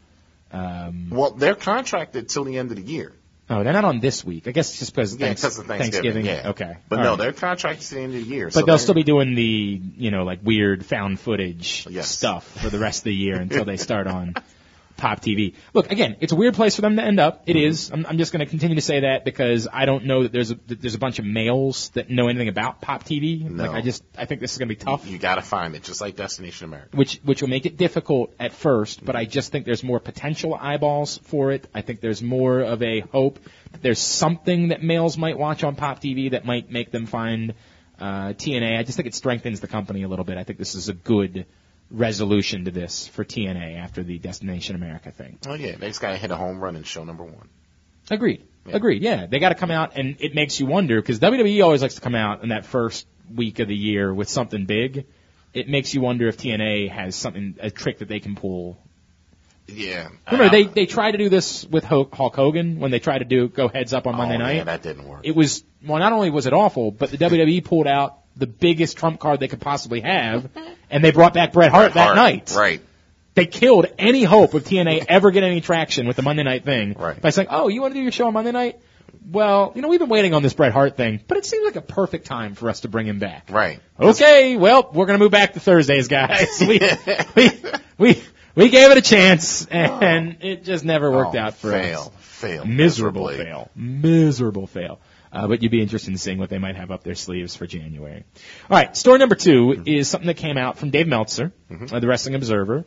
Speaker 1: Um,
Speaker 2: Well, they're contracted till the end of the year.
Speaker 1: oh, they're not on this week. I guess it's just because
Speaker 2: Yeah,
Speaker 1: thanks-
Speaker 2: because of Thanksgiving. Yeah.
Speaker 1: Okay.
Speaker 2: But
Speaker 1: All
Speaker 2: no,
Speaker 1: right.
Speaker 2: they're contracted to the end of the year.
Speaker 1: But they'll still be doing the you know like weird found footage
Speaker 2: Yes.
Speaker 1: stuff for the rest of the year until they start on Pop TV. Look, again, it's a weird place for them to end up.
Speaker 2: Mm-hmm.
Speaker 1: It is. I'm, I'm just going to continue to say that because I don't know that there's a that there's a bunch of males that know anything about Pop TV.
Speaker 2: No.
Speaker 1: Like I just I think this is going to be tough.
Speaker 2: You got to find it, just like Destination America.
Speaker 1: which which will make it difficult at first, but I just think there's more potential eyeballs for it. I think there's more of a hope that there's something that males might watch on pop TV that might make them find uh, TNA. I just think it strengthens the company a little bit. I think this is a good resolution to this for TNA after the Destination America thing.
Speaker 2: Oh yeah, they just gotta hit a home run in show number one.
Speaker 1: Agreed. Agreed. Yeah, they got to come out, and it makes you wonder because WWE E always likes to come out in that first week of the year with something big. It makes you wonder if TNA has something a trick that they can pull.
Speaker 2: Yeah.
Speaker 1: Remember, they
Speaker 2: Uh,
Speaker 1: they tried to do this with Ho- Hulk Hogan when they tried to do go heads up on Monday
Speaker 2: oh,
Speaker 1: night.
Speaker 2: Yeah, that didn't work.
Speaker 1: It was well, not only was it awful, but the WWE pulled out the biggest trump card they could possibly have, and they brought back Bret Hart that
Speaker 2: Hard.
Speaker 1: night
Speaker 2: Right.
Speaker 1: they killed any hope of TNA ever getting any traction with the Monday night thing
Speaker 2: Right.
Speaker 1: by saying, "Oh, you want to do your show on Monday night? Well, you know, we've been waiting on this Bret Hart thing, but it seems like a perfect time for us to bring him back."
Speaker 2: Right.
Speaker 1: Okay, well, we're gonna move back to Thursdays, guys. We we we we gave it a chance, and it just never worked
Speaker 2: Oh,
Speaker 1: out for
Speaker 2: fail.
Speaker 1: us.
Speaker 2: Fail.
Speaker 1: Miserable
Speaker 2: miserably.
Speaker 1: fail. Miserable fail. Uh, but you'd be interested in seeing what they might have up their sleeves for January. All right, story number 2
Speaker 2: Mm-hmm.
Speaker 1: is something that came out from Dave Meltzer, uh, the Wrestling Observer,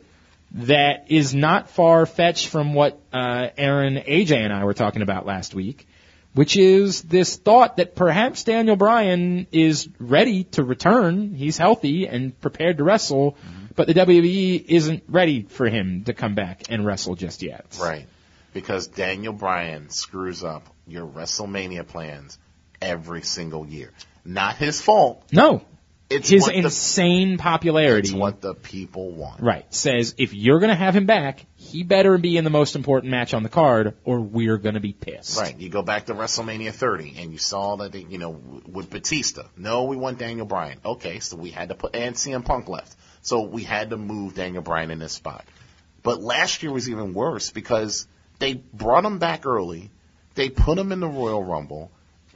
Speaker 1: that is not far fetched from what uh, Aaron, AJ, and I were talking about last week, which is this thought that perhaps Daniel Bryan is ready to return. He's healthy and prepared to wrestle,
Speaker 2: Mm-hmm.
Speaker 1: but the WWE isn't ready for him to come back and wrestle just yet.
Speaker 2: Right. Because Daniel Bryan screws up your WrestleMania plans every single year. Not his fault.
Speaker 1: No,
Speaker 2: It's
Speaker 1: his
Speaker 2: what
Speaker 1: insane
Speaker 2: the,
Speaker 1: popularity
Speaker 2: it's what the people want.
Speaker 1: right says if you're going to have him back he better be in the most important match on the card or we're going to be pissed
Speaker 2: Right. You go back to WrestleMania 30 and you saw that, they, you know, with Batista. No, we want Daniel Bryan. Okay, so we had to put, and CM Punk left. So we had to move Daniel Bryan in this spot. But last year was even worse because they brought him back early. They put him in the Royal Rumble.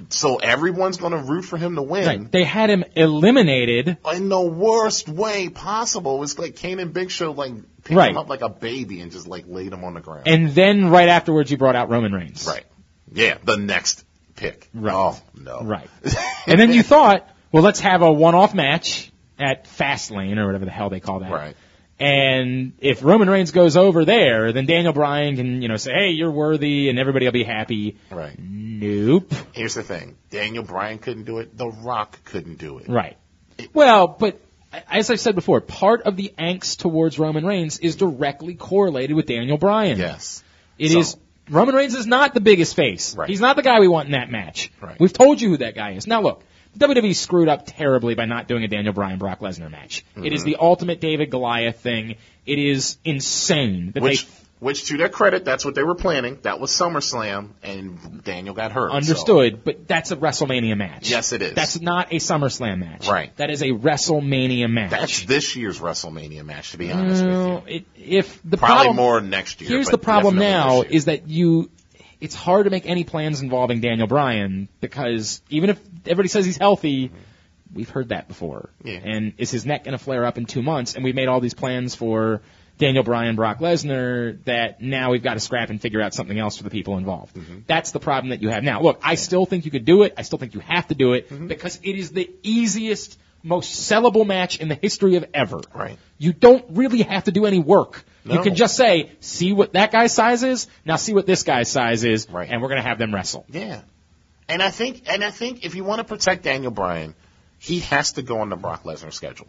Speaker 2: So everyone's going to root for him to win.
Speaker 1: Right. they had him eliminated
Speaker 2: in the worst way possible. It's like Kane and Big Show like picked
Speaker 1: Right.
Speaker 2: him up like a baby and just like laid him on the ground.
Speaker 1: and then right afterwards you brought out roman reigns
Speaker 2: right. Yeah, the next pick.
Speaker 1: Right.
Speaker 2: Oh no.
Speaker 1: right and then you thought well let's have a one-off match at fastlane or whatever the hell they call that
Speaker 2: Right.
Speaker 1: And if Roman Reigns goes over there, then Daniel Bryan can, you know, say, "Hey, you're worthy," and everybody will be happy.
Speaker 2: Right.
Speaker 1: Nope.
Speaker 2: Here's the thing. Daniel Bryan couldn't do it. The Rock couldn't do it.
Speaker 1: Right. Well, but as I've said before, part of the angst towards Roman Reigns is directly correlated with Daniel Bryan.
Speaker 2: Yes.
Speaker 1: It is
Speaker 2: so-
Speaker 1: Roman Reigns is not the biggest face.
Speaker 2: Right.
Speaker 1: He's not the guy we want in that match.
Speaker 2: Right.
Speaker 1: We've told you who that guy is. Now look, the WWE screwed up terribly by not doing a Daniel Bryan Brock Lesnar match. It
Speaker 2: Mm-hmm.
Speaker 1: is the ultimate David Goliath thing. It is insane that
Speaker 2: Which
Speaker 1: they
Speaker 2: which to their credit, that's what they were planning. That was SummerSlam and Daniel got hurt. so-
Speaker 1: Understood, but that's a WrestleMania match.
Speaker 2: Yes, it is.
Speaker 1: That's not a SummerSlam match.
Speaker 2: Right.
Speaker 1: That is a WrestleMania match.
Speaker 2: That's this year's WrestleMania match, to be honest with
Speaker 1: Well,
Speaker 2: you.
Speaker 1: it, if the
Speaker 2: Probably
Speaker 1: Mm. problem,
Speaker 2: more next year.
Speaker 1: Here's
Speaker 2: but
Speaker 1: the problem
Speaker 2: definitely
Speaker 1: now
Speaker 2: this year.
Speaker 1: is that you, it's hard to make any plans involving Daniel Bryan because even if everybody says he's healthy, we've heard that before.
Speaker 2: Yeah.
Speaker 1: And is his neck going to flare up in two months? And we made all these plans for Daniel Bryan, Brock Lesnar that now we've got to scrap and figure out something else for the people involved.
Speaker 2: Mm-hmm.
Speaker 1: That's the problem that you have now. Look, I still think you could do it. I still think you have to do it
Speaker 2: Mm-hmm.
Speaker 1: because it is the easiest, most sellable match in the history of ever.
Speaker 2: Right.
Speaker 1: You don't really have to do any work. You
Speaker 2: No.
Speaker 1: can just say, see what that guy's size is, now see what this guy's size is,
Speaker 2: Right.
Speaker 1: and we're gonna have them wrestle.
Speaker 2: Yeah. And I think and I think if you want to protect Daniel Bryan, he has to go on the Brock Lesnar schedule.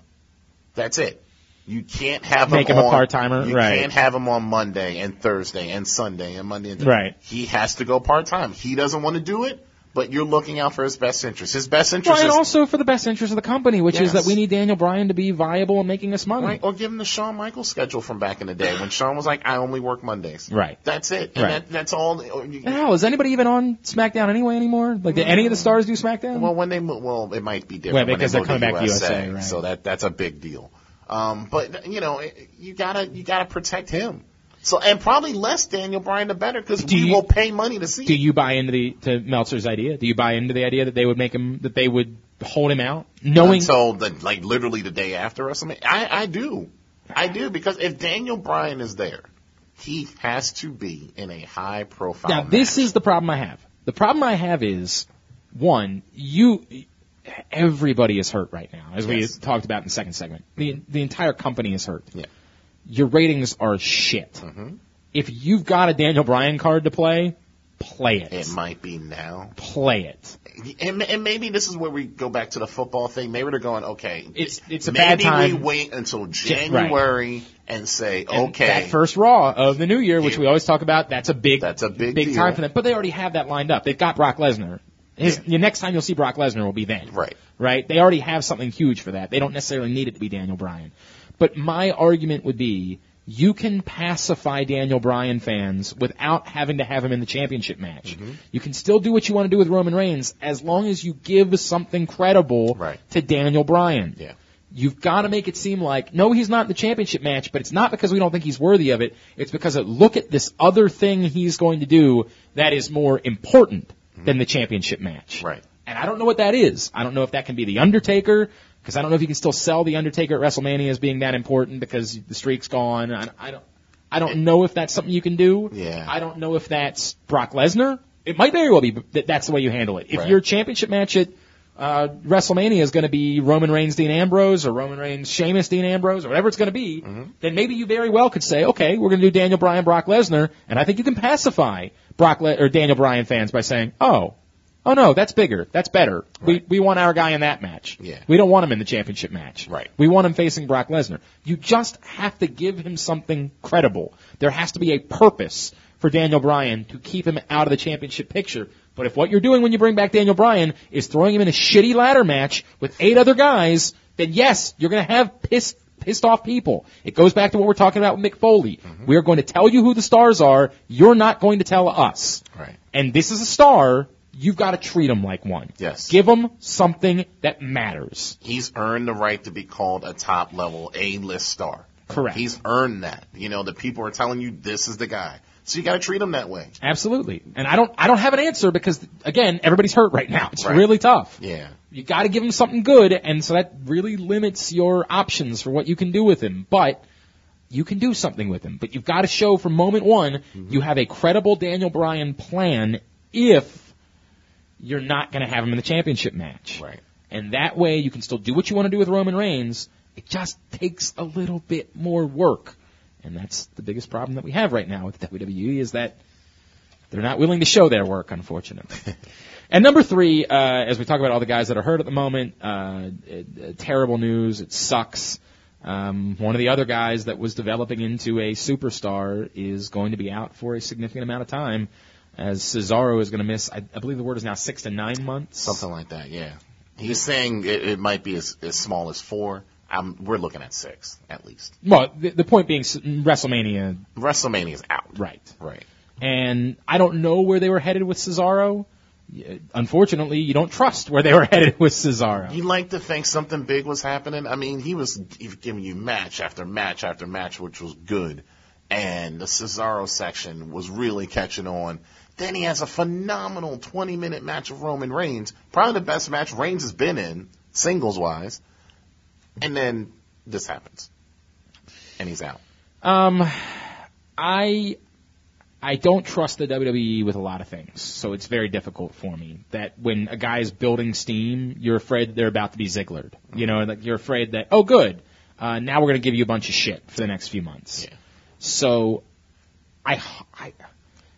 Speaker 2: That's it. You can't have
Speaker 1: Make
Speaker 2: him,
Speaker 1: him a
Speaker 2: on-
Speaker 1: part-timer?
Speaker 2: You
Speaker 1: Right.
Speaker 2: can't have him on Monday and Thursday and Sunday and Monday and Thursday.
Speaker 1: Right.
Speaker 2: He has to go part time. He doesn't want to do it, but you're looking out for his best interest. His best
Speaker 1: Well,
Speaker 2: interest
Speaker 1: and
Speaker 2: is
Speaker 1: also for the best interest of the company, which is
Speaker 2: Yes.
Speaker 1: that we need Daniel Bryan to be viable and making us money.
Speaker 2: right, or give him the Shawn Michaels schedule from back in the day when Shawn was like, I only work Mondays.
Speaker 1: Right.
Speaker 2: That's it. And
Speaker 1: Right.
Speaker 2: that, that's all. or you-
Speaker 1: And Hell, is anybody even on SmackDown anyway anymore? Like, did any of the stars do SmackDown?
Speaker 2: Well, when they move, well, it might be different.
Speaker 1: Well,
Speaker 2: when
Speaker 1: because
Speaker 2: they
Speaker 1: they're
Speaker 2: move
Speaker 1: coming back to USA, right.
Speaker 2: So that that's a big deal. Um, but you know, it- you gotta you gotta protect him. So and probably less Daniel Bryan the better because
Speaker 1: Do
Speaker 2: we
Speaker 1: you-
Speaker 2: will pay money to see.
Speaker 1: do
Speaker 2: him.
Speaker 1: you buy into the to Meltzer's idea? Do you buy into the idea that they would make him that they would hold him out, knowing
Speaker 2: until the like literally the day after WrestleMania. I I do, I do because if Daniel Bryan is there, he has to be in a high profile.
Speaker 1: Now, this is the problem I have. The problem I have is, one, you, everybody is hurt right now, as
Speaker 2: Yes.
Speaker 1: we talked about in the second segment. The, the entire company is hurt.
Speaker 2: Yeah. Mm-hmm.
Speaker 1: Your ratings are shit. If you've got a Daniel Bryan card to play, Play it.
Speaker 2: It might be now.
Speaker 1: Play it.
Speaker 2: And, and maybe this is where we go back to the football thing. Maybe they're going, okay,
Speaker 1: It's it's a
Speaker 2: maybe
Speaker 1: bad time.
Speaker 2: we wait until
Speaker 1: right.
Speaker 2: January and say,
Speaker 1: And
Speaker 2: okay,
Speaker 1: Oh, That first Raw of the new year, which we always talk about, that's a big,
Speaker 2: That's a big deal.
Speaker 1: time for them. But they already have that lined up. They've got Brock Lesnar. His, The next time you'll see Brock Lesnar will be then.
Speaker 2: Right.
Speaker 1: Right? They already have something huge for that. They don't necessarily need it to be Daniel Bryan. But my argument would be, you can pacify Daniel Bryan fans without having to have him in the championship match.
Speaker 2: Mm-hmm.
Speaker 1: You can still do what you want to do with Roman Reigns as long as you give something credible
Speaker 2: Right.
Speaker 1: to Daniel Bryan.
Speaker 2: Yeah.
Speaker 1: You've got to make it seem like, no, he's not in the championship match, but it's not because we don't think he's worthy of it. It's because of, look at this other thing he's going to do that is more important than the championship match.
Speaker 2: Mm-hmm. Right.
Speaker 1: And I don't know what that is. I don't know if that can be The Undertaker, because I don't know if you can still sell The Undertaker at WrestleMania as being that important because the streak's gone. I, I don't, I don't know if that's something you can do.
Speaker 2: Yeah.
Speaker 1: I don't know if that's Brock Lesnar. It might very well be that that's the way you handle it. If
Speaker 2: Right.
Speaker 1: your championship match at uh, WrestleMania is going to be Roman Reigns, Dean Ambrose, or Roman Reigns, Sheamus, Dean Ambrose, or whatever it's going to be,
Speaker 2: Mm-hmm.
Speaker 1: then maybe you very well could say, okay, we're going to do Daniel Bryan, Brock Lesnar, and I think you can pacify Brock Le- or Daniel Bryan fans by saying, oh, oh no, that's bigger, that's better. We we want our guy in that match.
Speaker 2: Yeah.
Speaker 1: We don't want him in the championship match.
Speaker 2: Right.
Speaker 1: We want him facing Brock Lesnar. You just have to give him something credible. There has to be a purpose for Daniel Bryan to keep him out of the championship picture. But if what you're doing when you bring back Daniel Bryan is throwing him in a shitty ladder match with eight other guys, then yes, you're going to have pissed pissed off people. It goes back to what we're talking about with Mick Foley.
Speaker 2: Mm-hmm.
Speaker 1: We are going to tell you who the stars are. You're not going to tell us.
Speaker 2: Right.
Speaker 1: And this is a star. You've got to treat him like one.
Speaker 2: Yes.
Speaker 1: Give him something that matters.
Speaker 2: he's earned the right to be called a top level A list star.
Speaker 1: Correct.
Speaker 2: He's earned that. You know, the people are telling you this is the guy. So you got to treat him that way.
Speaker 1: Absolutely. And I don't I don't have an answer because again, everybody's hurt right now. It's
Speaker 2: Right.
Speaker 1: really tough.
Speaker 2: Yeah.
Speaker 1: You got to give him something good and so that really limits your options for what you can do with him. But you can do something with him, but you've got to show from moment one
Speaker 2: Mm-hmm.
Speaker 1: you have a credible Daniel Bryan plan if you're not going to have him in the championship match.
Speaker 2: Right.
Speaker 1: And that way you can still do what you want to do with Roman Reigns. It just takes a little bit more work. And that's the biggest problem that we have right now with WWE is that they're not willing to show their work, unfortunately. and number three, uh, as we talk about all the guys that are hurt at the moment, uh, it, uh, terrible news. It sucks. Um, one of the other guys that was developing into a superstar is going to be out for a significant amount of time, as Cesaro is going to miss. I, I believe the word is now six to nine months.
Speaker 2: Something like that. Yeah. He's saying it, it might be as, as small as four. I'm, we're looking at six at least.
Speaker 1: Well, the, the point being, s- WrestleMania,
Speaker 2: WrestleMania's out.
Speaker 1: right?
Speaker 2: Right.
Speaker 1: And I don't know where they were headed with Cesaro. Y- Unfortunately, you don't trust where they were headed with Cesaro.
Speaker 2: You'd like to think something big was happening. I mean, he was he was giving you match after match after match, which was good. And the Cesaro section was really catching on. Then he has a phenomenal 20 minute match of Roman Reigns, probably the best match Reigns has been in, singles wise. And then this happens. And he's out.
Speaker 1: Um, I I don't trust the WWE with a lot of things, so it's very difficult for me. That when a guy is building steam, you're afraid they're about to be Zigglered. You know, like you're afraid that oh, good, uh, now we're going to give you a bunch of shit for the next few months.
Speaker 2: Yeah.
Speaker 1: So, I, I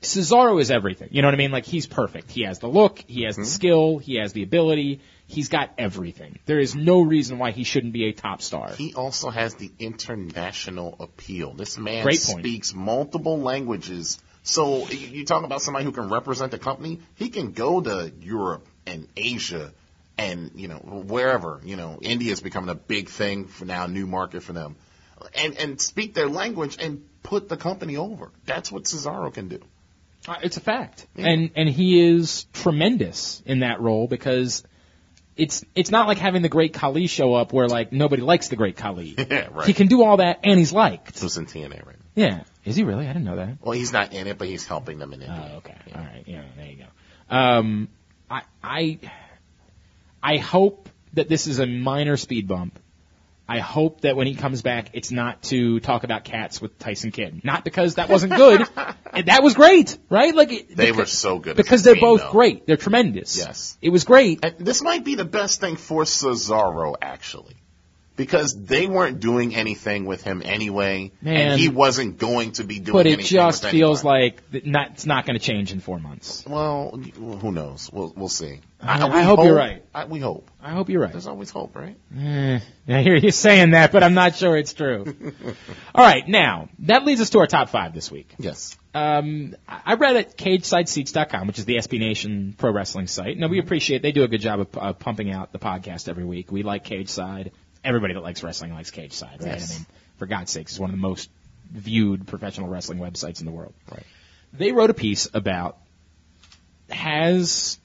Speaker 1: Cesaro is everything. You know what I mean? Like he's perfect. He has the look, he has the skill, he has the ability. He's got everything. There is no reason why he shouldn't be a top star.
Speaker 2: He also has the international appeal. This man
Speaker 1: Great point.
Speaker 2: speaks multiple languages. So you you talk about somebody who can represent the company. He can go to Europe and Asia and, you know, wherever, you know, India's becoming a big thing for now, new market for them and, and speak their language and put the company over. That's what Cesaro can do.
Speaker 1: Uh, It's a fact, and and he is tremendous in that role because it's it's not like having the Great Khali show up where like nobody likes the Great Khali.
Speaker 2: Yeah, right.
Speaker 1: He can do all that, and he's liked.
Speaker 2: Who's in TNA right now.
Speaker 1: Yeah, is he really? I didn't know that.
Speaker 2: Well, he's not in it, but he's helping them in India.
Speaker 1: Oh, okay. All right. Yeah, there you go. Um, I, I, I hope that this is a minor speed bump. I hope that when he comes back, it's not to talk about cats with Tyson Kidd. Not because that wasn't good. And that was great, right? Like it,
Speaker 2: They
Speaker 1: beca-
Speaker 2: were so good as
Speaker 1: because
Speaker 2: a
Speaker 1: they're
Speaker 2: team,
Speaker 1: both
Speaker 2: though.
Speaker 1: great. They're tremendous.
Speaker 2: Yes.
Speaker 1: it was great.
Speaker 2: And this might be the best thing for Cesaro, actually. because they weren't doing anything with him anyway,
Speaker 1: Man.
Speaker 2: and he wasn't going to be doing
Speaker 1: But it
Speaker 2: anything.
Speaker 1: just
Speaker 2: with
Speaker 1: feels
Speaker 2: anyone.
Speaker 1: like th- not, it's not going to change in four months.
Speaker 2: Well, who knows? We'll we'll see.
Speaker 1: I-
Speaker 2: we
Speaker 1: I hope you're right.
Speaker 2: I, we hope.
Speaker 1: I hope you're right.
Speaker 2: There's always hope, right?
Speaker 1: Eh, I hear you saying that, but I'm not sure it's true. All right, now that leads us to our top five this week.
Speaker 2: Yes.
Speaker 1: Um, I I read at CageSideSeats.com, which is the SB Nation pro wrestling site. Now we appreciate they do a good job of uh, pumping out the podcast every week. We like Cage Side. Everybody that likes wrestling likes Cage Side, right? I mean, for God's sakes, it's one of the most viewed professional wrestling websites in the world.
Speaker 2: Right.
Speaker 1: They wrote a piece about has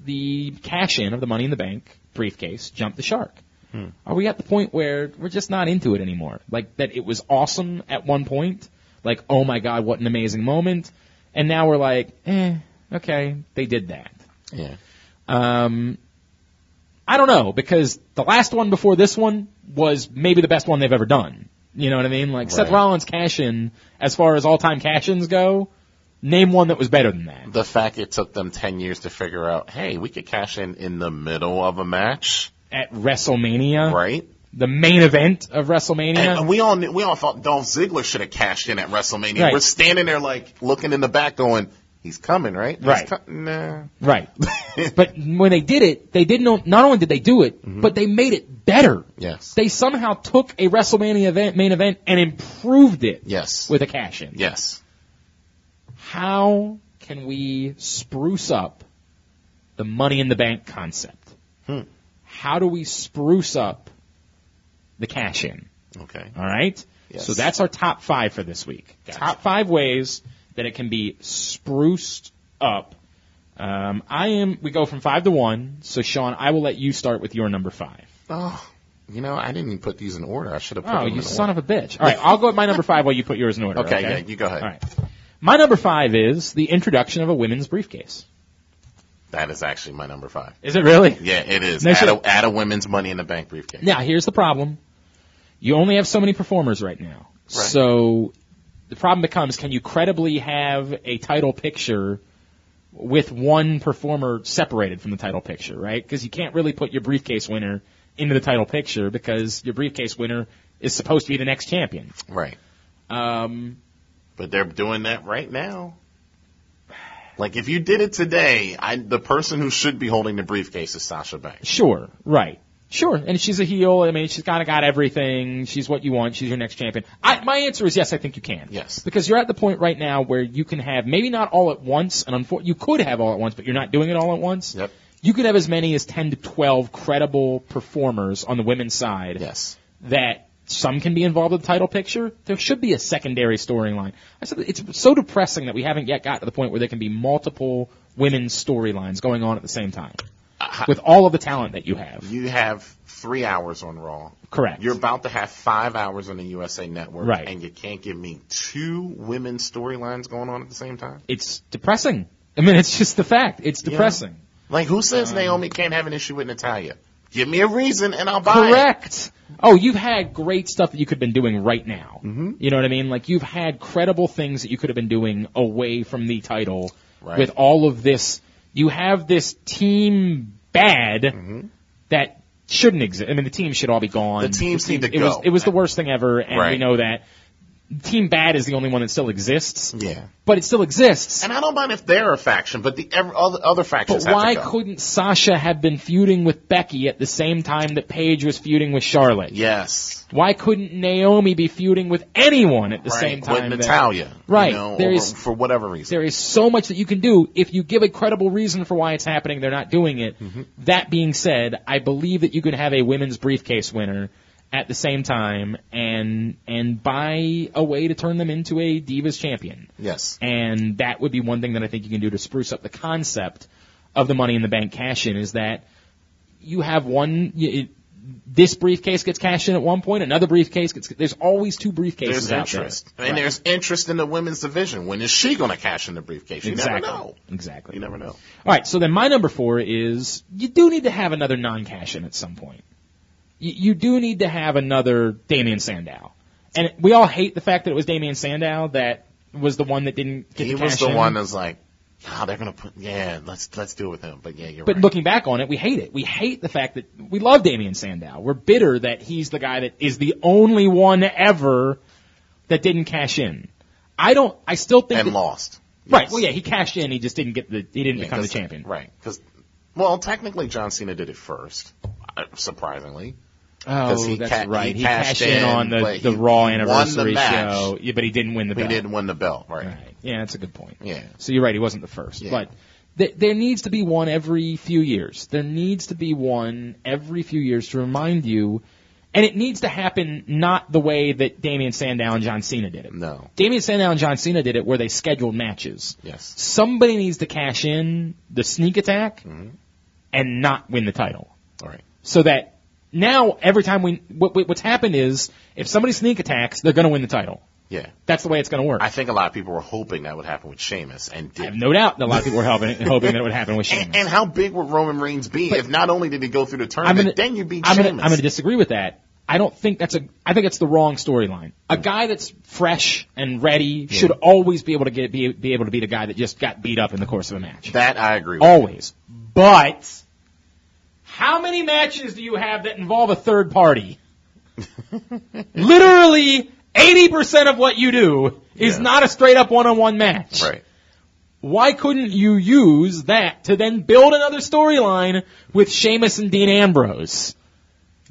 Speaker 1: the cash in of the Money in the Bank briefcase jumped the shark? Are we at the point where we're just not into it anymore? Like that it was awesome at one point, like oh my god, what an amazing moment, and now we're like, eh, okay, they did that.
Speaker 2: Yeah.
Speaker 1: Um, I don't know because the last one before this one was maybe the best one they've ever done. You know what I mean? Like Seth
Speaker 2: Right.
Speaker 1: Rollins cash in, as far as all time cash ins go, name one that was better than that.
Speaker 2: The fact it took them ten years to figure out, hey, we could cash in in the middle of a match,
Speaker 1: At WrestleMania,
Speaker 2: right?
Speaker 1: the main event of WrestleMania.
Speaker 2: And we all knew, we all thought Dolph Ziggler should have cashed in at WrestleMania.
Speaker 1: Right.
Speaker 2: We're standing there like looking in the back, going, "He's coming, right? He's
Speaker 1: Right.
Speaker 2: co- nah.
Speaker 1: Right. but when they did it, they didn't. on- Not only did they do it,
Speaker 2: Mm-hmm.
Speaker 1: but they made it better.
Speaker 2: Yes.
Speaker 1: They somehow took a WrestleMania event, main event, and improved it
Speaker 2: Yes.
Speaker 1: with a cash in.
Speaker 2: yes.
Speaker 1: How can we spruce up the Money in the Bank concept?
Speaker 2: Hmm.
Speaker 1: How do we spruce up the cash in?
Speaker 2: Okay.
Speaker 1: All right.
Speaker 2: Yes.
Speaker 1: So that's our top five for this week. Top five ways that it can be spruced up. Um, I am. We go from five to one. So Sean, I will let you start with your number five.
Speaker 2: Oh, you know, I didn't even put these in order. I should have put
Speaker 1: Oh,
Speaker 2: them
Speaker 1: you
Speaker 2: in
Speaker 1: son
Speaker 2: order.
Speaker 1: of a bitch! All right, I'll go with my number five while you put yours in order.
Speaker 2: Okay,
Speaker 1: Okay,
Speaker 2: yeah, you go ahead.
Speaker 1: All right. My number five is the introduction of a women's briefcase.
Speaker 2: That is actually my number five.
Speaker 1: Is it really?
Speaker 2: Yeah, it is.
Speaker 1: No
Speaker 2: add,
Speaker 1: shit.
Speaker 2: a, add a women's money in the bank briefcase.
Speaker 1: Now, here's the problem. You only have so many performers right now.
Speaker 2: Right.
Speaker 1: So the problem becomes can you credibly have a title picture with one performer separated from the title picture, right? Because you can't really put your briefcase winner into the title picture because your briefcase winner is supposed to be the next champion.
Speaker 2: Right.
Speaker 1: Um,
Speaker 2: But they're doing that right now. Like if you did it today, I, the person who should be holding the briefcase is Sasha Banks.
Speaker 1: Sure, right. Sure, and she's a heel. I mean, she's kind of got everything. She's what you want. She's your next champion. I, my answer is yes. I think you can.
Speaker 2: Yes.
Speaker 1: Because you're at the point right now where you can have maybe not all at once, and unfor- you could have all at once, but you're not doing it all at once.
Speaker 2: Yep.
Speaker 1: You could have as many as ten to twelve credible performers on the women's side.
Speaker 2: Yes.
Speaker 1: That some can be involved with the title picture. There should be a secondary storyline. I said it's so depressing that we haven't yet got to the point where there can be multiple women's storylines going on at the same time. With all of the talent that you have.
Speaker 2: You have three hours on Raw.
Speaker 1: Correct.
Speaker 2: You're about to have five hours on the USA Network,
Speaker 1: Right.
Speaker 2: and you can't give me two women's storylines going on at the same time.
Speaker 1: it's depressing. I mean, it's just the fact. It's depressing.
Speaker 2: Like, who says
Speaker 1: Um,
Speaker 2: Naomi can't have an issue with Natalia? Give me a reason, and I'll buy it.
Speaker 1: Correct. Oh, you've had great stuff that you could have been doing right now. Mm-hmm. You know what I mean? Like you've had credible things that you could have been doing away from the title
Speaker 2: Right.
Speaker 1: with all of this. You have this team bad that shouldn't exist. I mean, the team should all be gone.
Speaker 2: Mm-hmm. The teams
Speaker 1: team-
Speaker 2: need to
Speaker 1: it Was,
Speaker 2: go.
Speaker 1: it was the worst thing ever, and we
Speaker 2: Right.
Speaker 1: know that. Team bad is the only one that still exists,
Speaker 2: Yeah.
Speaker 1: but it still exists.
Speaker 2: And I don't mind if they're a faction, but the ev- other, other
Speaker 1: But
Speaker 2: factions have
Speaker 1: why
Speaker 2: to go.
Speaker 1: couldn't Sasha have been feuding with Becky at the same time that Paige was feuding with Charlotte?
Speaker 2: Yes.
Speaker 1: Why couldn't Naomi be feuding with anyone at the same
Speaker 2: right.
Speaker 1: time?
Speaker 2: With
Speaker 1: that-
Speaker 2: Natalia.
Speaker 1: Right.
Speaker 2: You know,
Speaker 1: There
Speaker 2: or
Speaker 1: is-
Speaker 2: for whatever reason.
Speaker 1: there is so much that you can do if you give a credible reason for why it's happening. They're not doing it. That being said, I believe that you can have a women's briefcase winner at the same time and and buy a way to turn them into a divas champion.
Speaker 2: Yes.
Speaker 1: And that would be one thing that I think you can do to spruce up the concept of the Money in the Bank cash in is that you have one. y it, this briefcase gets cashed in at one point. Another briefcase gets. There's always two briefcases
Speaker 2: There's
Speaker 1: out there.
Speaker 2: interest. And
Speaker 1: Right.
Speaker 2: there's interest in the women's division. When is she going to cash in the briefcase? You
Speaker 1: exactly.
Speaker 2: never know.
Speaker 1: Exactly.
Speaker 2: You never know.
Speaker 1: All right. So then my number four is you do need to have another non-cash in at some point. You, you do need to have another Damian Sandow, and we all hate the fact that it was Damian Sandow that was the one that didn't get
Speaker 2: He
Speaker 1: the
Speaker 2: was
Speaker 1: cash
Speaker 2: the
Speaker 1: in.
Speaker 2: one that's like, God, they're gonna put. Yeah, let's let's deal with him. But yeah, you're
Speaker 1: But
Speaker 2: right.
Speaker 1: looking back on it, we hate it. We hate the fact that we love Damian Sandow. We're bitter that he's the guy that is the only one ever that didn't cash in. I don't. I still think.
Speaker 2: and
Speaker 1: that-
Speaker 2: lost.
Speaker 1: Right.
Speaker 2: Yes.
Speaker 1: Well, yeah, he cashed in. He just didn't get the. He didn't
Speaker 2: Yeah,
Speaker 1: become the
Speaker 2: 'cause-
Speaker 1: champion.
Speaker 2: Right. Because well, technically John Cena did it first, uh, surprisingly.
Speaker 1: Oh,
Speaker 2: 'Cause he
Speaker 1: that's
Speaker 2: ca-
Speaker 1: right.
Speaker 2: he
Speaker 1: He
Speaker 2: cashed
Speaker 1: cashed in
Speaker 2: in,
Speaker 1: on the
Speaker 2: but
Speaker 1: the
Speaker 2: he
Speaker 1: Raw
Speaker 2: won the
Speaker 1: anniversary
Speaker 2: match.
Speaker 1: show. Yeah, but he didn't win the
Speaker 2: But he
Speaker 1: belt.
Speaker 2: didn't win the belt, right?
Speaker 1: Right. Yeah, that's a good point.
Speaker 2: Yeah.
Speaker 1: So you're right, he wasn't the first.
Speaker 2: Yeah.
Speaker 1: But th- there needs to be one every few years. There needs to be one every few years to remind you, and it needs to happen not the way that Damian Sandow and John Cena did it.
Speaker 2: No.
Speaker 1: Damian Sandow and John Cena did it where they scheduled matches.
Speaker 2: Yes.
Speaker 1: Somebody needs to cash in the sneak attack
Speaker 2: Mm-hmm.
Speaker 1: and not win the title
Speaker 2: All right.
Speaker 1: so that now every time we what, what- what's happened is if somebody sneak attacks, they're going to win the title.
Speaker 2: Yeah.
Speaker 1: That's the way it's going to work.
Speaker 2: I think a lot of people were hoping that would happen with Sheamus and
Speaker 1: I
Speaker 2: did.
Speaker 1: have no doubt that a lot of people were hoping, hoping that it would happen with
Speaker 2: and,
Speaker 1: Sheamus.
Speaker 2: and how big would Roman Reigns be if not only did he go through the
Speaker 1: I'm gonna,
Speaker 2: tournament, then you beat
Speaker 1: I'm
Speaker 2: Sheamus?
Speaker 1: gonna, I'm gonna disagree with that. I don't think that's a. I think it's the wrong storyline. A guy that's fresh and ready should always be able to get be, be able to beat a guy that just got beat up in the course of a match.
Speaker 2: that I agree with.
Speaker 1: always. But how many matches do you have that involve a third party? Literally 80% of what you do is
Speaker 2: Yeah.
Speaker 1: not a straight up one on one match.
Speaker 2: Right.
Speaker 1: Why couldn't you use that to then build another storyline with Sheamus and Dean Ambrose?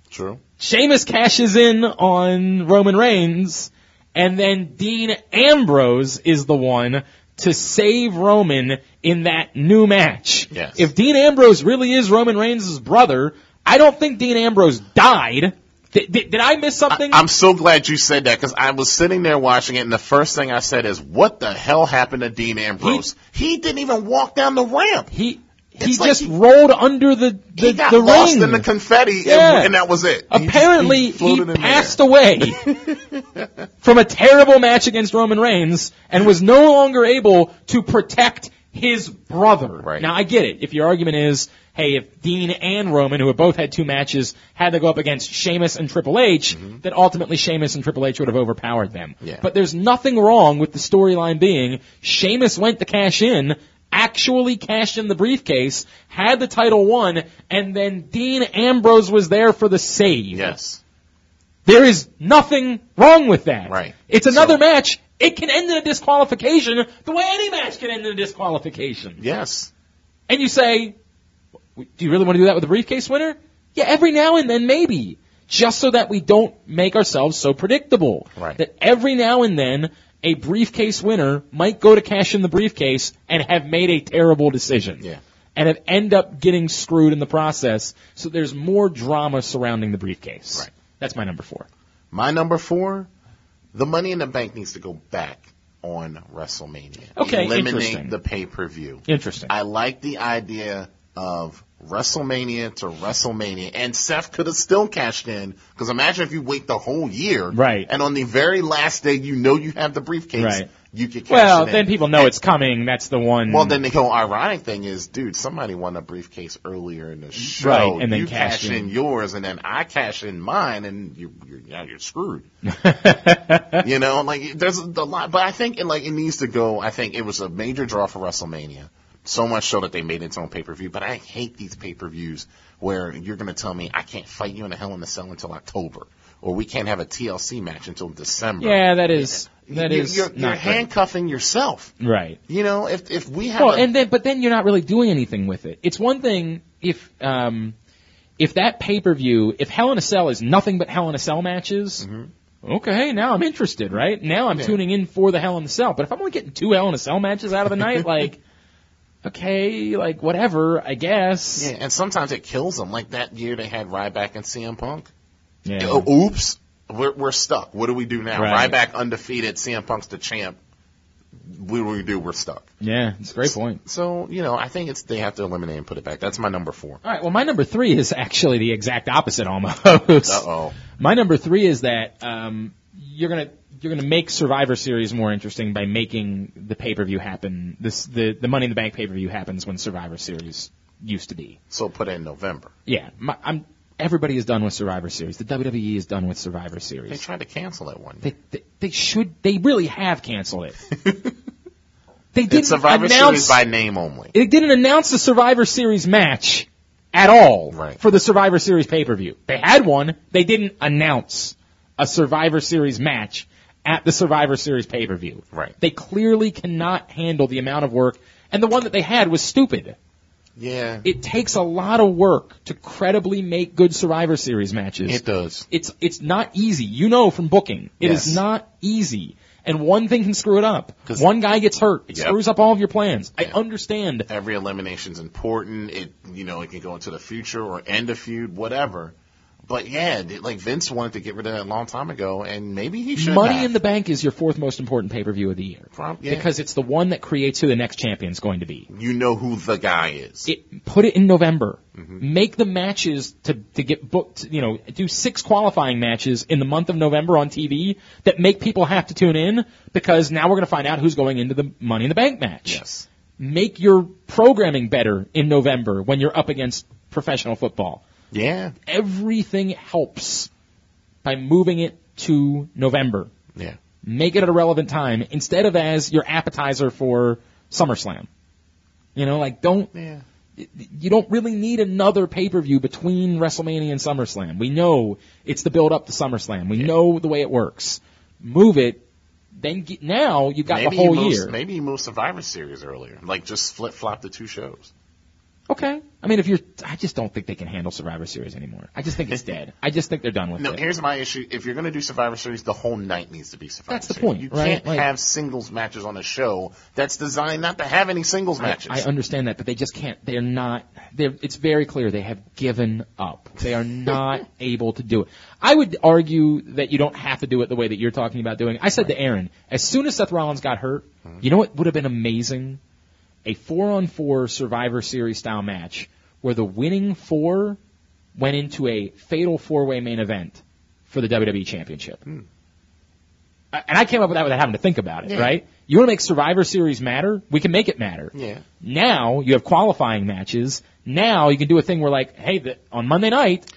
Speaker 2: True.
Speaker 1: Sheamus cashes in on Roman Reigns, and then Dean Ambrose is the one to save Roman in that new match.
Speaker 2: Yes.
Speaker 1: If Dean Ambrose really is Roman Reigns' brother, I don't think Dean Ambrose died. Did, did, did I miss
Speaker 2: I,
Speaker 1: something?
Speaker 2: am so glad you said that because I was sitting there watching it, and the first thing I said is, "What the hell happened to Dean Ambrose? He, didn't even walk down the ramp.
Speaker 1: he he
Speaker 2: It's like
Speaker 1: just
Speaker 2: he-
Speaker 1: rolled under the the,
Speaker 2: he got
Speaker 1: the
Speaker 2: lost
Speaker 1: ring.
Speaker 2: in the confetti, and-
Speaker 1: Yeah.
Speaker 2: and, that was it. He just-
Speaker 1: Apparently, he,
Speaker 2: floated in
Speaker 1: passed
Speaker 2: there.
Speaker 1: away from a terrible match against Roman Reigns and was no longer able to protect his brother.
Speaker 2: Right.
Speaker 1: Now, I get it. If your argument is, hey, if Dean and Roman, who have both had two matches, had to go up against Sheamus and Triple H, then ultimately Sheamus and Triple H would have overpowered them.
Speaker 2: Mm-hmm. Yeah.
Speaker 1: But there's nothing wrong with the storyline being Sheamus went to cash in, actually cashed in the briefcase, had the title won, and then Dean Ambrose was there for the save.
Speaker 2: Yes.
Speaker 1: There is nothing wrong with that.
Speaker 2: Right.
Speaker 1: It's another
Speaker 2: So-
Speaker 1: match. It can end in a disqualification the way any match can end in a disqualification.
Speaker 2: Yes.
Speaker 1: And you say, do you really want to do that with a briefcase winner? Yeah, every now and then maybe. Just so that we don't make ourselves so predictable.
Speaker 2: Right.
Speaker 1: That every now and then a briefcase winner might go to cash in the briefcase and have made a terrible decision.
Speaker 2: Yeah.
Speaker 1: And have end up getting screwed in the process. So there's more drama surrounding the briefcase.
Speaker 2: Right.
Speaker 1: That's my number four.
Speaker 2: My number four, the Money in the Bank needs to go back on WrestleMania.
Speaker 1: Okay, interesting.
Speaker 2: Eliminate the pay per view.
Speaker 1: Interesting.
Speaker 2: I like the idea of WrestleMania to WrestleMania, and Seth could have still cashed in because imagine if you wait the whole year,
Speaker 1: Right.
Speaker 2: And on the very last day, you know you have the briefcase,
Speaker 1: Right.
Speaker 2: You could cash
Speaker 1: well,
Speaker 2: it in.
Speaker 1: then people know it's coming. That's the one.
Speaker 2: Well, then the whole ironic thing is, dude, somebody won a briefcase earlier in the show.
Speaker 1: Right, and then
Speaker 2: you
Speaker 1: cashed
Speaker 2: cash in.
Speaker 1: in.
Speaker 2: yours, and then I cash in mine, and you, you're now you're screwed. you know, like there's a lot, but I think it, like it needs to go. I think it was a major draw for WrestleMania. So much so that they made its own pay per view. But I hate these pay per views where you're going to tell me I can't fight you in a Hell in a Cell until October, or we can't have a TLC match until December.
Speaker 1: yeah, that is that
Speaker 2: You-
Speaker 1: is
Speaker 2: you're, you're
Speaker 1: not
Speaker 2: handcuffing yourself.
Speaker 1: good. right.
Speaker 2: You know, if if we have
Speaker 1: Well,
Speaker 2: a,
Speaker 1: and then but then you're not really doing anything with it. It's one thing if um if that pay per view if Hell in a Cell is nothing but Hell in a Cell matches. Okay, now I'm interested, right? Now I'm tuning in for the Hell in a Cell. But if I'm only getting two Hell in a Cell matches out of the night, like, okay, like whatever, I guess.
Speaker 2: Yeah, and sometimes it kills them. Like that year they had Ryback and CM Punk.
Speaker 1: Yeah.
Speaker 2: Oh, oops, we're we're stuck. What do we do now?
Speaker 1: Right.
Speaker 2: Ryback undefeated, CM Punk's the champ. What do we do? We're stuck.
Speaker 1: yeah, it's a great point.
Speaker 2: So you know, I think it's they have to eliminate and put it back. That's my number four.
Speaker 1: All right. Well, my number three is actually the exact opposite almost.
Speaker 2: Uh oh.
Speaker 1: My number three is that um, you're gonna you're gonna make Survivor Series more interesting by making the pay per view happen. This the the Money in the Bank pay per view happens when Survivor Series used to be.
Speaker 2: So put it in November.
Speaker 1: Yeah. My, I'm. Everybody is done with Survivor Series. The WWE is done with Survivor
Speaker 2: They
Speaker 1: Series.
Speaker 2: tried to cancel it one. year.
Speaker 1: They, they, they should. They really have canceled it. They didn't
Speaker 2: It's Survivor
Speaker 1: announce
Speaker 2: Series by name only.
Speaker 1: they didn't announce the Survivor Series match at all
Speaker 2: Right.
Speaker 1: for the Survivor Series pay per view. They had one. They didn't announce a Survivor Series match at the Survivor Series pay per view.
Speaker 2: Right.
Speaker 1: They clearly cannot handle the amount of work, and the one that they had was stupid.
Speaker 2: Yeah,
Speaker 1: It takes a lot of work to credibly make good Survivor Series matches
Speaker 2: it does.
Speaker 1: it's it's not easy. You know from booking, it is
Speaker 2: Yes.
Speaker 1: not easy. And one thing can screw it up.
Speaker 2: 'Cause-
Speaker 1: One guy gets hurt. It
Speaker 2: Yep.
Speaker 1: screws up all of your plans.
Speaker 2: Yeah.
Speaker 1: I understand.
Speaker 2: Every elimination's important. It you know it can go into the future or end a feud, whatever. But yeah, th- like Vince wanted to get rid of that a long time ago, and maybe he should.
Speaker 1: Money
Speaker 2: have.
Speaker 1: in the Bank is your fourth most important pay per view of the year
Speaker 2: Prob- yeah.
Speaker 1: because it's the one that creates who the next champion's going to be.
Speaker 2: you know who the guy is.
Speaker 1: It put it in November.
Speaker 2: Mm-hmm.
Speaker 1: Make the matches to to get booked. You know, do six qualifying matches in the month of November on TV that make people have to tune in because now we're going to find out who's going into the Money in the Bank match.
Speaker 2: yes.
Speaker 1: make your programming better in November when you're up against professional football.
Speaker 2: Yeah.
Speaker 1: Everything helps by moving it to November.
Speaker 2: Yeah.
Speaker 1: Make it at a relevant time instead of as your appetizer for SummerSlam. You know, like don't
Speaker 2: Yeah.
Speaker 1: you don't really need another pay-per-view between WrestleMania and SummerSlam. We know it's the build up to SummerSlam. We know the way it works. Move it then get, now you've got
Speaker 2: maybe
Speaker 1: the whole
Speaker 2: he moves,
Speaker 1: year.
Speaker 2: Maybe he moves Survivor Series earlier. Like just flip flop the two shows.
Speaker 1: Okay. I mean, if you're, I just don't think they can handle Survivor Series anymore. I just think it's dead. I just think they're done with
Speaker 2: No,
Speaker 1: it.
Speaker 2: here's my issue. If you're going to do Survivor Series, the whole night needs to be Survivor
Speaker 1: That's the
Speaker 2: Series.
Speaker 1: point,
Speaker 2: You
Speaker 1: right?
Speaker 2: can't
Speaker 1: Like-
Speaker 2: have singles matches on a show that's designed not to have any singles matches.
Speaker 1: I understand that, but they just can't. They're not. They're, it's very clear they have given up. They are not able to do it. I would argue that you don't have to do it the way that you're talking about doing. it. I said to Aaron, as soon as Seth Rollins got hurt,
Speaker 2: Mm-hmm.
Speaker 1: you know what would have been amazing? A four-on-four Survivor Series style match where the winning four went into a fatal four-way main event for the WWE Championship. I- And I came up with that without having to think about it,
Speaker 2: Hmm. Yeah.
Speaker 1: right? You want to make Survivor Series matter? We can make it matter.
Speaker 2: yeah.
Speaker 1: Now you have qualifying matches. Now you can do a thing where like, hey, the, on Monday night,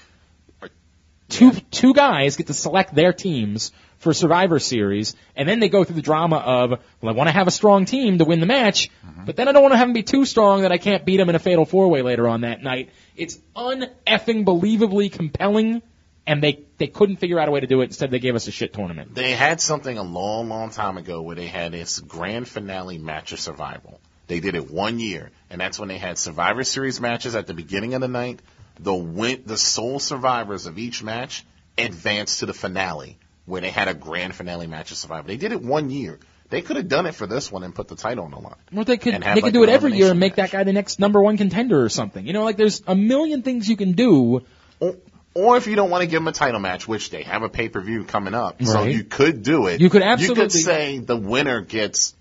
Speaker 1: two two guys get to select their teams for Survivor Series, and then they go through the drama of, well, I want to have a strong team to win the match, but then I don't want to have them be too strong that I can't beat them in a fatal four way later on that night. It's uneffing believably compelling, and they they couldn't figure out a way to do it. Instead, they gave us a shit tournament.
Speaker 2: They had something a long, long time ago where they had this grand finale match of survival. They did it one year, and that's when they had Survivor Series matches at the beginning of the night. The win- the sole survivors of each match advanced to the finale, where they had a grand finale match of survivor. They did it one year. They could have done it for this one and put the title on the line.
Speaker 1: Or they could
Speaker 2: And
Speaker 1: they
Speaker 2: have,
Speaker 1: could
Speaker 2: like,
Speaker 1: do it
Speaker 2: an
Speaker 1: every year and
Speaker 2: elimination
Speaker 1: make that
Speaker 2: match.
Speaker 1: guy the next number one contender or something. You know, like there's a million things you can do.
Speaker 2: Or, or if you don't want to give them a title match, which they have a pay per view coming up, so
Speaker 1: Right.
Speaker 2: you could do it.
Speaker 1: You could
Speaker 2: You could
Speaker 1: absolutely-
Speaker 2: say the winner gets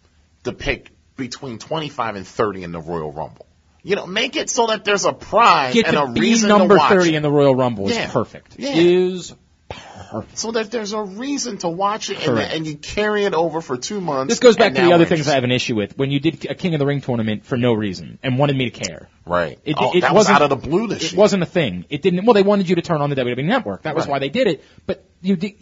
Speaker 2: the pick between 25 and 30 in the Royal Rumble. You know, make it so that there's a prize
Speaker 1: get
Speaker 2: and
Speaker 1: to
Speaker 2: a
Speaker 1: be
Speaker 2: reason
Speaker 1: number
Speaker 2: to watch
Speaker 1: 30
Speaker 2: it.
Speaker 1: in the Royal Rumble
Speaker 2: Yeah.
Speaker 1: is perfect.
Speaker 2: Yeah.
Speaker 1: Is
Speaker 2: so that there's a reason to watch it, and,
Speaker 1: Correct.
Speaker 2: and you carry it over for two months.
Speaker 1: this goes back
Speaker 2: and
Speaker 1: to
Speaker 2: now
Speaker 1: the other
Speaker 2: we're
Speaker 1: things I
Speaker 2: interested.
Speaker 1: have an issue with when you did a King of the Ring tournament for no reason and wanted me to care.
Speaker 2: Right.
Speaker 1: It-
Speaker 2: oh,
Speaker 1: it
Speaker 2: that was
Speaker 1: wasn't-
Speaker 2: out of the blue this
Speaker 1: It
Speaker 2: year.
Speaker 1: wasn't a thing. It didn't. Well, they wanted you to turn on the WWE Network. That was
Speaker 2: Right.
Speaker 1: why they did it. But you did,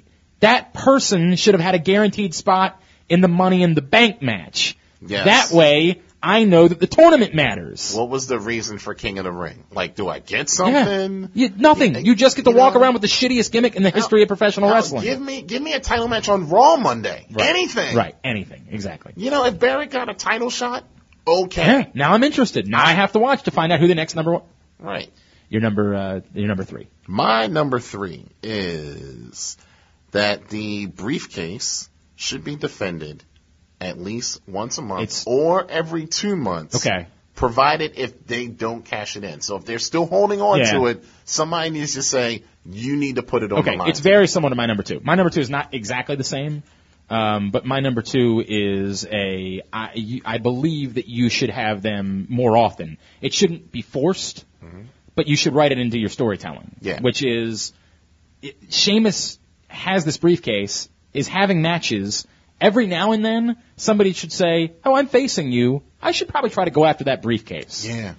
Speaker 1: that person should have had a guaranteed spot in the Money in the Bank match.
Speaker 2: Yes.
Speaker 1: That way, I know that the tournament matters.
Speaker 2: What was the reason for King of the Ring? Like, do I get
Speaker 1: yeah.
Speaker 2: something?
Speaker 1: You- nothing. You just get to
Speaker 2: You
Speaker 1: walk
Speaker 2: know-
Speaker 1: around with the shittiest gimmick in the history of professional
Speaker 2: No,
Speaker 1: wrestling.
Speaker 2: Give me, give me a title match on Raw Monday.
Speaker 1: Right.
Speaker 2: Anything.
Speaker 1: Right. Anything. Exactly.
Speaker 2: You know, if Barrett got a title shot, okay.
Speaker 1: Yeah, now I'm interested. Now I have to watch to find out who the next number one.
Speaker 2: Right.
Speaker 1: Your number, uh, your number three.
Speaker 2: My number three is that the briefcase should be defended at least once a month
Speaker 1: It's-
Speaker 2: or every two months.
Speaker 1: Okay.
Speaker 2: Provided if they don't cash it in. So if they're still holding on
Speaker 1: Yeah.
Speaker 2: to it, somebody needs to say, you need to put it on
Speaker 1: Okay,
Speaker 2: the line.
Speaker 1: it's very similar to my number two. My number two is not exactly the same, um, but my number two is a. I, you, I believe that you should have them more often. It shouldn't be forced, but you should write it into your storytelling.
Speaker 2: Mm-hmm. Yeah.
Speaker 1: Which is, it, Seamus has this briefcase, is having matches. Every now and then, somebody should say, "Oh, I'm facing you. I should probably try to go after that briefcase."
Speaker 2: Yeah.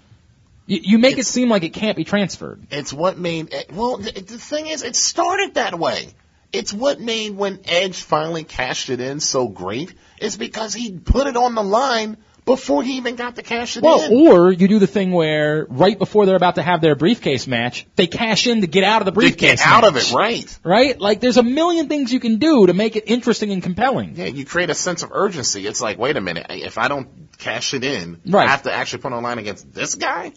Speaker 1: You, you make it seem like it can't be transferred.
Speaker 2: It's what made. eh, Well, the, the thing is, it started that way. It's what made when Edge finally cashed it in so great. Is because he put it on the line before he even got to cash it
Speaker 1: Well,
Speaker 2: in.
Speaker 1: Oh, or you do the thing where right before they're about to have their briefcase match, they cash in to get out of the
Speaker 2: They
Speaker 1: briefcase.
Speaker 2: get out of
Speaker 1: match,
Speaker 2: it, right?
Speaker 1: Right? Like there's a million things you can do to make it interesting and compelling.
Speaker 2: Yeah, you create a sense of urgency. It's like, wait a minute, if I don't cash it in,
Speaker 1: Right.
Speaker 2: I have to actually put online against this guy.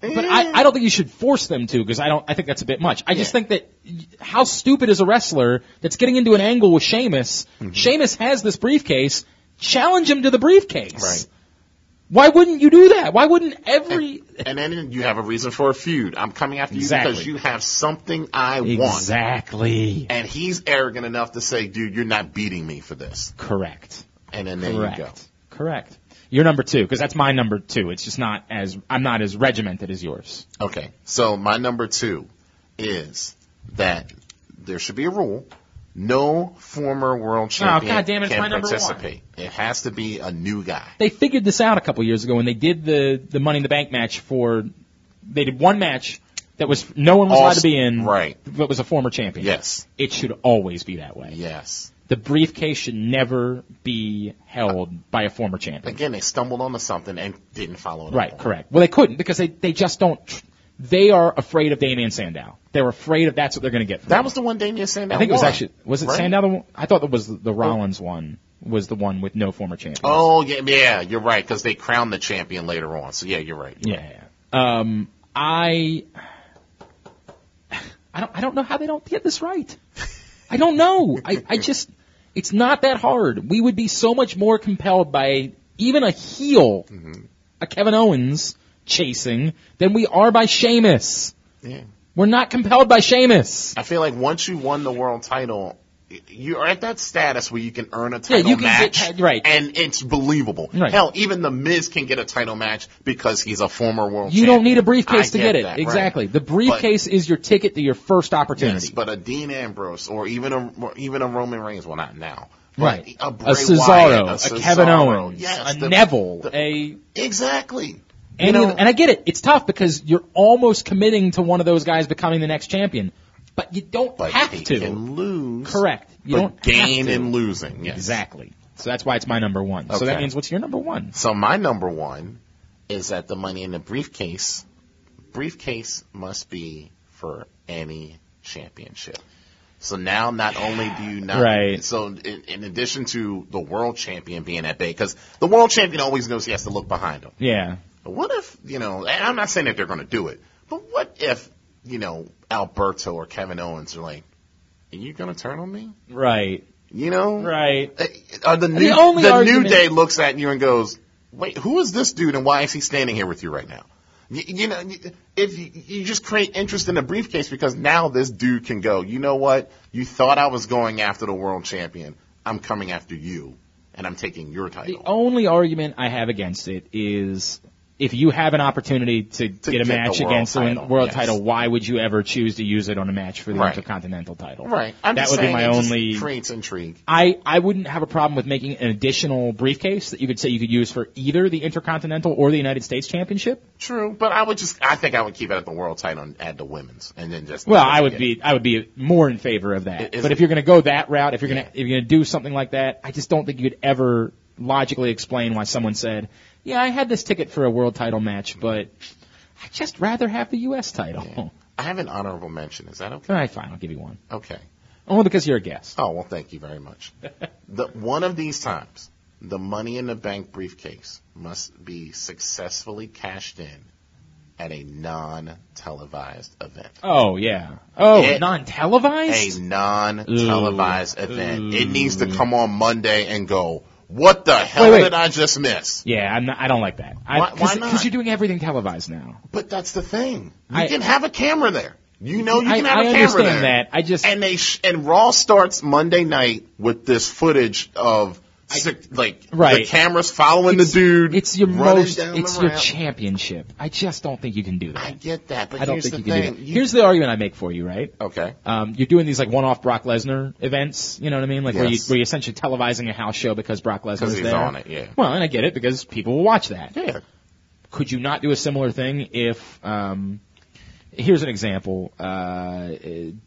Speaker 1: But I, I don't think you should force them to because I don't. I think that's a bit much. I just think that y- how stupid is a wrestler that's getting into an angle with Sheamus?
Speaker 2: Mm-hmm.
Speaker 1: Sheamus has this briefcase. Challenge him to the briefcase.
Speaker 2: Right.
Speaker 1: Why wouldn't you do that? Why wouldn't every
Speaker 2: And then you have a reason for a feud. I'm coming after
Speaker 1: Exactly.
Speaker 2: you because you have something I want.
Speaker 1: exactly
Speaker 2: And he's arrogant enough to say, dude, you're not beating me for this.
Speaker 1: correct?
Speaker 2: And then there
Speaker 1: Correct.
Speaker 2: you go.
Speaker 1: Correct. Your number two because that's my number two. It's just not as I'm not as regimented as yours.
Speaker 2: Okay. So my number two is that there should be a rule. No former world champion
Speaker 1: goddamn Oh, it, it's
Speaker 2: can
Speaker 1: my number one.
Speaker 2: participate. It has to be a new guy.
Speaker 1: They figured this out a couple years ago when they did the the Money in the Bank match for. They did one match. That was no one was allowed to be in.
Speaker 2: Right.
Speaker 1: but was a former champion.
Speaker 2: Yes.
Speaker 1: It should always be that way.
Speaker 2: Yes.
Speaker 1: The briefcase should never be held by a former champion.
Speaker 2: Again, they stumbled onto something and didn't follow it
Speaker 1: Right,
Speaker 2: up.
Speaker 1: correct. Well, they couldn't because they, they just don't. Tr- they are afraid of Damian Sandow. They're afraid of that's what they're going to get. From
Speaker 2: That
Speaker 1: him.
Speaker 2: was the one Damian Sandow
Speaker 1: I think it was
Speaker 2: won,
Speaker 1: actually was it
Speaker 2: right?
Speaker 1: Sandow? The one? I thought that was the Rollins one was the one with no former champion.
Speaker 2: Oh, yeah, yeah, you're right, because they crowned the champion later on. So, yeah, you're right.
Speaker 1: Yeah. Um, I, I don't, I don't know how they don't get this right. I don't know. I, I just, it's not that hard. We would be so much more compelled by even a heel,
Speaker 2: Mm-hmm.
Speaker 1: a Kevin Owens chasing, than we are by Sheamus.
Speaker 2: Yeah.
Speaker 1: We're not compelled by Sheamus.
Speaker 2: I feel like once you won the world title, y- you are at that status where you can earn a
Speaker 1: Yeah,
Speaker 2: title
Speaker 1: you can
Speaker 2: match,
Speaker 1: get- right.
Speaker 2: And it's believable.
Speaker 1: Right.
Speaker 2: Hell, even the Miz can get a title match because he's a former world.
Speaker 1: You
Speaker 2: champion.
Speaker 1: don't need a briefcase
Speaker 2: I
Speaker 1: to get it.
Speaker 2: that, right.
Speaker 1: exactly. The briefcase is your ticket to your first opportunity.
Speaker 2: Yes, but a Dean Ambrose or even a or even a Roman Reigns, well, not now. but
Speaker 1: Right.
Speaker 2: A, Bray
Speaker 1: a Cesaro,
Speaker 2: Wyatt,
Speaker 1: a, Kevin
Speaker 2: Cesaro.
Speaker 1: Owens,
Speaker 2: Yes,
Speaker 1: a
Speaker 2: the-
Speaker 1: Neville,
Speaker 2: the-
Speaker 1: a
Speaker 2: exactly.
Speaker 1: any
Speaker 2: You know-
Speaker 1: of the- and I get it. It's tough because you're almost committing to one of those guys becoming the next champion, but you don't
Speaker 2: But
Speaker 1: have
Speaker 2: he
Speaker 1: to.
Speaker 2: can lose.
Speaker 1: Correct. You
Speaker 2: but
Speaker 1: don't have
Speaker 2: gain
Speaker 1: to.
Speaker 2: in losing. Yes.
Speaker 1: Exactly. So that's why it's my number one. So that
Speaker 2: Okay.
Speaker 1: means what's your number one?
Speaker 2: So my number one is that the money in the briefcase briefcase must be for any championship. So now not only do you not
Speaker 1: Right.
Speaker 2: so in, in addition to the world champion being at bay because the world champion always knows he has to look behind him.
Speaker 1: Yeah.
Speaker 2: But what if you know? And I'm not saying that they're going to do it, but what if you know Alberto or Kevin Owens are like, "Are you going to turn on me?"
Speaker 1: Right.
Speaker 2: You know,
Speaker 1: Right.
Speaker 2: uh, uh, the new,
Speaker 1: only
Speaker 2: the
Speaker 1: argument-
Speaker 2: new day looks at you and goes, "Wait, who is this dude, and why is he standing here with you right now?" You, you know, y- if you, you just create interest in the briefcase because now this dude can go. You know what? You thought I was going after the world champion. I'm coming after you, and I'm taking your
Speaker 1: The
Speaker 2: title.
Speaker 1: only argument I have against it is if you have an opportunity to, get a
Speaker 2: get the
Speaker 1: match
Speaker 2: world
Speaker 1: against a
Speaker 2: title,
Speaker 1: world
Speaker 2: yes.
Speaker 1: title, why would you ever choose to use it on a match for the
Speaker 2: Right.
Speaker 1: Intercontinental title?
Speaker 2: right? I'm
Speaker 1: that
Speaker 2: just
Speaker 1: would be
Speaker 2: saying
Speaker 1: my
Speaker 2: it just
Speaker 1: only
Speaker 2: creates intrigue.
Speaker 1: I, I wouldn't have a problem with making an additional briefcase that you could say you could use for either the Intercontinental or the United States Championship.
Speaker 2: True, but I would just I think I would keep it at the world title and add the women's, and then just
Speaker 1: Well, I would be I would be more in favor of that.
Speaker 2: Is-
Speaker 1: But if you're going to go that route, if you're going to if you're going to do something like that, I just don't think you could ever logically explain why someone said, "Yeah, I had this ticket for a world title match, but I just rather have the U.S. title."
Speaker 2: I have an honorable mention. Is that okay?
Speaker 1: All right, fine, I'll give you one.
Speaker 2: Okay.
Speaker 1: Only because you're a guest.
Speaker 2: Oh well, thank you very much. the, one of these times, the money in the bank briefcase must be successfully cashed in at a non-televised event.
Speaker 1: Oh yeah. Oh,
Speaker 2: It- A
Speaker 1: non-televised.
Speaker 2: non-televised event. It needs to come on Monday and go. What the hell
Speaker 1: wait.
Speaker 2: did I just miss?
Speaker 1: yeah, I'm not, I don't like that.
Speaker 2: Why- why not?
Speaker 1: Because you're doing everything televised now.
Speaker 2: But that's the thing. You
Speaker 1: I-
Speaker 2: can have a camera there. You know you can
Speaker 1: I,
Speaker 2: have a
Speaker 1: I
Speaker 2: camera
Speaker 1: understand
Speaker 2: there.
Speaker 1: that. I just
Speaker 2: and they sh- and Raw starts Monday night with this footage of sick- like
Speaker 1: Right.
Speaker 2: the cameras following
Speaker 1: It's-
Speaker 2: the dude.
Speaker 1: it's your
Speaker 2: running
Speaker 1: most
Speaker 2: down
Speaker 1: it's
Speaker 2: the
Speaker 1: your
Speaker 2: ramp.
Speaker 1: championship. I just don't think you can do
Speaker 2: I
Speaker 1: that.
Speaker 2: get that, but
Speaker 1: I don't
Speaker 2: here's
Speaker 1: think
Speaker 2: the
Speaker 1: you
Speaker 2: thing.
Speaker 1: can do that.
Speaker 2: You-
Speaker 1: Here's the argument I make for you, right?
Speaker 2: okay,
Speaker 1: Um, you're doing these like one-off Brock Lesnar events, you know what I mean? Like where you
Speaker 2: Yes.
Speaker 1: where you're essentially televising a house show because Brock Lesnar
Speaker 2: because
Speaker 1: is
Speaker 2: he's
Speaker 1: there.
Speaker 2: on it. Yeah,
Speaker 1: Well, and I get it because people will watch that.
Speaker 2: yeah.
Speaker 1: Could you not do a similar thing if um, here's an example. Uh,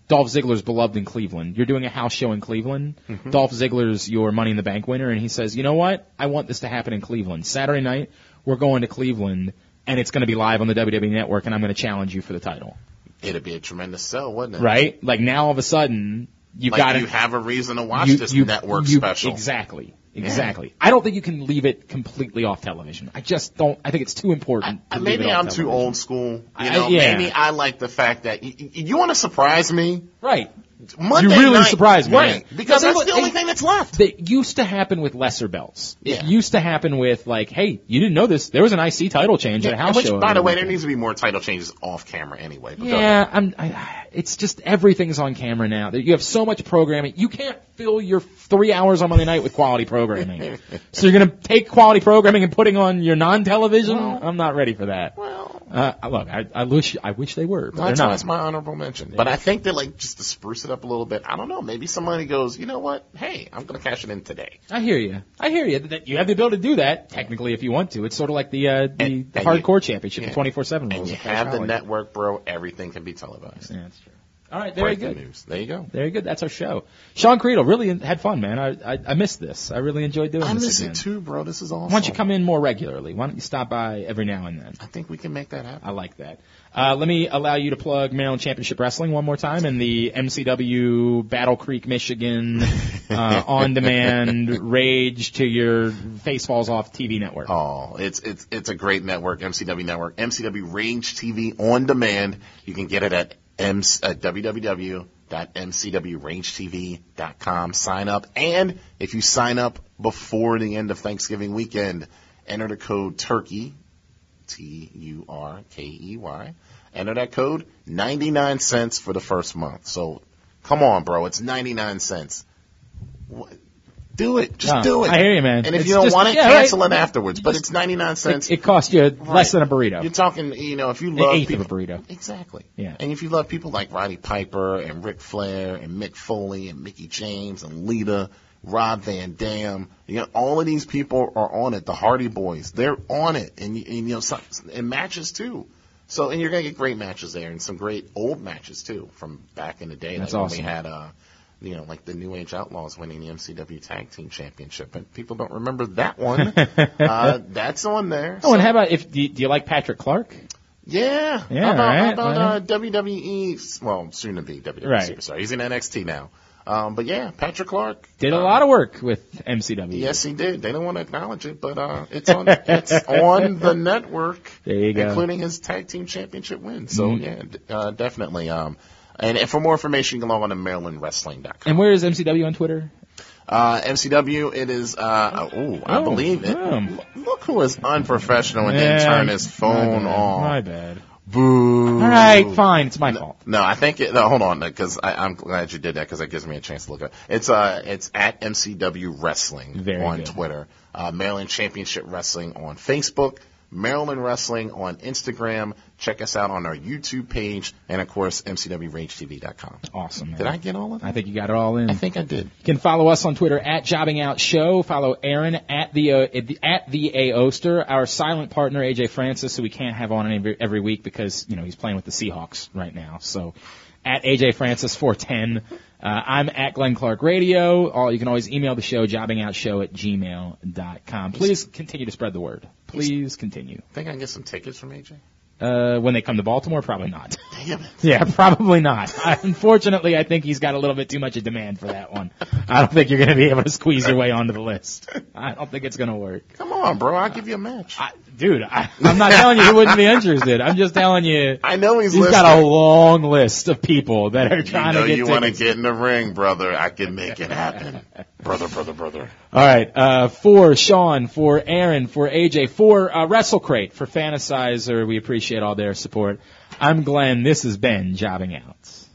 Speaker 1: Dolph Ziggler's beloved in Cleveland. You're doing a house show in Cleveland.
Speaker 2: Mm-hmm.
Speaker 1: Dolph Ziggler's your Money in the Bank winner, and he says, "You know what? I want this to happen in Cleveland. Saturday night, we're going to Cleveland, and it's going to be live on the WWE Network, and I'm going to challenge you for the title."
Speaker 2: It'd be a tremendous sell, wouldn't it?
Speaker 1: Right? Like now, all of a sudden, you've
Speaker 2: Like
Speaker 1: got
Speaker 2: you
Speaker 1: to
Speaker 2: have a reason to watch this network special.
Speaker 1: Exactly. Exactly. I don't think you can leave it completely off television. I just don't. I think it's too important.
Speaker 2: I-
Speaker 1: to leave
Speaker 2: Uh, maybe
Speaker 1: it off
Speaker 2: I'm too
Speaker 1: television.
Speaker 2: old school. You
Speaker 1: I-
Speaker 2: know,
Speaker 1: yeah.
Speaker 2: maybe I like the fact that y- y- you want to surprise me.
Speaker 1: Right.
Speaker 2: Monday
Speaker 1: you really
Speaker 2: night-
Speaker 1: surprised me.
Speaker 2: right?
Speaker 1: yeah.
Speaker 2: Because
Speaker 1: Now,
Speaker 2: that's the
Speaker 1: look,
Speaker 2: only
Speaker 1: it-
Speaker 2: thing that's left.
Speaker 1: That used to happen with lesser belts. It
Speaker 2: Yeah.
Speaker 1: used to happen with like, hey, you didn't know this. There was an IC title change at a house
Speaker 2: Which,
Speaker 1: show.
Speaker 2: by the way, there needs to be more title changes off camera anyway. But go ahead.
Speaker 1: yeah, I'm. I, it's just everything's on camera now. You have so much programming. You can't fill your three hours on Monday night with quality programming. so you're gonna take quality programming and putting on your non-television. I'm not ready for that.
Speaker 2: Well,
Speaker 1: Uh, look, I, I wish I wish they were, but
Speaker 2: that's,
Speaker 1: they're
Speaker 2: that's
Speaker 1: not.
Speaker 2: my honorable mention. But I think that like just to spruce it up a little bit. I don't know. Maybe somebody goes, you know what? Hey, I'm gonna cash it in today.
Speaker 1: I hear you. I hear you. That you have the ability to do that technically if you want to. It's sort of like the uh, the,
Speaker 2: And-
Speaker 1: the
Speaker 2: and
Speaker 1: hardcore championship,
Speaker 2: yeah.
Speaker 1: the 24/7
Speaker 2: And
Speaker 1: rules.
Speaker 2: you
Speaker 1: of Clash
Speaker 2: have the
Speaker 1: Hollywood.
Speaker 2: network, bro. Everything can be televised.
Speaker 1: Yeah, that's true. All right, very
Speaker 2: Breaking
Speaker 1: good.
Speaker 2: news. There you go.
Speaker 1: Very good. That's our show. Sean Creedle really had fun, man. I I, I missed this. I really enjoyed doing
Speaker 2: I
Speaker 1: this
Speaker 2: miss
Speaker 1: again.
Speaker 2: it too, bro. This is awesome.
Speaker 1: Why don't you come in more regularly? Why don't you stop by every now and then?
Speaker 2: I think we can make that happen.
Speaker 1: I like that. Uh, let me allow you to plug Maryland Championship Wrestling one more time and the MCW Battle Creek, Michigan, uh, on demand rage to your face falls off TV network.
Speaker 2: Oh, it's it's it's a great network, MCW network, MCW Range TV on demand. You can get it at m uh, www.mcwrangetv.com. Sign up, and if you sign up before the end of Thanksgiving weekend, enter the code Turkey, T U R K E Y. Enter that code, ninety nine cents for the first month. So, come on, bro, it's ninety nine cents. What? Do it, just
Speaker 1: No,
Speaker 2: do it.
Speaker 1: I hear you, man.
Speaker 2: And if
Speaker 1: It's
Speaker 2: you don't
Speaker 1: just-
Speaker 2: want it,
Speaker 1: yeah, right.
Speaker 2: cancel it afterwards. But it's 99 cents.
Speaker 1: It, it costs you less than a
Speaker 2: You're
Speaker 1: burrito.
Speaker 2: talking, you know, if you
Speaker 1: An
Speaker 2: love
Speaker 1: eighth
Speaker 2: people,
Speaker 1: of a burrito.
Speaker 2: exactly.
Speaker 1: Yeah.
Speaker 2: And if you love people like Roddy Piper and Ric Flair and Mick Foley and Mickey James and Lita, Rob Van Dam, you know, all of these people are on it. The Hardy Boys, they're on it, and you, and you know, some, and matches too. So, and you're gonna get great matches there, and some great old matches too from back in the day.
Speaker 1: That's
Speaker 2: like
Speaker 1: awesome.
Speaker 2: When we had uh, you know, like the New Age Outlaws winning the MCW Tag Team Championship, and people don't remember that one. uh, that's on there.
Speaker 1: Oh, and
Speaker 2: So-
Speaker 1: how about if do you, do you like Patrick Clark?
Speaker 2: yeah.
Speaker 1: Yeah,
Speaker 2: How about,
Speaker 1: right,
Speaker 2: how about
Speaker 1: right.
Speaker 2: Uh, WWE? Well, soon to be WWE
Speaker 1: Right.
Speaker 2: superstar. He's in NXT now. Um, but yeah, Patrick Clark uh,
Speaker 1: Did a lot of work with MCW.
Speaker 2: Yes, he did. They don't want to acknowledge it, but uh, it's on it's on the network,
Speaker 1: There you go.
Speaker 2: including his tag team championship win. So
Speaker 1: Mhm.
Speaker 2: yeah, d- uh, definitely. Um, and, and for more information, you can log on to MarylandWrestling.com.
Speaker 1: And where is MCW on Twitter?
Speaker 2: Uh, MCW, it is. Uh, uh, ooh, I
Speaker 1: Oh,
Speaker 2: believe it.
Speaker 1: damn.
Speaker 2: L- Look who is unprofessional and
Speaker 1: Yeah,
Speaker 2: didn't turn his
Speaker 1: my
Speaker 2: phone
Speaker 1: bad,
Speaker 2: off.
Speaker 1: My bad.
Speaker 2: Boo.
Speaker 1: All right, fine. It's my fault.
Speaker 2: No, I think it, no, hold on, because I'm glad you did that because that gives me a chance to look at. It's uh, it's at MCW Wrestling
Speaker 1: Very
Speaker 2: on
Speaker 1: good.
Speaker 2: Twitter, uh, Maryland Championship Wrestling on Facebook, Maryland Wrestling on Instagram. Check us out on our YouTube page, and of course MCWRageTV.com.
Speaker 1: Awesome. Man.
Speaker 2: Did I get all of that?
Speaker 1: I think you got it all in.
Speaker 2: I think I did.
Speaker 1: You can follow us on Twitter at Jobbing Out Show. Follow Aaron at the uh, at the- at the A Oster, our silent partner AJ Francis, who we can't have on every, every week because you know he's playing with the Seahawks right now. So at AJ Francis 410. Uh, I'm at Glenn Clark Radio. All you can always email the show jobbingoutshow at gmail.com. Please continue to spread the word. Please continue.
Speaker 2: I think I can get some tickets from AJ.
Speaker 1: Uh, when they come to Baltimore, probably not.
Speaker 2: Damn it.
Speaker 1: Yeah, probably not. I, unfortunately, I think he's got a little bit too much of demand for that one. I don't think you're going to be able to squeeze your way onto the list. I don't think it's going to work.
Speaker 2: Come on, bro. I'll give you a match.
Speaker 1: I, dude, I, I'm not telling you he wouldn't be interested. I'm just telling you
Speaker 2: I know he's
Speaker 1: he's
Speaker 2: listening.
Speaker 1: got a long list of people that are
Speaker 2: you
Speaker 1: trying
Speaker 2: know
Speaker 1: to get
Speaker 2: you want to
Speaker 1: tickets.
Speaker 2: get in the ring, brother. I can make it happen, brother, brother, brother.
Speaker 1: All right, uh, for Sean, for Aaron, for AJ, for uh, WrestleCrate, for Fantasizer, we appreciate all their support. I'm Glenn. This has been Jobbing Out.